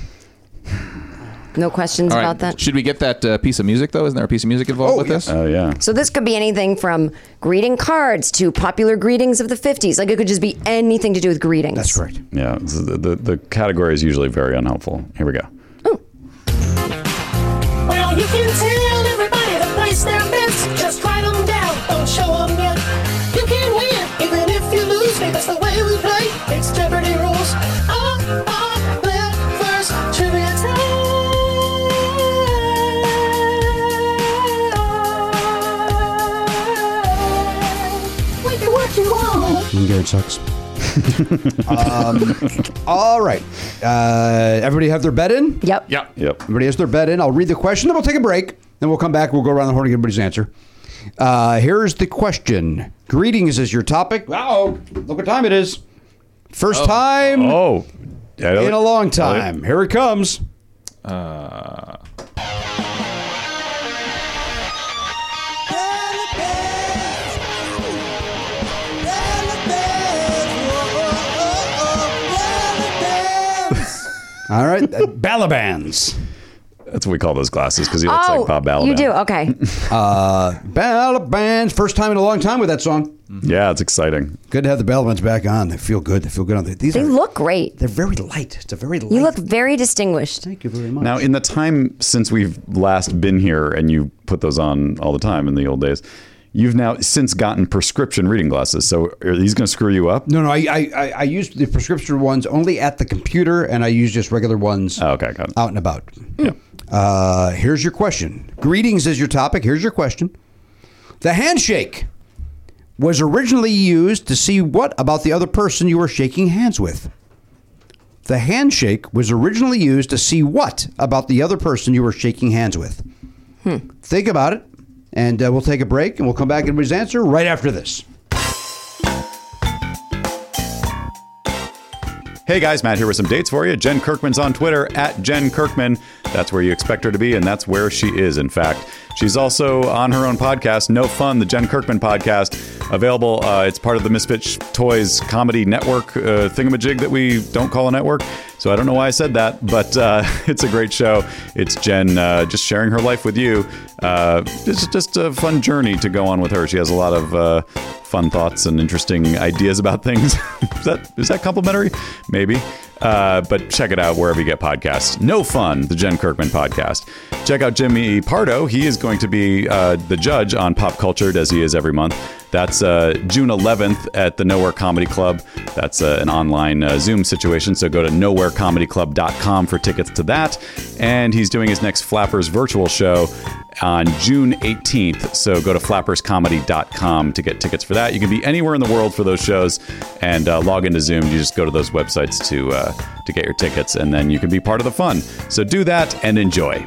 No questions
All right.
about that.
Should we get that uh, piece of music though? Isn't there a piece of music involved
Oh,
with this?
Oh yeah.
So this could be anything from greeting cards to popular greetings of the 50s. Like it could just be anything to do with greetings.
That's correct.
Yeah, so the, the the category is usually very unhelpful. Here we go.
Well, you can tell everybody to place their bets. Just write them down, don't show them yet. You can win, even if you lose, because the way we play, it's Jeopardy rules. Up, up, left, first, trivia time. We can work you on.
Garrett sucks. um, all right. Uh, everybody have their bet in?
Yep.
Yeah.
Yep.
Everybody has their bet in. I'll read the question, then we'll take a break. Then we'll come back. We'll go around the horn and get everybody's answer. Uh, here's the question. Greetings is your topic. Wow, look what time it is. First time
Oh,
in a long time. Here it comes. All right, uh, Balabands.
That's what we call those glasses because he looks
Oh,
like Bob Balaban.
you do. Okay.
Balabands. First time in a long time with that song.
Yeah, it's exciting.
Good to have the Balabands back on. They feel good. They feel good on the, these.
They
are,
look great.
They're very light. It's a very light.
You look very distinguished.
Thank you very much.
Now, in the time since we've last been here, and you put those on all the time in the old days, you've now since gotten prescription reading glasses. So are these going to screw you up?
no, no, I, I, I, I use the prescription ones only at the computer, and I use just regular ones.
Oh, okay, got it.
out and about. Uh, here's your question. Greetings is your topic. Here's your question. The handshake was originally used to see what about the other person you were shaking hands with. The handshake was originally used to see what about the other person you were shaking hands with. Think about it, and uh, we'll take a break and we'll come back and his answer right after this.
Hey guys, Matt here with some dates for you. Jen Kirkman's on Twitter at Jen Kirkman. That's where you expect her to be, and that's where she is, in fact. She's also on her own podcast, No Fun, the Jen Kirkman podcast, available. Uh, it's part of the Misfit Toys Comedy Network uh, thingamajig that we don't call a network. So I don't know why I said that, but uh, it's a great show. It's Jen uh, just sharing her life with you. Uh, it's just a fun journey to go on with her. She has a lot of uh, fun thoughts and interesting ideas about things. is that is that complimentary? Maybe. Uh, but check it out wherever you get podcasts. No fun, the Jen Kirkman podcast. Check out Jimmy Pardo. He is going to be uh, the judge on Pop Cultured as he is every month. That's uh, June 11th at the Nowhere Comedy Club. That's uh, an online uh, Zoom situation. So go to nowherecomedyclub.com for tickets to that. And he's doing his next Flappers virtual show on June 18th. So go to flapperscomedy.com to get tickets for that. You can be anywhere in the world for those shows and uh, log into Zoom. You just go to those websites to uh, to get your tickets, and then you can be part of the fun. So do that and enjoy.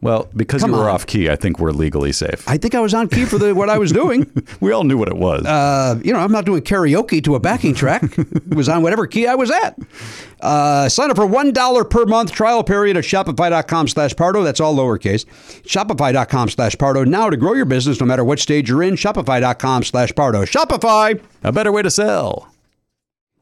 Well, because
Come
you were
on.
off key, I think we're legally safe.
I think I was on key for the, what I was doing.
we all knew what it was.
Uh, you know, I'm not doing karaoke to a backing track. it was on whatever key I was at. Uh, sign up for $1 per month trial period at Shopify.com slash Pardo. That's all lowercase. Shopify.com slash Pardo. Now to grow your business, no matter what stage you're in, Shopify.com slash Pardo. Shopify!
a better way to sell.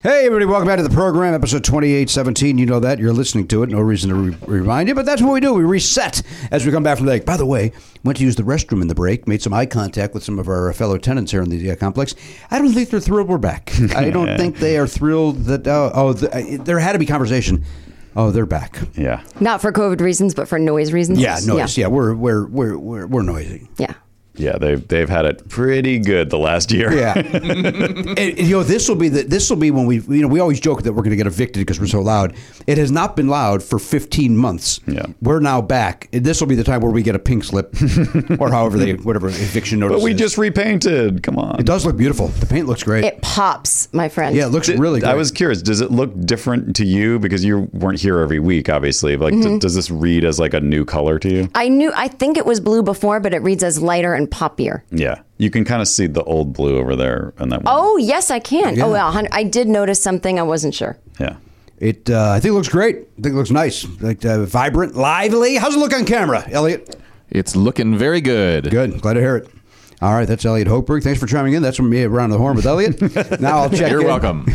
Hey, everybody, welcome back to the program, episode 2817. You know that. You're listening to it. No reason to re- remind you, but that's what we do. We reset as we come back from the break. By the way, went to use the restroom in the break, made some eye contact with some of our fellow tenants here in the uh, complex. I don't think they're thrilled we're back. I don't think they are thrilled that, oh, oh th- there had to be conversation. Oh, they're back.
Yeah.
Not for COVID reasons, but for noise reasons.
Yeah, noise. Yeah, we're, we're, we're, we're, we're noisy.
Yeah.
Yeah, they've, they've had it pretty good the last year.
Yeah, And, and, you know this will be the this will be when we you know we always joke that we're going to get evicted because we're so loud. It has not been loud for 15 months.
Yeah.
we're now back. This will be the time where we get a pink slip or however they whatever eviction notice.
But we
is.
just repainted. Come on.
it does look beautiful. The paint looks great.
It pops, my friend.
yeah, it looks
Did-
really. Great.
I was curious. Does it look different to you because you weren't here every week? Obviously, like, d- does this read as like a new color to you?
I knew, I think it was blue before, but it reads as lighter and poppier.
Yeah, you can kind of see the old blue over there and that. one.
Oh, yes, I can. Oh, well, hun- I did notice something. I wasn't sure.
yeah.
It uh, I think it looks great. I think it looks nice, like uh, vibrant, lively. How's it look on camera, Elliot?
It's looking very good.
Good. Glad to hear it. All right, that's Elliot Hochberg. Thanks for chiming in. That's from me around the horn with Elliot. now I'll check.
You're
in.
welcome.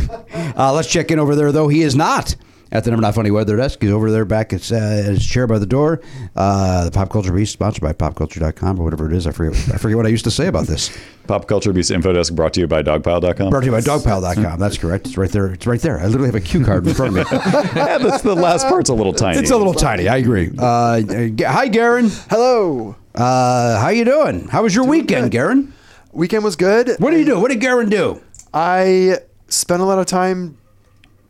Uh, let's check in over there, though. He is not at the Number Not Funny Weather Desk. He's over there back at, uh, at his chair by the door. Uh, the Pop Culture Beast, sponsored by popculture.com or whatever it is. I forget, I forget what I used to say about this.
Pop Culture Beast Info Desk brought to you by dogpile.com.
Brought to you by dogpile.com. That's correct. It's right there. It's right there. I literally have a cue card in front of me.
yeah, that's the last part's a little tiny.
It's a little tiny. I agree. Uh, Uh, Ga- hi, Garen.
Hello.
Uh, how you doing? How was your weekend, Garen?
Weekend was good.
What did you do? What did Garen do?
I spent a lot of time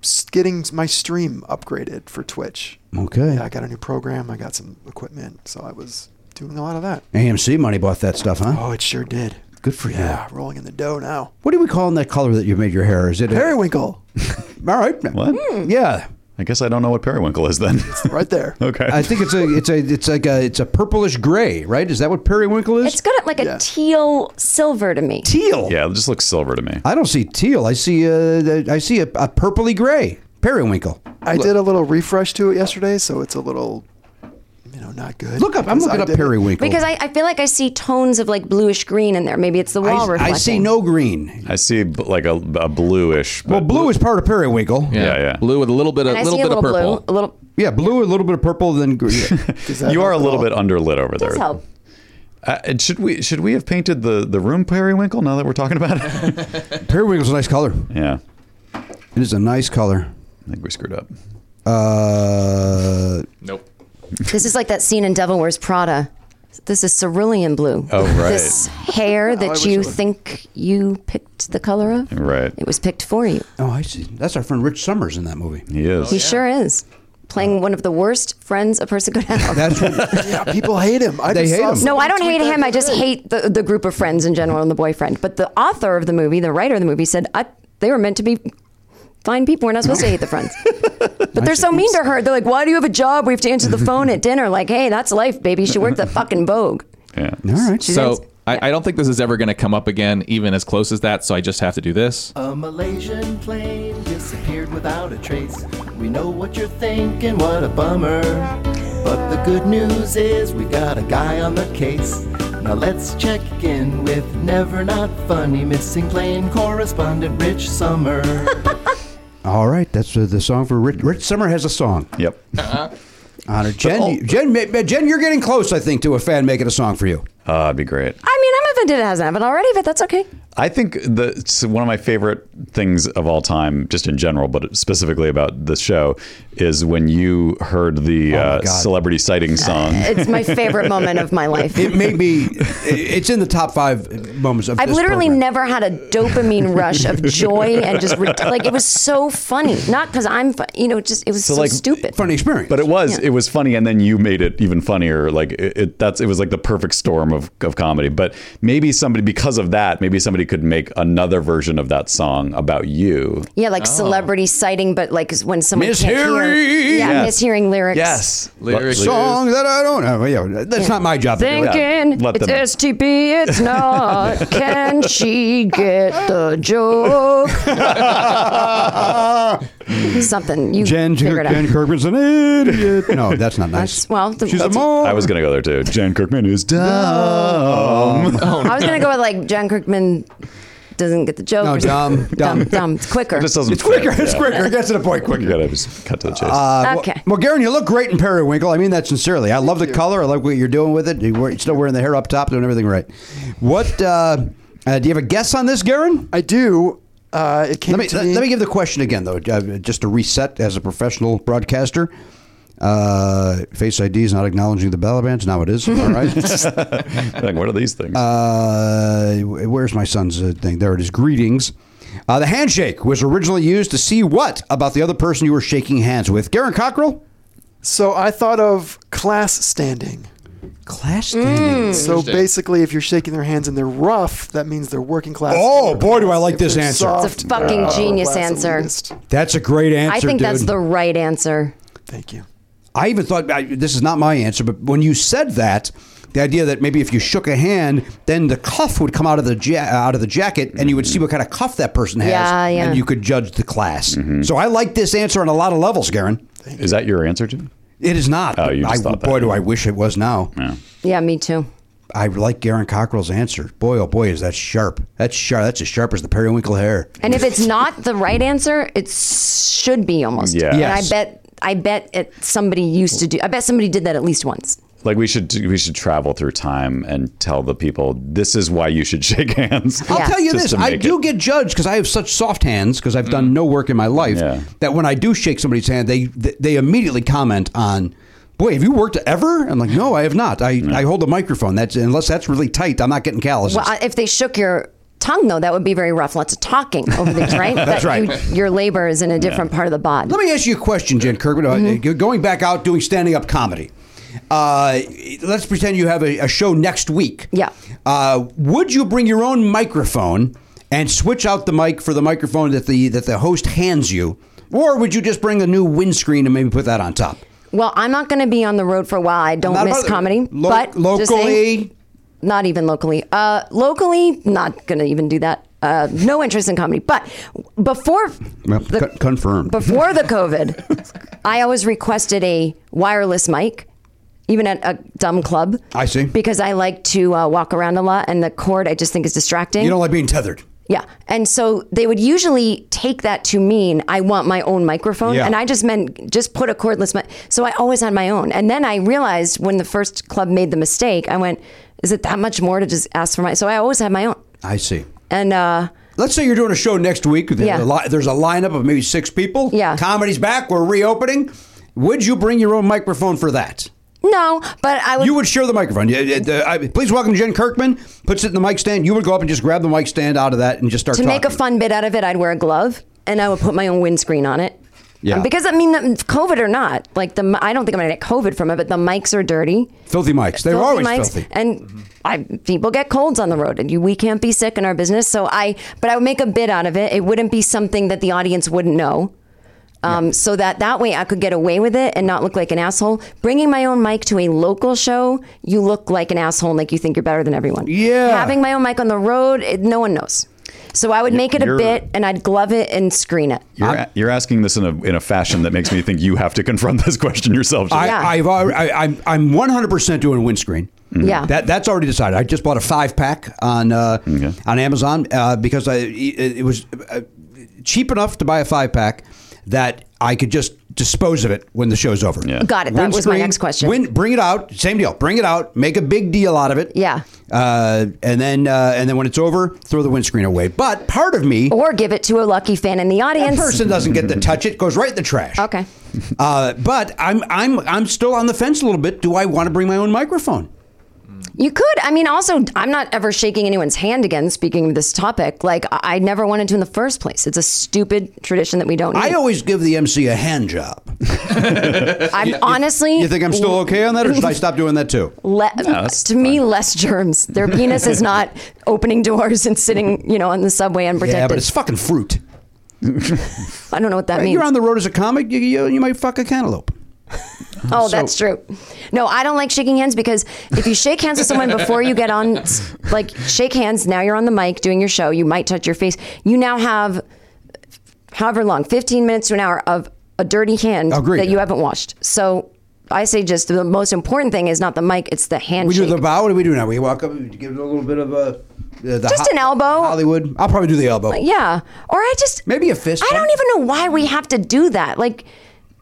s- getting my stream upgraded for Twitch.
Okay.
Yeah, I got a new program. I got some equipment, so I was doing a lot of that.
AMC money bought that stuff, huh?
Oh, it sure did.
Good for you.
Yeah, Ah, rolling in the dough now.
What do we call in that color that you made your hair? Is it a-
Periwinkle,
All right.
What?
Yeah.
I guess I don't know what periwinkle is then.
right there.
okay.
I think it's a it's a it's like a it's a purplish gray, right? Is that what periwinkle is?
It's got like a
Yeah.
teal silver to me.
teal.
yeah, it just looks silver to me.
I don't see teal. I see uh I see a, a purpley gray periwinkle.
I did a little refresh to it yesterday, so it's a little, you know, not good.
Look up. I'm
because
looking
I
up
did it.
periwinkle
Because I, I feel like I see tones of like bluish green in there. Maybe it's the
I,
wall
I
reflecting.
see no green.
I see b- like a, a bluish. But
Well, blue is part of periwinkle.
Yeah, yeah.
Blue with a little bit of
And I
little
see a
bit
little
of purple.
blue, a little.
Yeah, blue a little bit of purple, then green.
Does that
You are a
help at
little
all?
bit underlit over there.
Does help.
Uh, and should we should we have painted the, the room periwinkle now that we're talking about it?
periwinkle's a nice color.
yeah,
It is a nice color.
I think we screwed up.
Uh,
Nope.
This is like that scene in Devil Wears Prada. This is cerulean blue.
Oh, right.
This
Oh,
hair that you think you picked the color of,
Right,
it was picked for you.
oh, I see. That's our friend Rich Summers in that movie.
he is.
He sure is playing one of the worst friends a person could have.
That's what,
Yeah, people hate him. I
They
just
hate
saw
him.
No,
someone
I don't
tweet
hate
that
him. I just
today.
hate the, the group of friends in general and the boyfriend. But the author of the movie, the writer of the movie, said I, they were meant to be fine people. We're not supposed to hate the friends. But they're so mean to her. They're like, "Why do you have a job? We have to answer the phone at dinner." Like, "Hey, that's life, baby. She worked at fucking Vogue."
Yeah.
all right.
She's
So I, I don't think this is ever going to come up again, even as close as that. So I just have to do this.
Uh,
A Malaysian plane disappeared without a trace. We know what you're thinking, what a bummer. But the good news is we got a guy on the case. Now let's check in with Never Not Funny Missing Plane correspondent Rich Summer.
all right. That's uh, the song for Rich. Rich Summer has a song.
Yep.
Honor. Jen,
oh.
you- Jen, ma- Jen, you're getting close, I think, to a fan making a song for you.
Uh, it'd be great.
I mean, I'm offended it hasn't happened already, but that's okay.
I think the it's one of my favorite things of all time, just in general, but specifically about this show, is when you heard the uh, celebrity sighting song.
Uh, It's my favorite moment of my life.
It may be. It's in the top five moments of.
I've
this
literally
program.
never had a dopamine rush of joy and just rid- like it was so funny. Not because I'm, fu- you know, just it was so,
like,
stupid.
fun experience.
But it was
Yeah.
it was funny, and then you made it even funnier. Like it, it that's it was like the perfect storm of, of comedy. But maybe somebody because of that, maybe somebody could make another version of that song about you.
Yeah, like celebrity sighting, but like when someone
Miss
can't hear,
Hearing!
yeah,
Yes.
mishearing lyrics.
Lyrics.
song that I don't know. Yeah, that's not my job. To do that.
Thinking
Let
it's
them-
STP, it's not. Can she get the joke? Something you
Jen,
figure it out.
Jen Kirkman's an idiot. No, that's not nice.
That's- well, the-
she's a
that's-
mole.
I was gonna go there too. Jan Kirkman is dumb.
I was gonna go with like Jen Kirkman doesn't get the joke.
No,
or something.
dumb, dumb.
dumb, dumb. It's quicker.
This doesn't
It's quicker.
fit.
It's
Yeah.
quicker. It gets to the point quicker.
You gotta just cut to the chase.
Uh, well-
Okay.
Well, Garen, you look great in periwinkle. I mean that sincerely. I love the color. I like what you're doing with it. You're still wearing the hair up top, doing everything right. What uh, uh, do you have a guess on this, Garen?
I do. Uh, it came
Let me
to
let,
me.
let me give the question again, though, uh, just to reset as a professional broadcaster. Uh, Face ID is not acknowledging the ballot bands. Now it is. All right.
like, what are these things?
Uh, where's my son's uh, thing? There it is. Greetings. Uh, the handshake was originally used to see what about the other person you were shaking hands with? Garen Cockrell?
So I thought of class standing.
Class
Hmm.
standing.
So
Interesting.
basically, if you're shaking their hands and they're rough, that means they're working class.
Oh, boy, do I like
If
this
they're
answer.
soft,
It's a fucking
they're
genius
class
answer.
elitist.
That's a great answer.
I think that's
dude.
the right answer.
Thank you.
I even thought I, this is not my answer, but when you said that, the idea that maybe if you shook a hand, then the cuff would come out of the ja- out of the jacket, and you would see what kind of cuff that person has,
Yeah, yeah.
and you could judge the class.
Mm-hmm.
So I like this answer on a lot of levels, Garen.
is that your answer, Jim?
It is not.
Oh, you just
I,
thought that.
boy, do I wish it was now.
Yeah, me too.
I like Garen Cockrell's answer. Boy, oh boy, is that sharp. That's sharp. That's as sharp as the periwinkle hair.
And if it's not the right answer, it should be almost.
Yeah.
And
Yes.
I bet I bet it somebody used to do. I bet somebody did that at least once.
Like we should do- we should travel through time and tell the people this is why you should shake hands.
I'll
Yeah.
tell you
Just
this:
to
I
make
do
it- Mm.
get judged because I have such soft hands because I've done no work in my life
Yeah.
that when I do shake somebody's hand, they they immediately comment on, "Boy, have you worked ever?" I'm like, "No, I have not. I, I hold a microphone. That's unless that's really tight, I'm not getting calluses."
Well, I- if they shook your tongue though, that would be very rough. Lots of talking over the right. That's
right.
You, your labor is in a different part of the bod.
Let me ask you a question, Jen Kirkman. Uh,
Mm-hmm.
Going back out doing standing up comedy. Uh, let's pretend you have a, a show next week.
Yeah.
Uh, would you bring your own microphone and switch out the mic for the microphone that the that the host hands you, or would you just bring a new windscreen and maybe put that on top?
Well, I'm not going to be on the road for a while. I don't
Not
miss
about-
comedy,
lo-
but just saying-
locally.
not even locally. Uh, locally, not going to even do that. Uh, no interest in comedy. But before
Well,
the-
con- confirmed.
before the COVID, I always requested a wireless mic, even at a dumb club.
I see.
Because I like to uh, walk around a lot, and the cord I just think is distracting.
you don't like being tethered.
Yeah. And so they would usually take that to mean I want my own microphone.
Yeah.
And I just meant just put a cordless mic. So I always had my own. And then I realized when the first club made the mistake, I went, is it that much more to just ask for my? So I always had my own.
I see.
And uh,
Let's say you're doing a show next week. There's,
Yeah.
a, li- there's a lineup of maybe six people.
Yeah.
Comedy's back. We're reopening. Would you bring your own microphone for that?
no, but I would.
You would share the microphone. Yeah, yeah, the- I- Please welcome Jen Kirkman. Puts it in the mic stand. You would go up and just grab the mic stand out of that and just start
to make a
talking.
fun bit out of it, I'd wear a glove and I would put my own windscreen on it.
Yeah.
Because I mean, COVID or not, like the mi- I don't think I'm gonna get COVID from it, but the mics are dirty.
Filthy mics. They're
filthy
always
mics,
filthy.
And I, people get colds on the road, and you, we can't be sick in our business. So I, but I would make a bit out of it. It wouldn't be something that the audience wouldn't know. Um, So that that way I could get away with it and not look like an asshole. Bringing my own mic to a local show, you look like an asshole, and like you think you're better than everyone.
Yeah.
Having my own mic on the road, it, no one knows. So I would make it a
you're-
bit, and I'd glove it and screen it.
You're, a- you're asking this in a in a fashion that makes me think you have to confront this question yourself. Jim.
I,
Yeah.
I've already, I, I'm I'm 100% doing windscreen.
Yeah.
Mm-hmm. That that's already decided. I just bought a five pack on uh, on Amazon uh, because I it, it was uh, cheap enough to buy a five pack that I could just dispose of it when the show's over.
Yeah.
Got it. That was my
Windscreen,
next question.
win- bring it out. Same deal. Bring it out. Make a big deal out of it.
Yeah.
Uh, and then uh, and then when it's over, throw the windscreen away. But part of me,
or give it to a lucky fan in the
that
audience.
person doesn't get to touch it. Goes right in the trash.
Okay.
Uh, but I'm I'm I'm still on the fence a little bit. Do I want to bring my own microphone?
You could. I mean, also, I'm not ever shaking anyone's hand again speaking of this topic. Like, I I never wanted to in the first place. It's a stupid tradition that we don't need.
I always give the MC a hand job.
I'm honestly.
You think I'm still okay on that, or should I stop doing that too?
Le-
that's
to me, less germs. Their penis is not opening doors and sitting, you know, on the subway unprotected.
Yeah, but it's fucking fruit.
I don't know what that means.
You're on the road as a comic. You, you, you might fuck a cantaloupe.
Oh, that's true. No, I don't like shaking hands because if you shake hands with someone before you get on, s- like shake hands, now you're on the mic doing your show, you might touch your face. You now have however long, 15 minutes to an hour of a dirty hand
Agreed.
that you haven't washed. So I say just the most important thing is not the mic, it's the
We
handshake.
do the bow. What do we do now? We walk up. We give it a little bit of a the, the
Just an elbow.
Hollywood. I'll probably do the elbow.
yeah. Or I just.
Maybe a fist
I don't
bump.
even know why we have to do that. Like,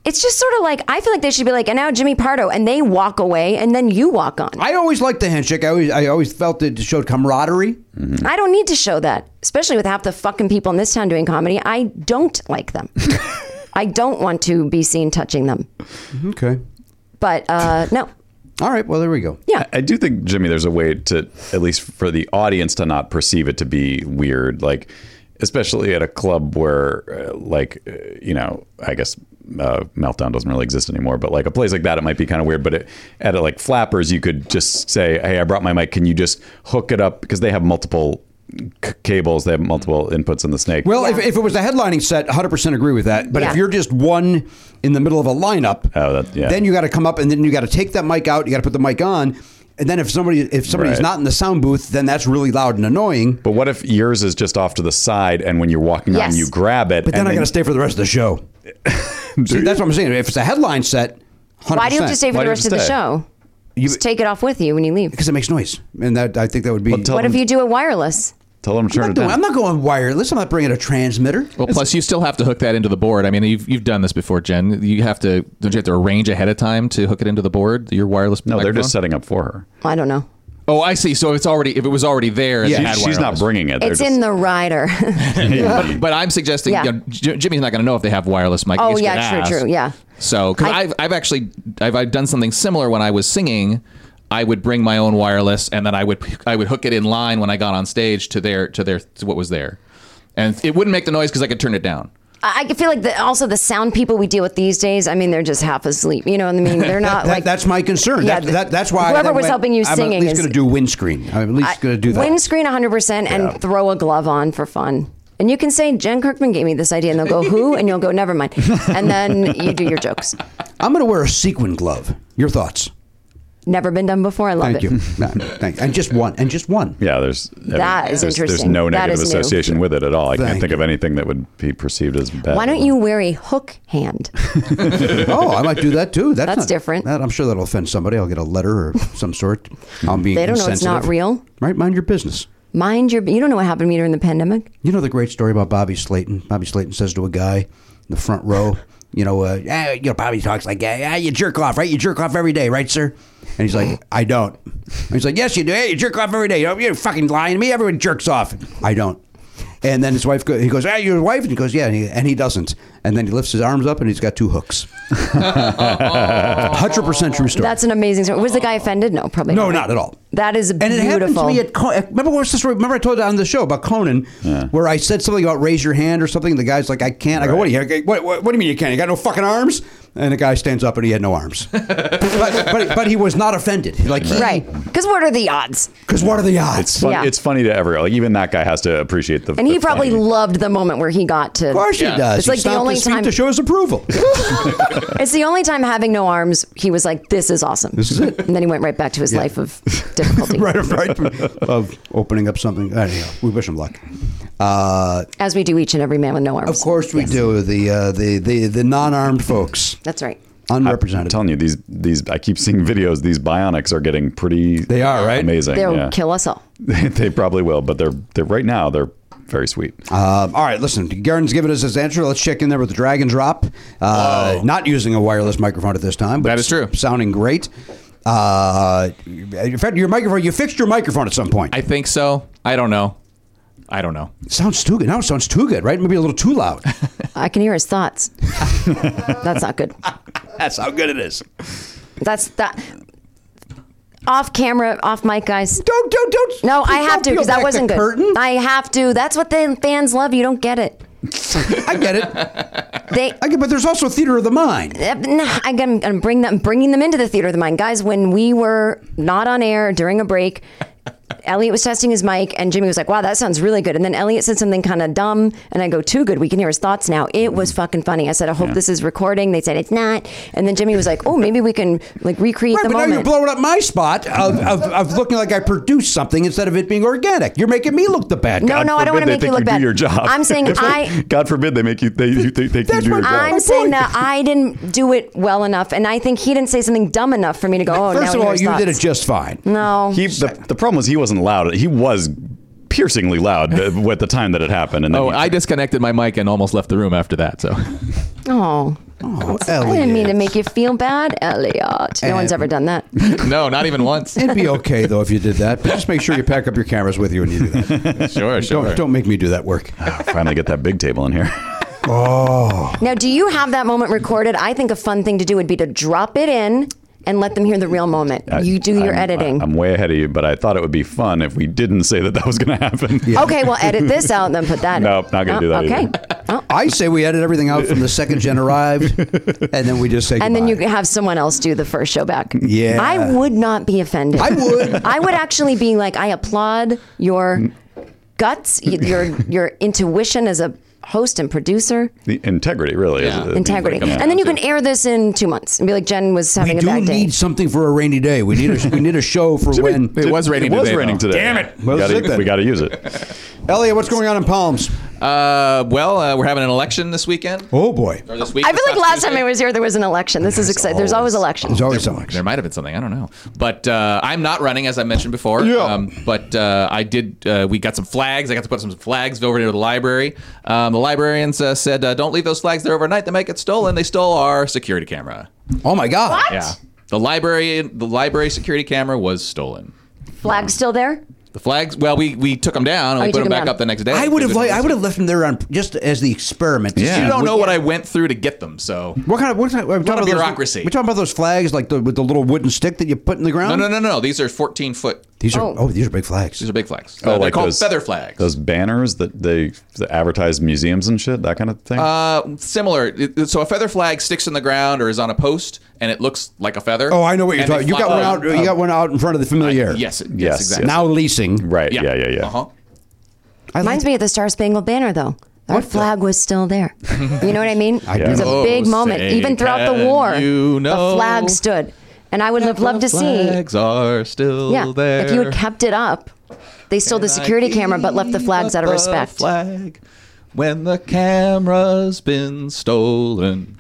it's just sort of like, I feel like they should be like, and now Jimmy Pardo, and they walk away, and then you walk on.
I always liked the handshake. I always I always felt it showed camaraderie.
I don't need to show that, especially with half the fucking people in this town doing comedy. I don't like them. I don't want to be seen touching them.
Okay.
But uh, no,
All right. Well, there we go.
yeah,
I do think, Jimmy, there's a way to, at least for the audience, to not perceive it to be weird. Like, especially at a club where, uh, like, uh, you know, I guess uh, Meltdown doesn't really exist anymore, but like a place like that, it might be kind of weird. But it, at a, like Flappers, you could just say, hey, I brought my mic. Can you just hook it up? Because they have multiple c- cables, they have multiple inputs in the snake.
Well, if, if it was a headlining set, 100% agree with that. But
Yeah.
if you're just one in the middle of a lineup,
Oh, that- yeah.
then you got to come up and then you got to take that mic out. You got to put the mic on. And then if somebody if somebody's
Right.
not in the sound booth, then that's really loud and annoying.
but what if yours is just off to the side and when you're walking
Yes.
on, you grab it?
But then
and
I got to stay for the rest of the show. See, that's what I'm saying. If it's a headline set, 100%.
why do you have to stay for
Why
the
do you
rest of
have to
the
stay?
show? Just take it off with you when you leave.
Because it makes noise, and that I think that would be.
Well, tell
What
them,
if you do a wireless?
Tell them to turn
I'm, not
it
doing,
down.
I'm not going wireless. I'm not bringing a transmitter.
Well, plus you still have to hook that into the board. I mean, you've you've done this before, Jen. You have to don't you have to arrange ahead of time to hook it into the board? Your wireless.
No, they're just
microphone?
setting up for her.
I don't know.
Oh, I see. So if it's already if it was already there, and
Yeah.
they
She-
had
She's not
wireless.
bringing it.
It's in the rider.
But, but I'm suggesting
Yeah.
you know, J- Jimmy's not going to know if they have wireless mic.
Oh,
He's
yeah,
gonna
true,
ask.
true, yeah.
So 'cause
I-
I've I've actually I've, I've done something similar when I was singing. I would bring my own wireless, and then I would I would hook it in line when I got on stage to their to their to what was there, and it wouldn't make the noise because I could turn it down.
I I feel like the, also the sound people we deal with these days. I mean, they're just half asleep. You know what I mean? They're not
That-
Uh, like
that's my concern.
Yeah,
That-
the-
that- that's why. I
whoever
then
was
went,
helping you
I'm at
singing
least
is-
going to do windscreen. I'm at least going to do that.
Windscreen 100% and throw a glove on for fun. And you can say, Jen Kirkman gave me this idea. And they'll go, who? And you'll go, never mind. And then you do your jokes.
I'm going to wear a sequin glove. Your thoughts?
Never been done before. I love
Thank
it.
you. No, Thank, and just one. And just one.
Yeah, there's
That is
there's,
interesting.
There's no
That
negative
is new.
association with it at all. I
Thank
can't think of
you.
anything that would be perceived as bad.
Why don't you wear a hook hand?
Oh, I might do that too. That's,
That's
not-
different.
that- I'm sure that'll offend somebody. I'll get a letter or some sort. I'm being.
They don't know it's not
insensitive.
real.
Right? Mind your business.
Mind your, you don't know what happened to me during the pandemic.
You know the great story about Bobby Slayton. Bobby Slayton says to a guy in the front row, you know, uh, "Ah, you know, Bobby talks like, ah, you jerk off, right? You jerk off every day, right, sir? And he's like, I don't. And he's like, yes, you do. Hey, you jerk off every day. You're- You're fucking lying to me. Everyone jerks off. I don't. And then his wife, go, he goes, ah, your wife? And he goes, yeah. And he, and he doesn't. And then he lifts his arms up and he's got two hooks. 100% true story.
That's an amazing story. Was the guy offended? No, probably
No,
not.
not at all.
That is
And it happened to
beautiful.
me at Con- remember what's the story? Remember I told you on the show about Conan, where I said something about raise your hand or something. And the guy's like, I can't. I go, what do you? What, what, what do you mean you can't? You got no fucking arms? And the guy stands up and he had no arms. but, but but he was not offended. Like he-
right. Because what are the odds?
Because what are the
It's
odds?
fun,
Yeah.
It's funny to everyone. Like even that guy has to appreciate the.
And he
the
probably
funny.
loved the moment where he got to.
of course he does.
It's
He
like the
stomped
only
his feet
time-
to show his approval.
It's the only time having no arms, he was like, this is awesome. This is it. And then he went right back to his life of difficulty.
right, right. Of opening up something. Anyhow, we wish him luck. Uh,
As we do each and every man with no arms.
of course we do. The uh, the the the non-armed folks,
That's right.
I'm
unrepresented.
telling you, these these I keep seeing videos. These bionics are getting pretty.
They are, right?
amazing.
They'll
yeah.
kill us all.
they probably will, but they're they're right now they're Very sweet.
Um, all right, listen. Garen's given us his answer. Let's check in there with the drag and drop. Uh, not using a wireless microphone at this time, but
That is true.
Sounding great. Uh, in fact, your microphone. You fixed your microphone at some point.
I think so. I don't know. I don't know.
sounds too good. Now it sounds too good, right? Maybe a little too loud.
I can hear his thoughts. That's not good.
That's how good it is.
That's that. Off camera, off mic, guys.
Don't don't don't.
No, I
don't
have to
peel
because that
back
wasn't
the
good.
Curtain.
I have to. That's what the fans love. You don't get it.
I get it.
They.
I get. But there's also theater of the mind.
Uh, nah, I can, I'm bring them, bringing them into the theater of the mind, guys. When we were not on air during a break, Elliot was testing his mic, and Jimmy was like, "Wow, that sounds really good." And then Elliot said something kind of dumb, and I go, "Too good. We can hear his thoughts now." It was fucking funny. I said, "I hope this is recording." They said it's not, and then Jimmy was like, "Oh, maybe we can like recreate
Right,
the
but now
moment."
you're blowing up my spot of, of, of looking like I produced something instead of it being organic. You're making me look the bad guy.
no, no, I don't want
Forbid
to make
they
you
think
look bad.
Do your job.
I'm saying
If they-
I.
God forbid they make you. They, you think they can
That's
do your
my-
job.
I'm saying that I didn't do it well enough, and I think he didn't say something dumb enough for me to go. Oh, now
First
he
of all,
hears
you did
thoughts."
it just fine.
No,
He the, the problem was he wasn't loud. He was piercingly loud uh, at the time that it happened. And then
Oh,
he-
I disconnected my mic and almost left the room after that. So
Oh. I didn't mean to make you feel bad, Elliot.
Eh.
No one's ever done that.
no, not even once.
It'd be okay though if you did that, but just make sure you pack up your cameras with you when you do that.
Sure, sure.
Don't don't make me do that work.
finally get that big table in here.
Now, do you have that moment recorded? I think a fun thing to do would be to drop it in and let them hear the real moment. you do your
I'm-
editing.
I'm way ahead of you, but I thought it would be fun if we didn't say that that was going to happen.
okay, well, edit this out and then put that. in.
Nope, not gonna
Oh,
do that
Okay,
either.
Oh,
I say we edit everything out from the second gen arrived, and then we just say.
and then you
goodbye.
have someone else do the first show back.
Yeah.
I would not be offended.
I would.
I would actually be like, I applaud
Mm.
your guts, y- your your intuition as a host and producer.
The integrity, really. is-
Yeah.
it means
integrity.
like I'm-
And then you can air this in two months and be like, Jen was
We
having a
do
bad day.
need something for a rainy day. We need a we need a show for when.
It was raining
It was
today,
raining
though.
today.
Damn it.
We
Well,
gotta-
zip it.
we got to use it.
Elliot, what's going on in Palms?
Uh, well, uh, we're having an election this weekend.
Oh boy,
Or this week.
I feel
this
like
past
last time
Tuesday.
I was here, there was an election. This is exciting. There's always elections.
there's always so much.
There might have been something I don't know, but uh, I'm not running as I mentioned before. Yeah. Um, but uh, I did. Uh, we got some flags. I got to put some flags over to the library. Um, the librarians uh, said, uh, "Don't leave those flags there overnight. They might get stolen." They stole our security camera.
Oh my God!
Yeah. The library, the library security camera was stolen.
Flag still there?
The flags. Well, we we took them down and
Oh,
we
you
put
took
them
'em
back
down.
up the next day.
I would have like I would have left him there on just as the experiment.
Yeah.
You
Yeah.
don't know what I went through to get them, so.
What kind of what kind of, we're talking about
bureaucracy.
Those, we're talking about those flags like the, with the little wooden stick that you put in the
No,
ground.
no, no, no. These are 14 foot.
These are oh,
Oh.
these are big flags.
These are big flags.
Oh,
They're
like
called
those
feather flags.
Those banners that they that advertise museums and shit, that kind of thing.
Uh, similar. It- So a feather flag sticks in the ground or is on a post, and it looks like a feather.
Oh, I know what you're
And they
talking. You
flop
got one out.
around.
You got one out in front of the familiar.
Yes, yes,
Yes,
exactly.
Now leasing.
right. Yeah. Yeah. Yeah.
Uh-huh.
I like
Reminds me of the Star Spangled Banner, though. Our flag was still there. you know what I mean?
I do
It was
know.
a big
Oh,
moment.
say,
Even throughout the
can
war,
you know
the flag stood. And I would have loved to see.
Flags are still
Yeah,
there.
if you had kept it up, they stole the
I
security camera but left the
keep
flags out of
the
respect.
flag when the camera's been stolen.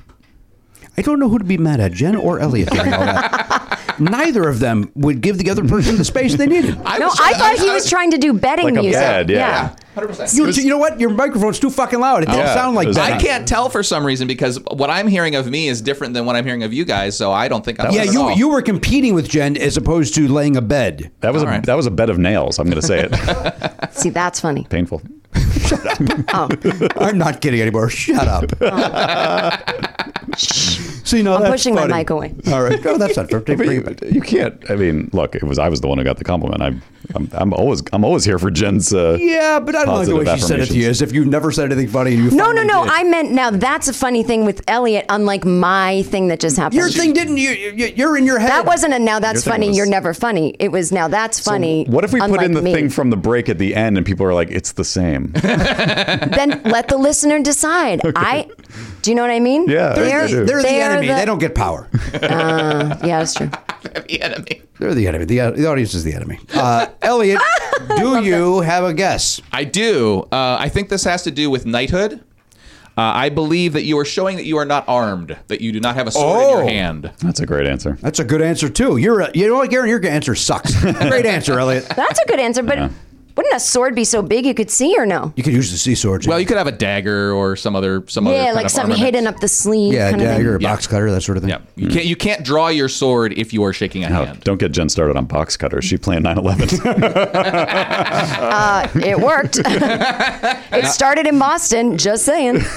I don't know who to be mad at, Jen or Elliot. during all that. Neither of them would give the other person the space they needed.
no, I thought he was trying to do betting
Like a
music.
bad, yeah.
Hundred percent.
You, you know what? Your microphone's too fucking loud. It doesn't
Yeah.
sound like
It was
that.
I can't tell for some reason because what I'm hearing of me is different than what I'm hearing of you guys, so I don't think I'm.
Yeah,
at
you
all.
you were competing with Jen as opposed to laying a bed.
That was a,
All right.
that was a bed of nails. I'm gonna say it.
See, that's funny. Oh.
Painful.
I'm not kidding anymore. Shut up. See, no,
I'm
that's
pushing my
funny.
mic away.
All right, no, that's not fair. Take-
But
bring it
you,
back.
you can't. I mean, look, it was I was the one who got the compliment. I'm I'm, I'm always I'm always here for Jen's. Uh,
Yeah, but I don't like the
positive
way she said it to you.
affirmations.
As if you've never said anything funny. and You
No, no,
finally
no.
did.
I meant now that's a funny thing with Elliot, unlike my thing that just happened.
Your thing didn't. You, you, you're in your head.
that wasn't a now that's
thing
funny,
was-
you're never funny. It was now that's funny.
What if we put
unlike
in the
me.
thing from the break at the end and people are like, it's the same?
then let the listener decide. I do you know what I mean?
Yeah,
They're,
I do.
they're, the enemy. they don't get power.
uh, Yeah, that's true.
the enemy.
They're the enemy. The, the audience is the enemy. Uh, Elliot, do you have a guess?
I do. Uh, I think this has to do with knighthood. Uh, I believe that you are showing that you are not armed, that you do not have a sword in
Oh.
your hand.
That's a great answer.
That's a uh, good answer too. You're a, you know what, Garen, your answer sucks. Great answer, Elliot.
That's a good answer, but Wouldn't a sword be so big you could see or no?
You could use the sea sword. Jim.
Well, you could have a dagger or some other some other
yeah,
kind
like
of
something
armament.
hidden up the sleeve.
yeah, a
kind
dagger,
Of
a
thing.
box cutter, that sort of thing.
Yeah, you can't you can't draw your sword if you are shaking a
Oh,
hand.
don't get Jen started on box cutters. She planned 9/11.
Uh, It worked. it started in Boston. Just saying.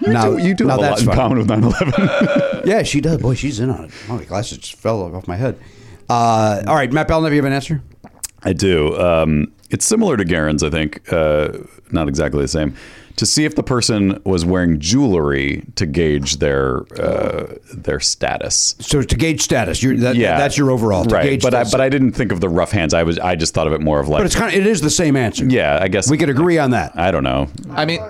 Now,
you do
now
have a lot
that's
in
fun.
common with 9/11.
Yeah, she does. Boy, she's in on it. Oh, my glasses just fell off my head. Uh, all right, Matt Bell, have you have an answer?
I do. Um, it's similar to Garen's, I think. Uh, not exactly the same. To see if the person was wearing jewelry to gauge their uh, their status.
So to gauge status, you that, that's your overall. To
right?
gauge
but I,
status.
but I didn't think of the rough hands. I was I just thought of it more of like
But it's kind of it is the same answer.
yeah. I guess
we could agree on that.
I don't know.
I mean,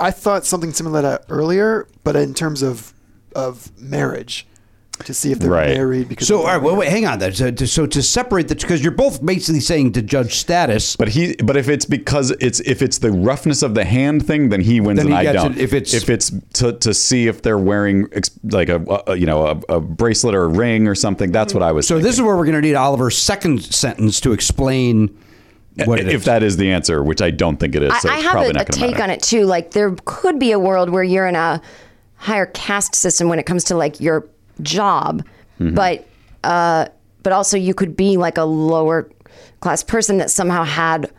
I thought something similar to that earlier, but in terms of of marriage, to see if they're
Right.
married. Because
So
of
all
their
right, well, wait, hang on. That so to, so to separate the because you're both basically saying to judge status.
But he but if it's because it's if it's the roughness of the hand thing, then he wins
Then
and
he
I
gets
don't.
it. If it's-
if it's to, to see if they're wearing ex- like a, a you know a, a bracelet or a ring or something. That's what I was.
So this is where we're going to need Oliver's second sentence to explain what it
if
is.
that is the answer, which I don't think it is.
I,
so
I
it's
have
probably
a, a
not gonna
take
matter.
on it too. Like there could be a world where you're in a higher caste system when it comes to like your job,
Mm-hmm.
but uh, but also you could be like a lower class person that somehow had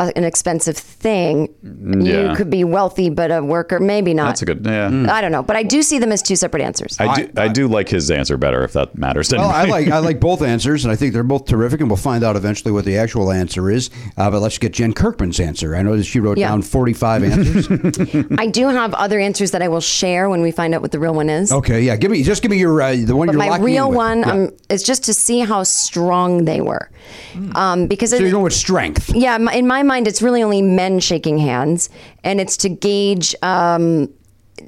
a, an expensive thing.
Mm, yeah.
You could be wealthy but a worker, maybe not.
That's a good. Yeah.
I don't know, but I do see them as two separate answers.
I do, I, do like his answer better if that matters. to
Well, I
anybody.
like I like both answers, and I think they're both terrific, and we'll find out eventually what the actual answer is. Uh, but let's get Jen Kirkman's answer. I know that she wrote
Yeah.
down 45 answers.
I do have other answers that I will share when we find out what the real one is.
okay, yeah, give me just give me your uh, the one
But
you're
my
locking in
real
with.
one
Yeah.
um, is just to see how strong they were,
Mm.
um, because
So
I
you're
think-
going with strength.
yeah, my- in my mind, it's really only men shaking hands, and it's to gauge um,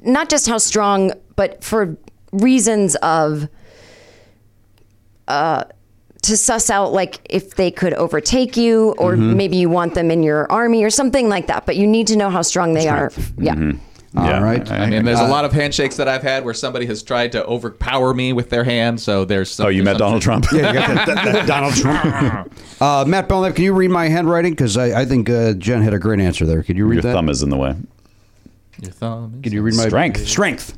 not just how strong, but for reasons of uh, to suss out like if they could overtake you, or
Mm-hmm.
maybe you want them in your army or something like that. But you need to know how strong they are. Yeah.
Mm-hmm.
Yeah,
All right.
I-
I mean, there's a lot of handshakes that I've had where somebody has tried to overpower me with their hand. So there's some,
oh, you
there's
met
some-
Donald Trump.
Yeah, you got that, that- that Donald Trump. uh, Matt Belknap, can you read my handwriting? Because I, I think uh, Jen had a great answer there. Could you read
Your
that?
thumb is in the way.
Your thumb.
Can you read my
Strength.
Strength.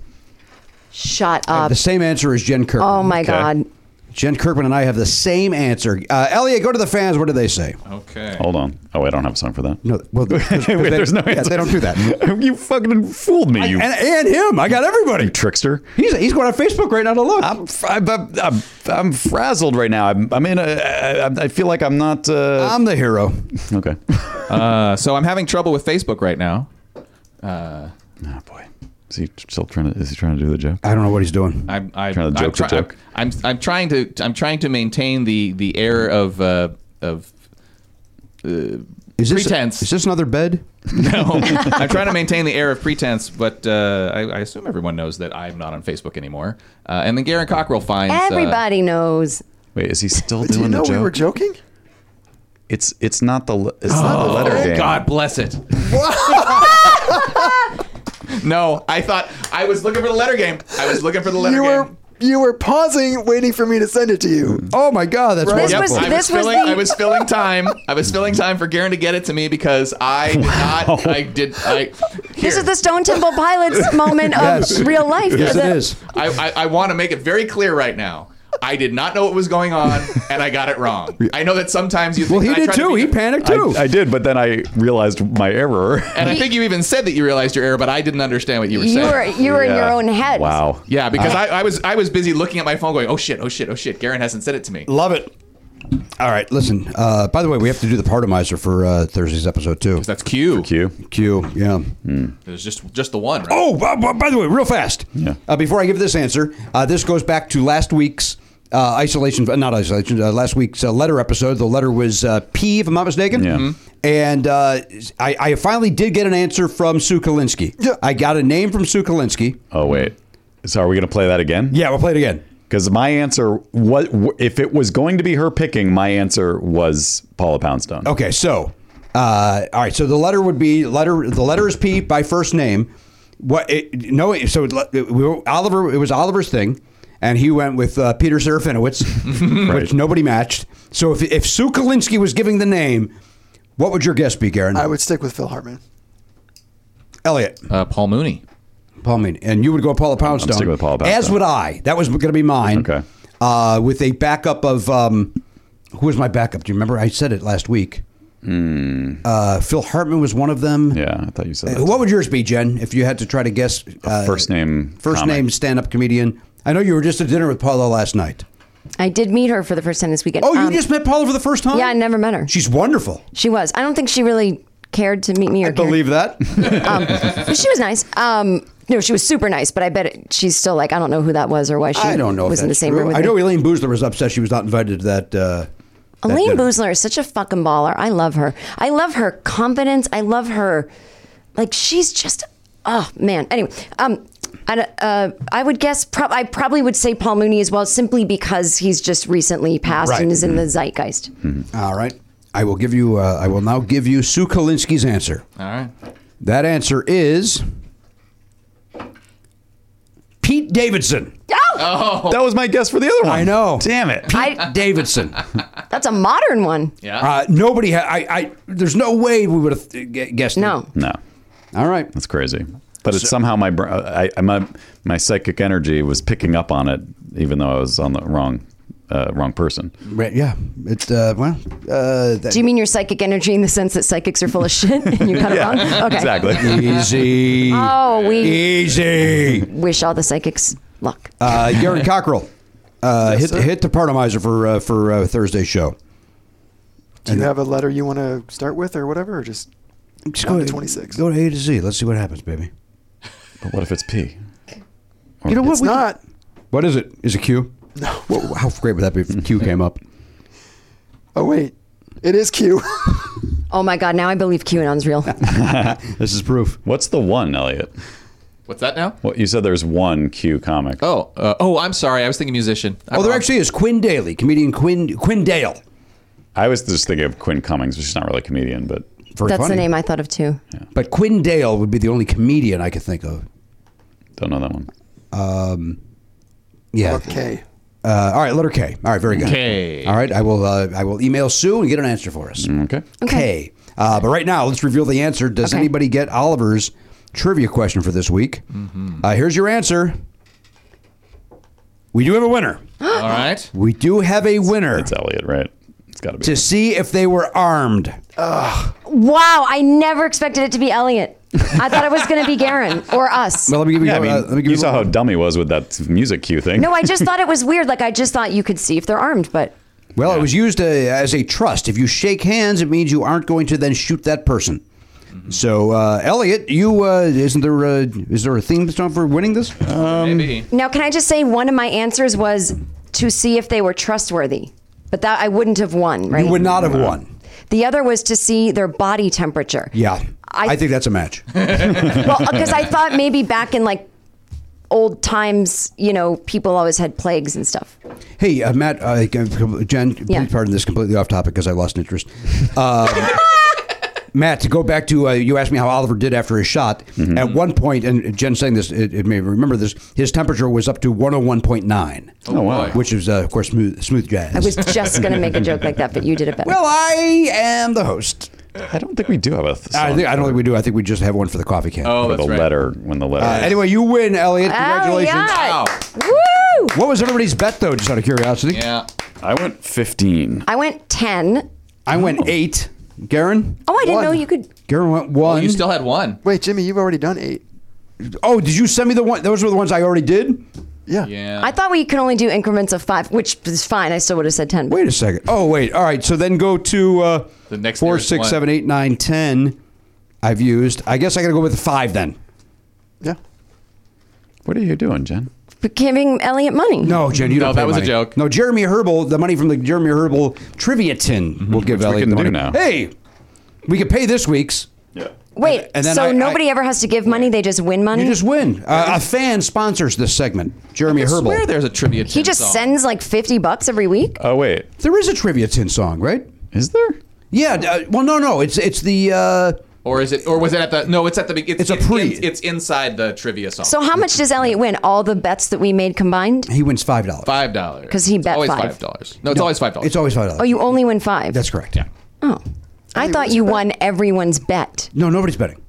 Shut up.
The same answer as Jen Kirkman.
Uh, Oh my God.
Jen Kirkman and I have the same answer. Uh, Elliot, go to the fans. What do they say?
Okay.
Hold on. Oh, I don't have a song for that.
No, well, because-
Wait,
they,
there's no
yeah,
answer.
they don't do that.
you fucking fooled me. you
And, and him, I got everybody.
trickster.
He's he's going on Facebook right now to look.
I'm, f- I'm, I'm, I'm frazzled right now. I'm, I'm in a. I, I feel like I'm not. Uh,
I'm the hero.
okay. oh
Uh, so I'm having trouble with Facebook right now.
Ah, boy. Is he still trying to? Is he trying to do the joke?
I don't know what he's doing.
I'm, I'm
Trying to
I'm
joke the joke.
I'm, I'm I'm trying to I'm trying to maintain the the air of uh, of
Is this
pretense.
Is this another bed?
no. I'm trying to maintain the air of pretense, but uh, I, I assume everyone knows that I'm not on Facebook anymore. Uh, and then Garen Cockrell finds uh,
Everybody knows.
Wait, is he still
Do
doing
you know
the joke?
we were joking?
It's it's not the le- it's not
Oh,
the letter game.
God bless it. no, I thought I was looking for the letter game. I was looking for the letter
You
game.
were you were pausing, waiting for me to send it to you.
Oh my God, that's
This
wonderful.
was-
I was
this was
filling.
the-
I was filling time. I was filling time for Garen to get it to me because I did not. I did. I.
This
here.
is the Stone Temple Pilots moment of
Yes.
real life.
yes,
The-
it is.
I, I, I want to make it very clear right now. I did not know what was going on, and I got it wrong. I know that sometimes you. Think
Well, he
that I
did
tried to
too.
be
He
good-
panicked too.
I, I did, but then I realized my error.
And I think you even said that you realized your error, but I didn't understand what you were
You
saying.
were you were in your
Yeah.
own head.
Wow.
yeah, because
Uh,
I, I was I was busy looking at my phone, going, "Oh shit! Oh shit! Oh shit!" Garen hasn't said it to me.
Love it. All right, listen. Uh, by the way, we have to do the partomizer for uh, Thursday's episode too.
That's Q.
Q.
Q. Yeah.
It was just just the one. Right?
Oh, by, by- by the way, real fast.
Yeah.
Uh, before I give this answer, uh, this goes back to last week's uh, isolation, uh, not isolation, uh, last week's uh, letter episode. The letter was uh, P, if I'm not mistaken.
Yeah. Mhm.
And uh, I, I finally did get an answer from Sue Kalinsky.
Yeah.
I got a name from Sue Kalinsky.
Oh wait. So are we gonna play that again?
Yeah, we'll play it again.
Because my answer, what if it was going to be her picking? My answer was Paula Poundstone.
Okay, so uh, all right, so the letter would be letter. The letter is P by first name. What? It, no, so it, we were, Oliver. It was Oliver's thing. and he went with uh, Peter Serafinowicz, which
Right.
nobody matched. So if, if Sue Kalinsky was giving the name, what would your guess be, Garen?
I would stick with Phil Hartman.
Elliot,
Uh, Paul Mooney.
Paul Meany. and you would go Paula Poundstone.
sticking with Paula
As
Poundstone.
would I. That was going to be mine.
Okay.
Uh, with a backup of um, who was my backup? Do you remember? I said it last week. Uh, Phil Hartman was one of them.
Hmm. Yeah, I thought you said that.
What would yours be, Jen, if you had to try to guess? Uh,
first name
First
comic.
name stand up comedian. I know you were just at dinner with Paula last night.
I did meet her for the first time this weekend.
Oh, you
Um,
just met Paula for the first time?
Yeah, I never met her. She,
She's wonderful.
was. I don't think she really cared to meet me or
I
cared-
believe that.
Um, but she was nice. Um, no, she was super nice, but I bet it, she's still like, I don't know who that was or why she
I don't know. if
was in the
that's
same
true.
room with
I
me.
know Elaine Boozler was upset she was not invited to that. Uh, that
Elaine
dinner.
Boozler is such a fucking baller. I love her. I love her confidence. I love her. Like she's just. Oh man. Anyway, um, I uh, I would guess. Prob- I probably would say Paul Mooney as well, simply because he's just recently passed
Right. Mm-hmm.
and is in the zeitgeist.
All right. I will give you. Uh, I will now give you Sue Kalinsky's answer.
All right.
That answer is Pete Davidson.
Oh,
That was my guess for the other one.
I know.
Damn it.
I,
Davidson.
that's a modern one.
Yeah.
Uh, nobody. Ha- I, I. There's no way we would have gu- guessed. it.
No.
No,
All right.
that's crazy. But it's somehow my br- I, I- my my psychic energy was picking up on it, even though I was on the wrong uh, wrong person.
Right, Yeah. It's uh, well. Uh, that-
Do you mean your psychic energy in the sense that psychics are full of shit and you got it wrong? Okay.
Exactly.
easy.
Oh, we
Easy.
wish all the psychics luck.
Uh, Garen Cockrell. Uh, hit,
sir.
hit the partomizer for uh, for uh, Thursday show.
Do you have a letter you want to start with or whatever? Or just
Just
Down
go
to 26.
Go to A to Z. Let's see what happens, baby.
But what if it's P?
You know what?
it's not.
What is it? Is it Q? No. how great would that be if Q came up?
Oh wait, it is Q.
Oh my God! Now I believe QAnon's real.
This is proof.
What's the one, Elliot?
What's that now?
What you said? There's one Q comic.
Oh, uh, oh, I'm sorry. I was thinking musician. I'm
Oh, there
wrong.
actually is Quinn Daly, comedian Quinn Quinn Dale.
I was just thinking of Quinn Cummings, which is not really a comedian, but
Very
That's the
funny.
name I thought of too.
But Quinn Dale would be the only comedian I could think of.
don't know that one.
Yeah.
okay.
Uh, all right, letter K. All right, very good.
K.
All right, I will uh, I will email Sue and get an answer for us.
Mm. Okay.
K. Uh, but right now, let's reveal the answer. Does
Okay.
anybody get Oliver's trivia question for this week?
Mm-hmm.
Uh, here's your answer. We do have a winner.
All right.
We do have a winner.
It's Elliot, right? It's got to be.
to see if they were armed.
Wow! I never expected it to be Elliot. I thought it was going to be Garen or us.
Well, let me give you.
yeah, I
uh,
mean,
let me give
you
a
saw how
little-
dumb he was with that music cue thing.
no, I just thought it was weird. Like I just thought you could see if they're armed, but
Well, it was used uh, as a trust. If you shake hands, it means you aren't going to then shoot that person.
Mm-hmm.
So, uh, Elliot, you uh, isn't there? A, is there a theme song for winning this? Um,
Maybe.
now can I just say one of my answers was to see if they were trustworthy, but that I wouldn't have won. Right?
you would not have won.
The other was to see their body temperature.
Yeah, I,
I-
think that's a match.
Well, because I thought maybe back in like old times, you know, people always had plagues and stuff.
hey, uh, Matt, uh, Jen, please
Yeah.
pardon this completely off topic because I lost interest. Uh, Matt, to go back to uh, you asked me how Oliver did after his shot.
Mm-hmm.
At one point, and Jen saying this, it, it may remember this. His temperature was up to one hundred one point nine.
Oh, wow.
which is uh, of course smooth, smooth jazz.
I was just going to make a joke like that, but you did it better.
Well, I am the host.
I don't think we do have a. Th-
I,
song
think, I don't
for-
think we do. I think we just have one for the coffee can.
Oh,
for
that's
the
right.
letter when the letter.
Uh, anyway, you win, Elliot. Congratulations.
Oh, yeah. Woo!
What was everybody's bet, though, just out of curiosity?
Yeah.
I went 15.
I went 10.
I went
Oh.
eight. Garen?
Oh, I didn't
One.
know you could.
Garen went one.
Well, Oh, you still had one.
Wait, Jimmy, you've already done eight.
oh, did you send me the one? Those were the ones I already did?
Yeah.
Yeah.
I thought we could only do increments of five, which is fine. I still would have said 10.
Wait a second. Oh, wait. All right. So then go to uh,
The next
four,
nearest
six,
one.
seven, eight, nine, ten. I've used. I guess I got to go with five then.
Yeah.
What are you doing, Jen?
But giving Elliot money.
No, Jen, you
No,
don't
that
pay
was a
money.
joke.
No, Jeremy Herbal, the money from the Jeremy Herbal trivia tin
Mm-hmm.
will give
Which we
Elliot
can
the money.
do now.
Hey, we could pay this week's.
Yeah.
Wait,
and then
so
I- I-
nobody ever has to give money? They just win money?
You just win. Uh, a fan sponsors this segment. Jeremy
I
Herbal.
swear there's a trivia.
he just sends like 50 bucks every week?
Oh wait,
there is a trivia tin song, right?
is there?
Yeah. Uh, well, no, no. It's it's the uh,
Or is it? Or was it at the? No, it's at the. be- It's,
It's a
it's
pre.
in- it's inside the trivia song.
So how much does Elliot win? All the bets that we made combined?
He wins five dollars.
five dollars.
'Cause he
It's
bet
always
five.
five dollars. No, it's always five dollars.
It's always five dollars.
Oh, you only win five.
That's correct. Yeah.
Oh, I thought you won everyone's bet.
No, nobody's betting.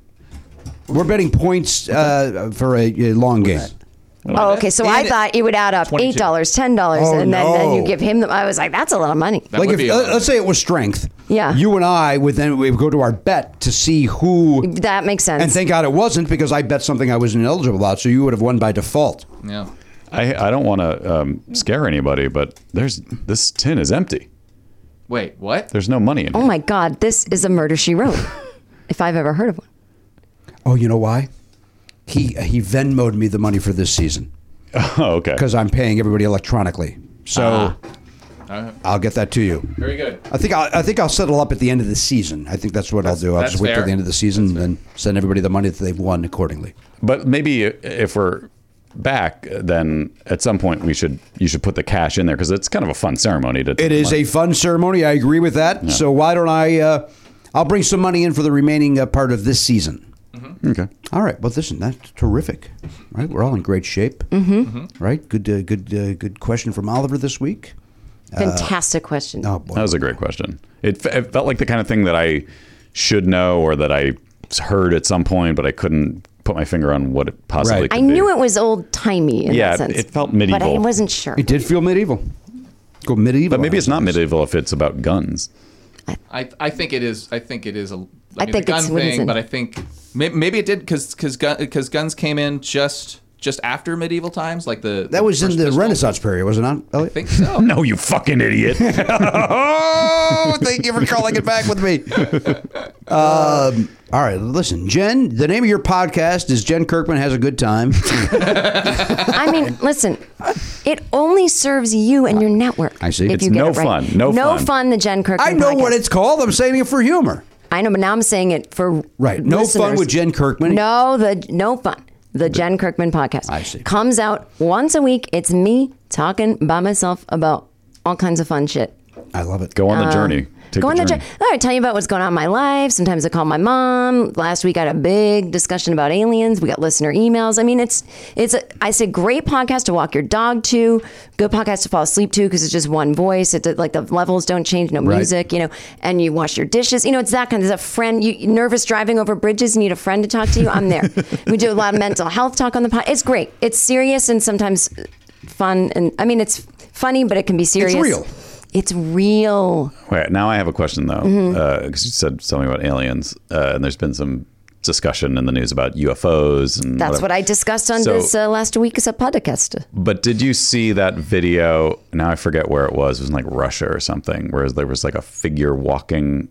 We're betting points uh, for a, a long game.
Oh, okay. So I
And-
thought it would add up eight dollars, ten dollars,
Oh,
and then, then you
no.
give him the. I was like, that's a lot of money.
That
like
would
if
be a-
let- let's say it was strength.
Yeah.
You and I would then we would go to our bet to see who.
That makes sense.
And thank God it wasn't because I bet something I was ineligible about, so you would have won by default.
yeah.
I I don't want to um, scare anybody, but there's this tin is empty.
Wait, what?
There's no money in
oh
here.
my God, this is a murder she wrote, if I've ever heard of one.
Oh, you know why? He he Venmoed me the money for this season
Oh, okay.
because I'm paying everybody electronically. So
Uh-huh. Alright.
I'll get that to you.
Very good.
I think I'll, I think I'll settle up at the end of the season. I think that's what I'll do. I'll
that's
just wait till
fair.
the end of the season and then send everybody the money that they've won accordingly.
But maybe if we're back, then at some point we should you should put the cash in there because it's kind of a fun ceremony to.
It is a fun ceremony. I agree with that. So why don't I? Uh, I'll bring some money in for the remaining uh, part of this season.
okay.
All right. Well, listen, that's terrific. Right, we're all in great shape. Mm-hmm. Right. Good. Uh, good. Uh, good question from Oliver this week. Uh,
Fantastic question.
Oh boy.
That was a great question. It, fe- it felt like the kind of thing that I should know or that I heard at some point, but I couldn't put my finger on what it possibly.
Right.
Could
I knew
be.
it was old timey in
Yeah,
that sense.
it felt medieval.
But I wasn't sure.
It did feel medieval. Go medieval.
But maybe it's not medieval if it's about guns.
I, I think it is. I think it is a. I mean,
I think
the gun
it's what he's
thing,
in.
but I think may- maybe it did because because guns came in just just after medieval times, like the
That was in
first
the
pistol.
Renaissance period, was it not?
I think
Oh.
so.
No, you fucking idiot.
Oh, thank you for calling it back with me. Um, all right, listen, Jen. The name of your podcast is Jen Kirkman has a good time.
I mean, listen, it only serves you and your network.
I see.
If
It's
you get
no
it right.
fun, no
no
fun.
fun. The Jen Kirkman.
I know what
podcast.
it's called. I'm saying it for humor.
I know, but now I'm saying it for
Right. No fun
listeners.
with Jen Kirkman.
No, the no fun. The Jen Kirkman podcast.
I see.
Comes out once a week. It's me talking by myself about all kinds of fun shit.
I love it.
Go on the journey. Take
Um, Uh, Go on the
journey.
journey. All right, tell you about what's going on in my life. Sometimes I call my mom. Last week I had a big discussion about aliens. We got listener emails. I mean, it's it's a, I say great podcast to walk your dog to. Good podcast to fall asleep to because it's just one voice. It's like the levels don't change, no
Right.
music, you know. And you wash your dishes. You know, it's that kind of a friend. You nervous driving over bridges. You need a friend to talk to you. I'm there. we do a lot of mental health talk on the pod. It's great. It's serious and sometimes fun. And I mean, it's funny, but it can be serious.
real.
It's real.
Wait, now I have a question though, because
Mm-hmm.
you said something about aliens, uh, and there's been some discussion in the news about UFOs and
That's
whatever.
what I discussed on
So-
this uh, last week's uh, podcast.
But did you see that video? Now I forget where it was. It was in like Russia or something, where there was like a figure walking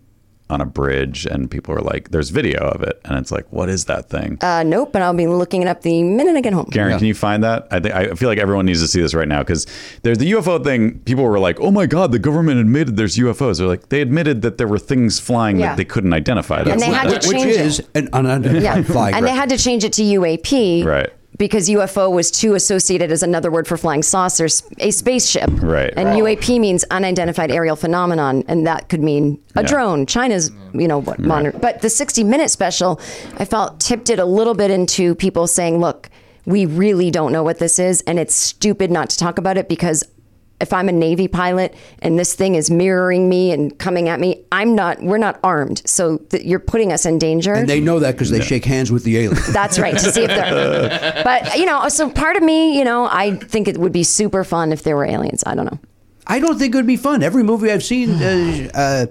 on a bridge, and people were like, "There's video of it," and it's like, "What is that thing?"
Uh, nope, but I'll be looking it up the minute I get home.
Garen, can you find that? I think I feel like everyone needs to see this right now because there's the UFO thing. People were like, "Oh my god, the government admitted there's UFOs." They're like, they admitted that there were things flying
Yeah.
that they couldn't identify. That's
they
what
had to
that-
Which
Change it.
is an unidentified
Yeah,
flying
and they had to change it to UAP,
Right.
Because UFO was too associated as another word for flying saucer, s- a spaceship,
Right.
And
Right.
UAP means unidentified aerial phenomenon, and that could mean a
Yeah.
drone. China's, you know, what monitor. But the 60 minute special, I felt tipped it a little bit into people saying, "Look, we really don't know what this is, and it's stupid not to talk about it because." If I'm a Navy pilot and this thing is mirroring me and coming at me, I'm not. We're not armed, so th- you're putting us in danger.
and they know that because they shake hands with the alien.
That's right. To see if they're. but you know, so part of me, you know, I think it would be super fun if there were aliens. I don't know.
I don't think it would be fun. Every movie I've seen. Uh, uh,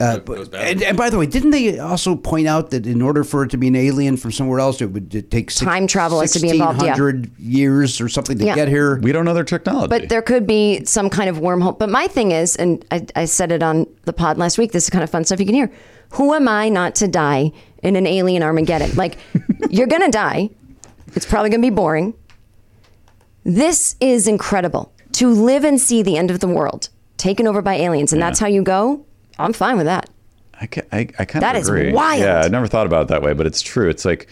uh, and, and by the way, didn't they also point out that in order for it to be an alien from somewhere else, it would it take six,
Time travel has to be involved, yeah.
1600 years or something to
Yeah.
get here.
we don't know their technology.
But there could be some kind of wormhole. But my thing is, and I, I said it on the pod last week. This is kind of fun stuff you can hear. Who am I not to die in an alien Armageddon? Like, you're gonna die. It's probably gonna be boring. This is incredible to live and see the end of the world taken over by aliens, and that's how you go. I'm fine with that.
I, ca- I, I kind
That
of
is
agree.
wild.
Yeah, I never thought about it that way, but it's true. It's like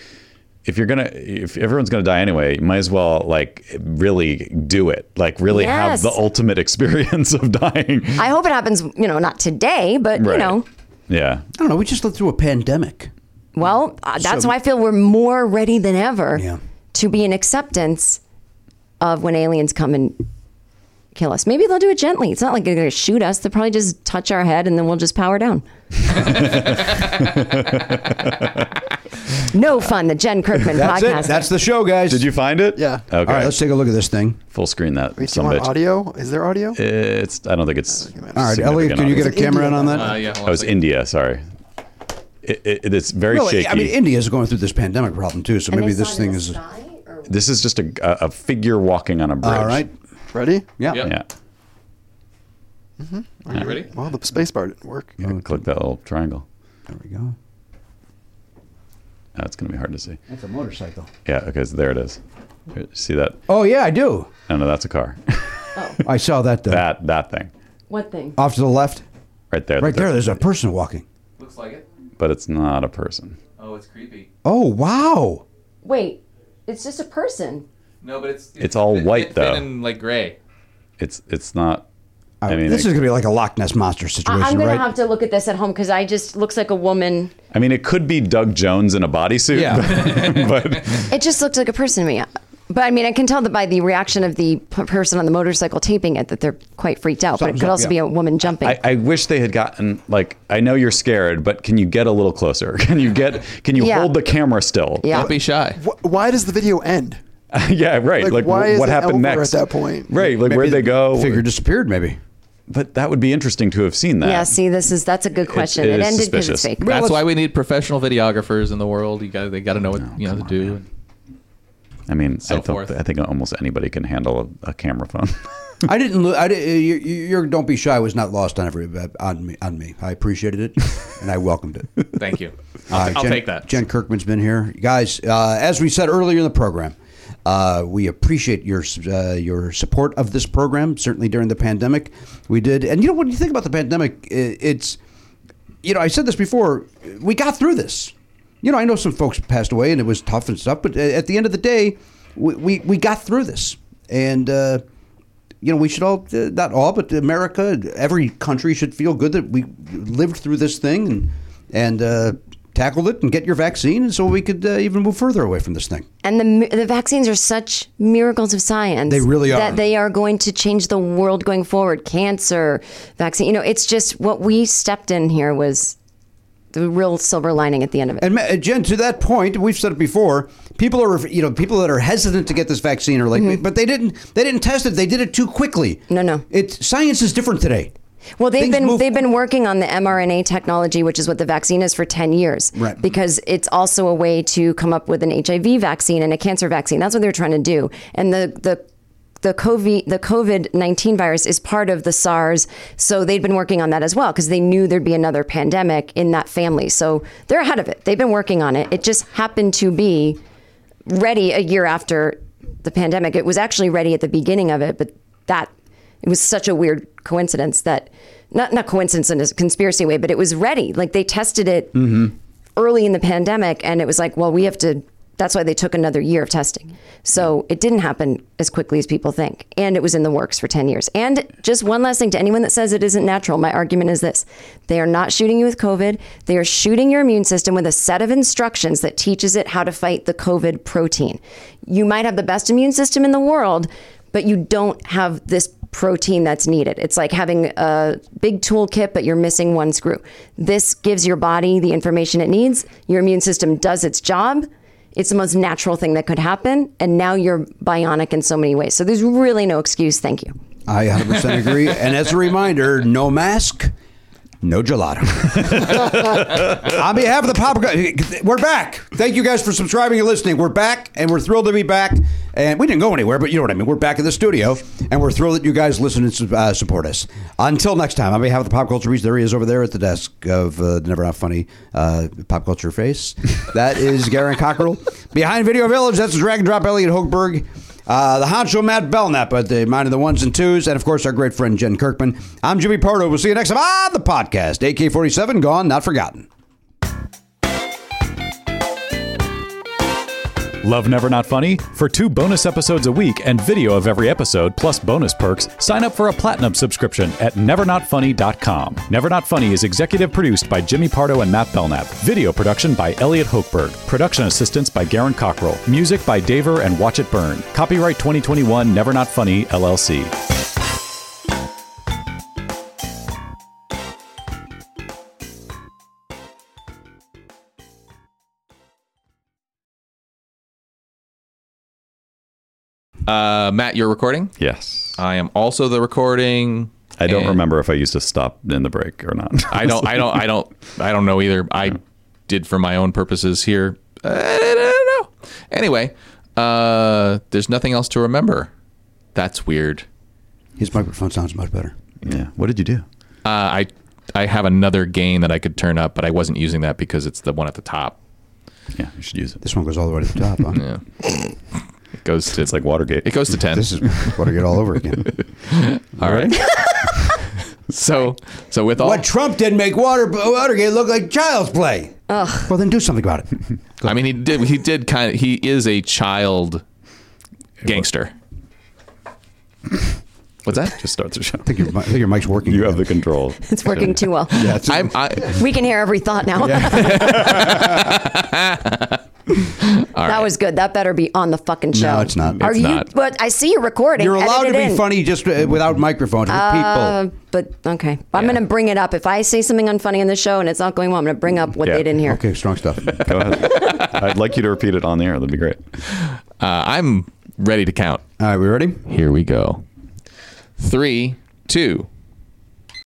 if you're gonna, if everyone's gonna die anyway, you might as well like really do it, like really
Yes.
have the ultimate experience of dying.
I hope it happens, you know, not today, but you know,
Yeah.
I don't know. We just lived through a pandemic.
Well, uh, that's
Mm. So-
why I feel we're more ready than ever
Yeah.
to be in acceptance of when aliens come and kill us. Maybe they'll do it gently. It's not like they're going to shoot us. They'll probably just touch our head and then we'll just power down. no fun. The Jen Kirkman
That's
podcast.
it. That's the show, guys.
Did you find it?
Yeah.
Okay.
All
All right, let's take a look at this thing.
Full screen that.
Wait, do you
son of a
want
bitch.
audio? Is there audio?
It's. I don't think it's.
All right, Elliot,
significant
can you get a
audio.
camera in on that?
Uh, yeah, hold on
Oh,
a
it's
second.
India. Sorry. It, it, it's very
Really,
shaky.
I mean, India's going through this pandemic problem too, so
And
maybe
they saw
this
it
thing
in the
is.
sky, or-
this is just a, a, a figure walking on a bridge.
All right.
Ready?
Yeah.
Yep.
Yeah.
You ready?
Well, the space bar didn't work.
Click that little triangle.
There we go.
That's gonna be hard to see.
That's a motorcycle.
Yeah. Okay. So there it is. Here, See that?
Oh yeah, I do.
No, no, that's a car.
I saw that. Though.
that that thing
What thing?
off to the left,
right there.
right
that-
there. There's a person walking.
Looks like it.
But it's not a person.
Oh, it's creepy.
Oh wow.
Wait, it's just a person.
No, but it's
It's all
thin-
white,
thin
though.
and like gray.
It's it's not.
All
I
right,
mean,
this
it,
is gonna be like a Loch Ness monster situation,
I- I'm going
right?
to have to look at this at home because I just looks like a woman.
I mean, it could be Doug Jones in a bodysuit.
Yeah.
but
It just looked like a person to me. But I mean, I can tell that by the reaction of the p- person on the motorcycle taping it that they're quite freaked out. but it
Something's
could
up,
also
yeah.
be a woman jumping.
I, I wish they had gotten like. I know you're scared, but can you get a little closer? Can you get? Can you
Yeah.
hold the camera still?
yeah.
Don't be shy.
Wh- why does the video end?
yeah. Right. Like,
Like, why
wh-
is
what
it
happened
over at
next
that point?
Right. Like
Maybe
where'd they
the
go?
Figure disappeared, maybe.
But that would be interesting to have seen that.
yeah. See, this is that's a good question.
it
It,
is
ended because
suspicious.
it's fake.
That's
let's-
why we need professional videographers in the world. You got they got to know what you know to do.
I mean, I,
So
thought-
forth.
I think almost anybody can handle a, a camera phone.
I didn't. Lo- I uh, didn't. Your, your "Don't Be Shy" was not lost on every uh, on me. On me, I appreciated it, and I welcomed it.
Thank you.
Uh,
I'll, I'll
Jen-
take that.
Jen Kirkman's been here, guys. Uh, as we said earlier in the program, uh, we appreciate your uh, your support of this program. Certainly during the pandemic, we did. And you know, when you think about the pandemic, i- it's you know, I said this before. We got through this. You know, I know some folks passed away, and it was tough and stuff. But a- at the end of the day, we we, we got through this, and. Uh, you know, we should all, uh, not all, but America, every country should feel good that we lived through this thing and, and uh, tackled it and get your vaccine and so we could uh, even move further away from this thing.
And the mi- the vaccines are such miracles of science.
They really are.
That they are going to change the world going forward. Cancer vaccine. You know, it's just what we stepped in here was the real silver lining at the end of it.
And Ma- uh, Jen, to that point, we've said it before. People are, you know, people that are hesitant to get this vaccine are like, but they didn't, they didn't test it. They did it too quickly.
Mm-hmm. No, no.
It's science is different today.
Well, they've
Things
been
move-
they've been working on the mRNA technology, which is what the vaccine is for ten years,
Right.
Because it's also a way to come up with an HIV vaccine and a cancer vaccine. That's what they're trying to do. And the the the COVID the COVID nineteen virus is part of the SARS, so they'd been working on that as well because they knew there'd be another pandemic in that family. So they're ahead of it. They've been working on it. It just happened to be ready a year after the pandemic. It was actually ready at the beginning of it, but that it was such a weird coincidence that not not coincidence in a conspiracy way, but it was ready. Like they tested it early in the pandemic, and it was like, well, we have to. That's why they took another year of testing. So it didn't happen as quickly as people think. And it was in the works for 10 years. And just one last thing to anyone that says it isn't natural, my argument is this they are not shooting you with COVID. They are shooting your immune system with a set of instructions that teaches it how to fight the COVID protein. You might have the best immune system in the world, but you don't have this protein that's needed. It's like having a big toolkit, but you're missing one screw. This gives your body the information it needs. Your immune system does its job. It's the most natural thing that could happen. And now you're bionic in so many ways. So there's really no excuse. Thank you.
I 100% agree. and as a reminder, no mask, no gelato. On behalf of the Pop, we're back. Thank you guys for subscribing and listening. We're back, and we're thrilled to be back. And we didn't go anywhere, but you know what I mean. We're back in the studio, and we're thrilled that you guys listen and su- uh, support us. Until next time, on behalf of the Pop Culture Beast, there he is over there at the desk of uh, the Never Not Funny uh, Pop Culture Face. That is Garen Cockrell. Behind Video Village, that's Drag and Drop Elliot Hochberg. Uh, the honcho Matt Belknap at the Mind of the Ones and Twos, and of course our great friend Jen Kirkman. I'm Jimmy Pardo. We'll see you next time on the podcast. AK 47, gone, not forgotten.
Love Never Not Funny? For two bonus episodes a week and video of every episode, plus bonus perks, sign up for a platinum subscription at nevernotfunny.com. Never Not Funny is executive produced by Jimmy Pardo and Matt Belknap. Video production by Elliot Hochberg. Production assistance by Garen Cockrell. Music by Daver and Watch It Burn. Copyright 2021 Never Not Funny, LLC.
Uh, Matt, you're recording.
Yes.
I am also the recording.
I don't
and-
remember if I used to stop in the break or not.
I don't. I don't. I don't. I don't know either. I did for my own purposes here. Uh, I don't know. Anyway, uh, there's nothing else to remember. That's weird.
His microphone sounds much better.
yeah. What did you do?
Uh, I I have another gain that I could turn up, but I wasn't using that because it's the one at the top.
Yeah, you should use it.
This one goes all the way to the top. Huh?
Yeah. It goes to
It's like Watergate.
it goes to ten.
This is what I get all over again.
All right. so so with all
What Trump did make water Watergate look like child's play. Well, then do something about it.
I mean he did he did kind of he is a child gangster. What's that?
Just start the show.
I think your, mi- I think your mic's working.
You have the control.
It's working too well.
I'm, I, uh,
We can hear every thought now. That was good. That better be on the fucking show.
it's not.
Are
It's
you?
not.
But I see you're recording.
You're allowed to
Edit
be
it in.
funny just uh, without microphones with
Uh,
Um,
people.
but okay, I'm going to bring it up. If I say something unfunny in the show and it's not going well, I'm going to bring up what
Yeah.
they didn't hear.
Okay, strong stuff.
Go ahead. I'd like you to repeat it on the air. That'd be great.
uh, I'm ready to count.
All right, we ready?
Here we go. Three, two,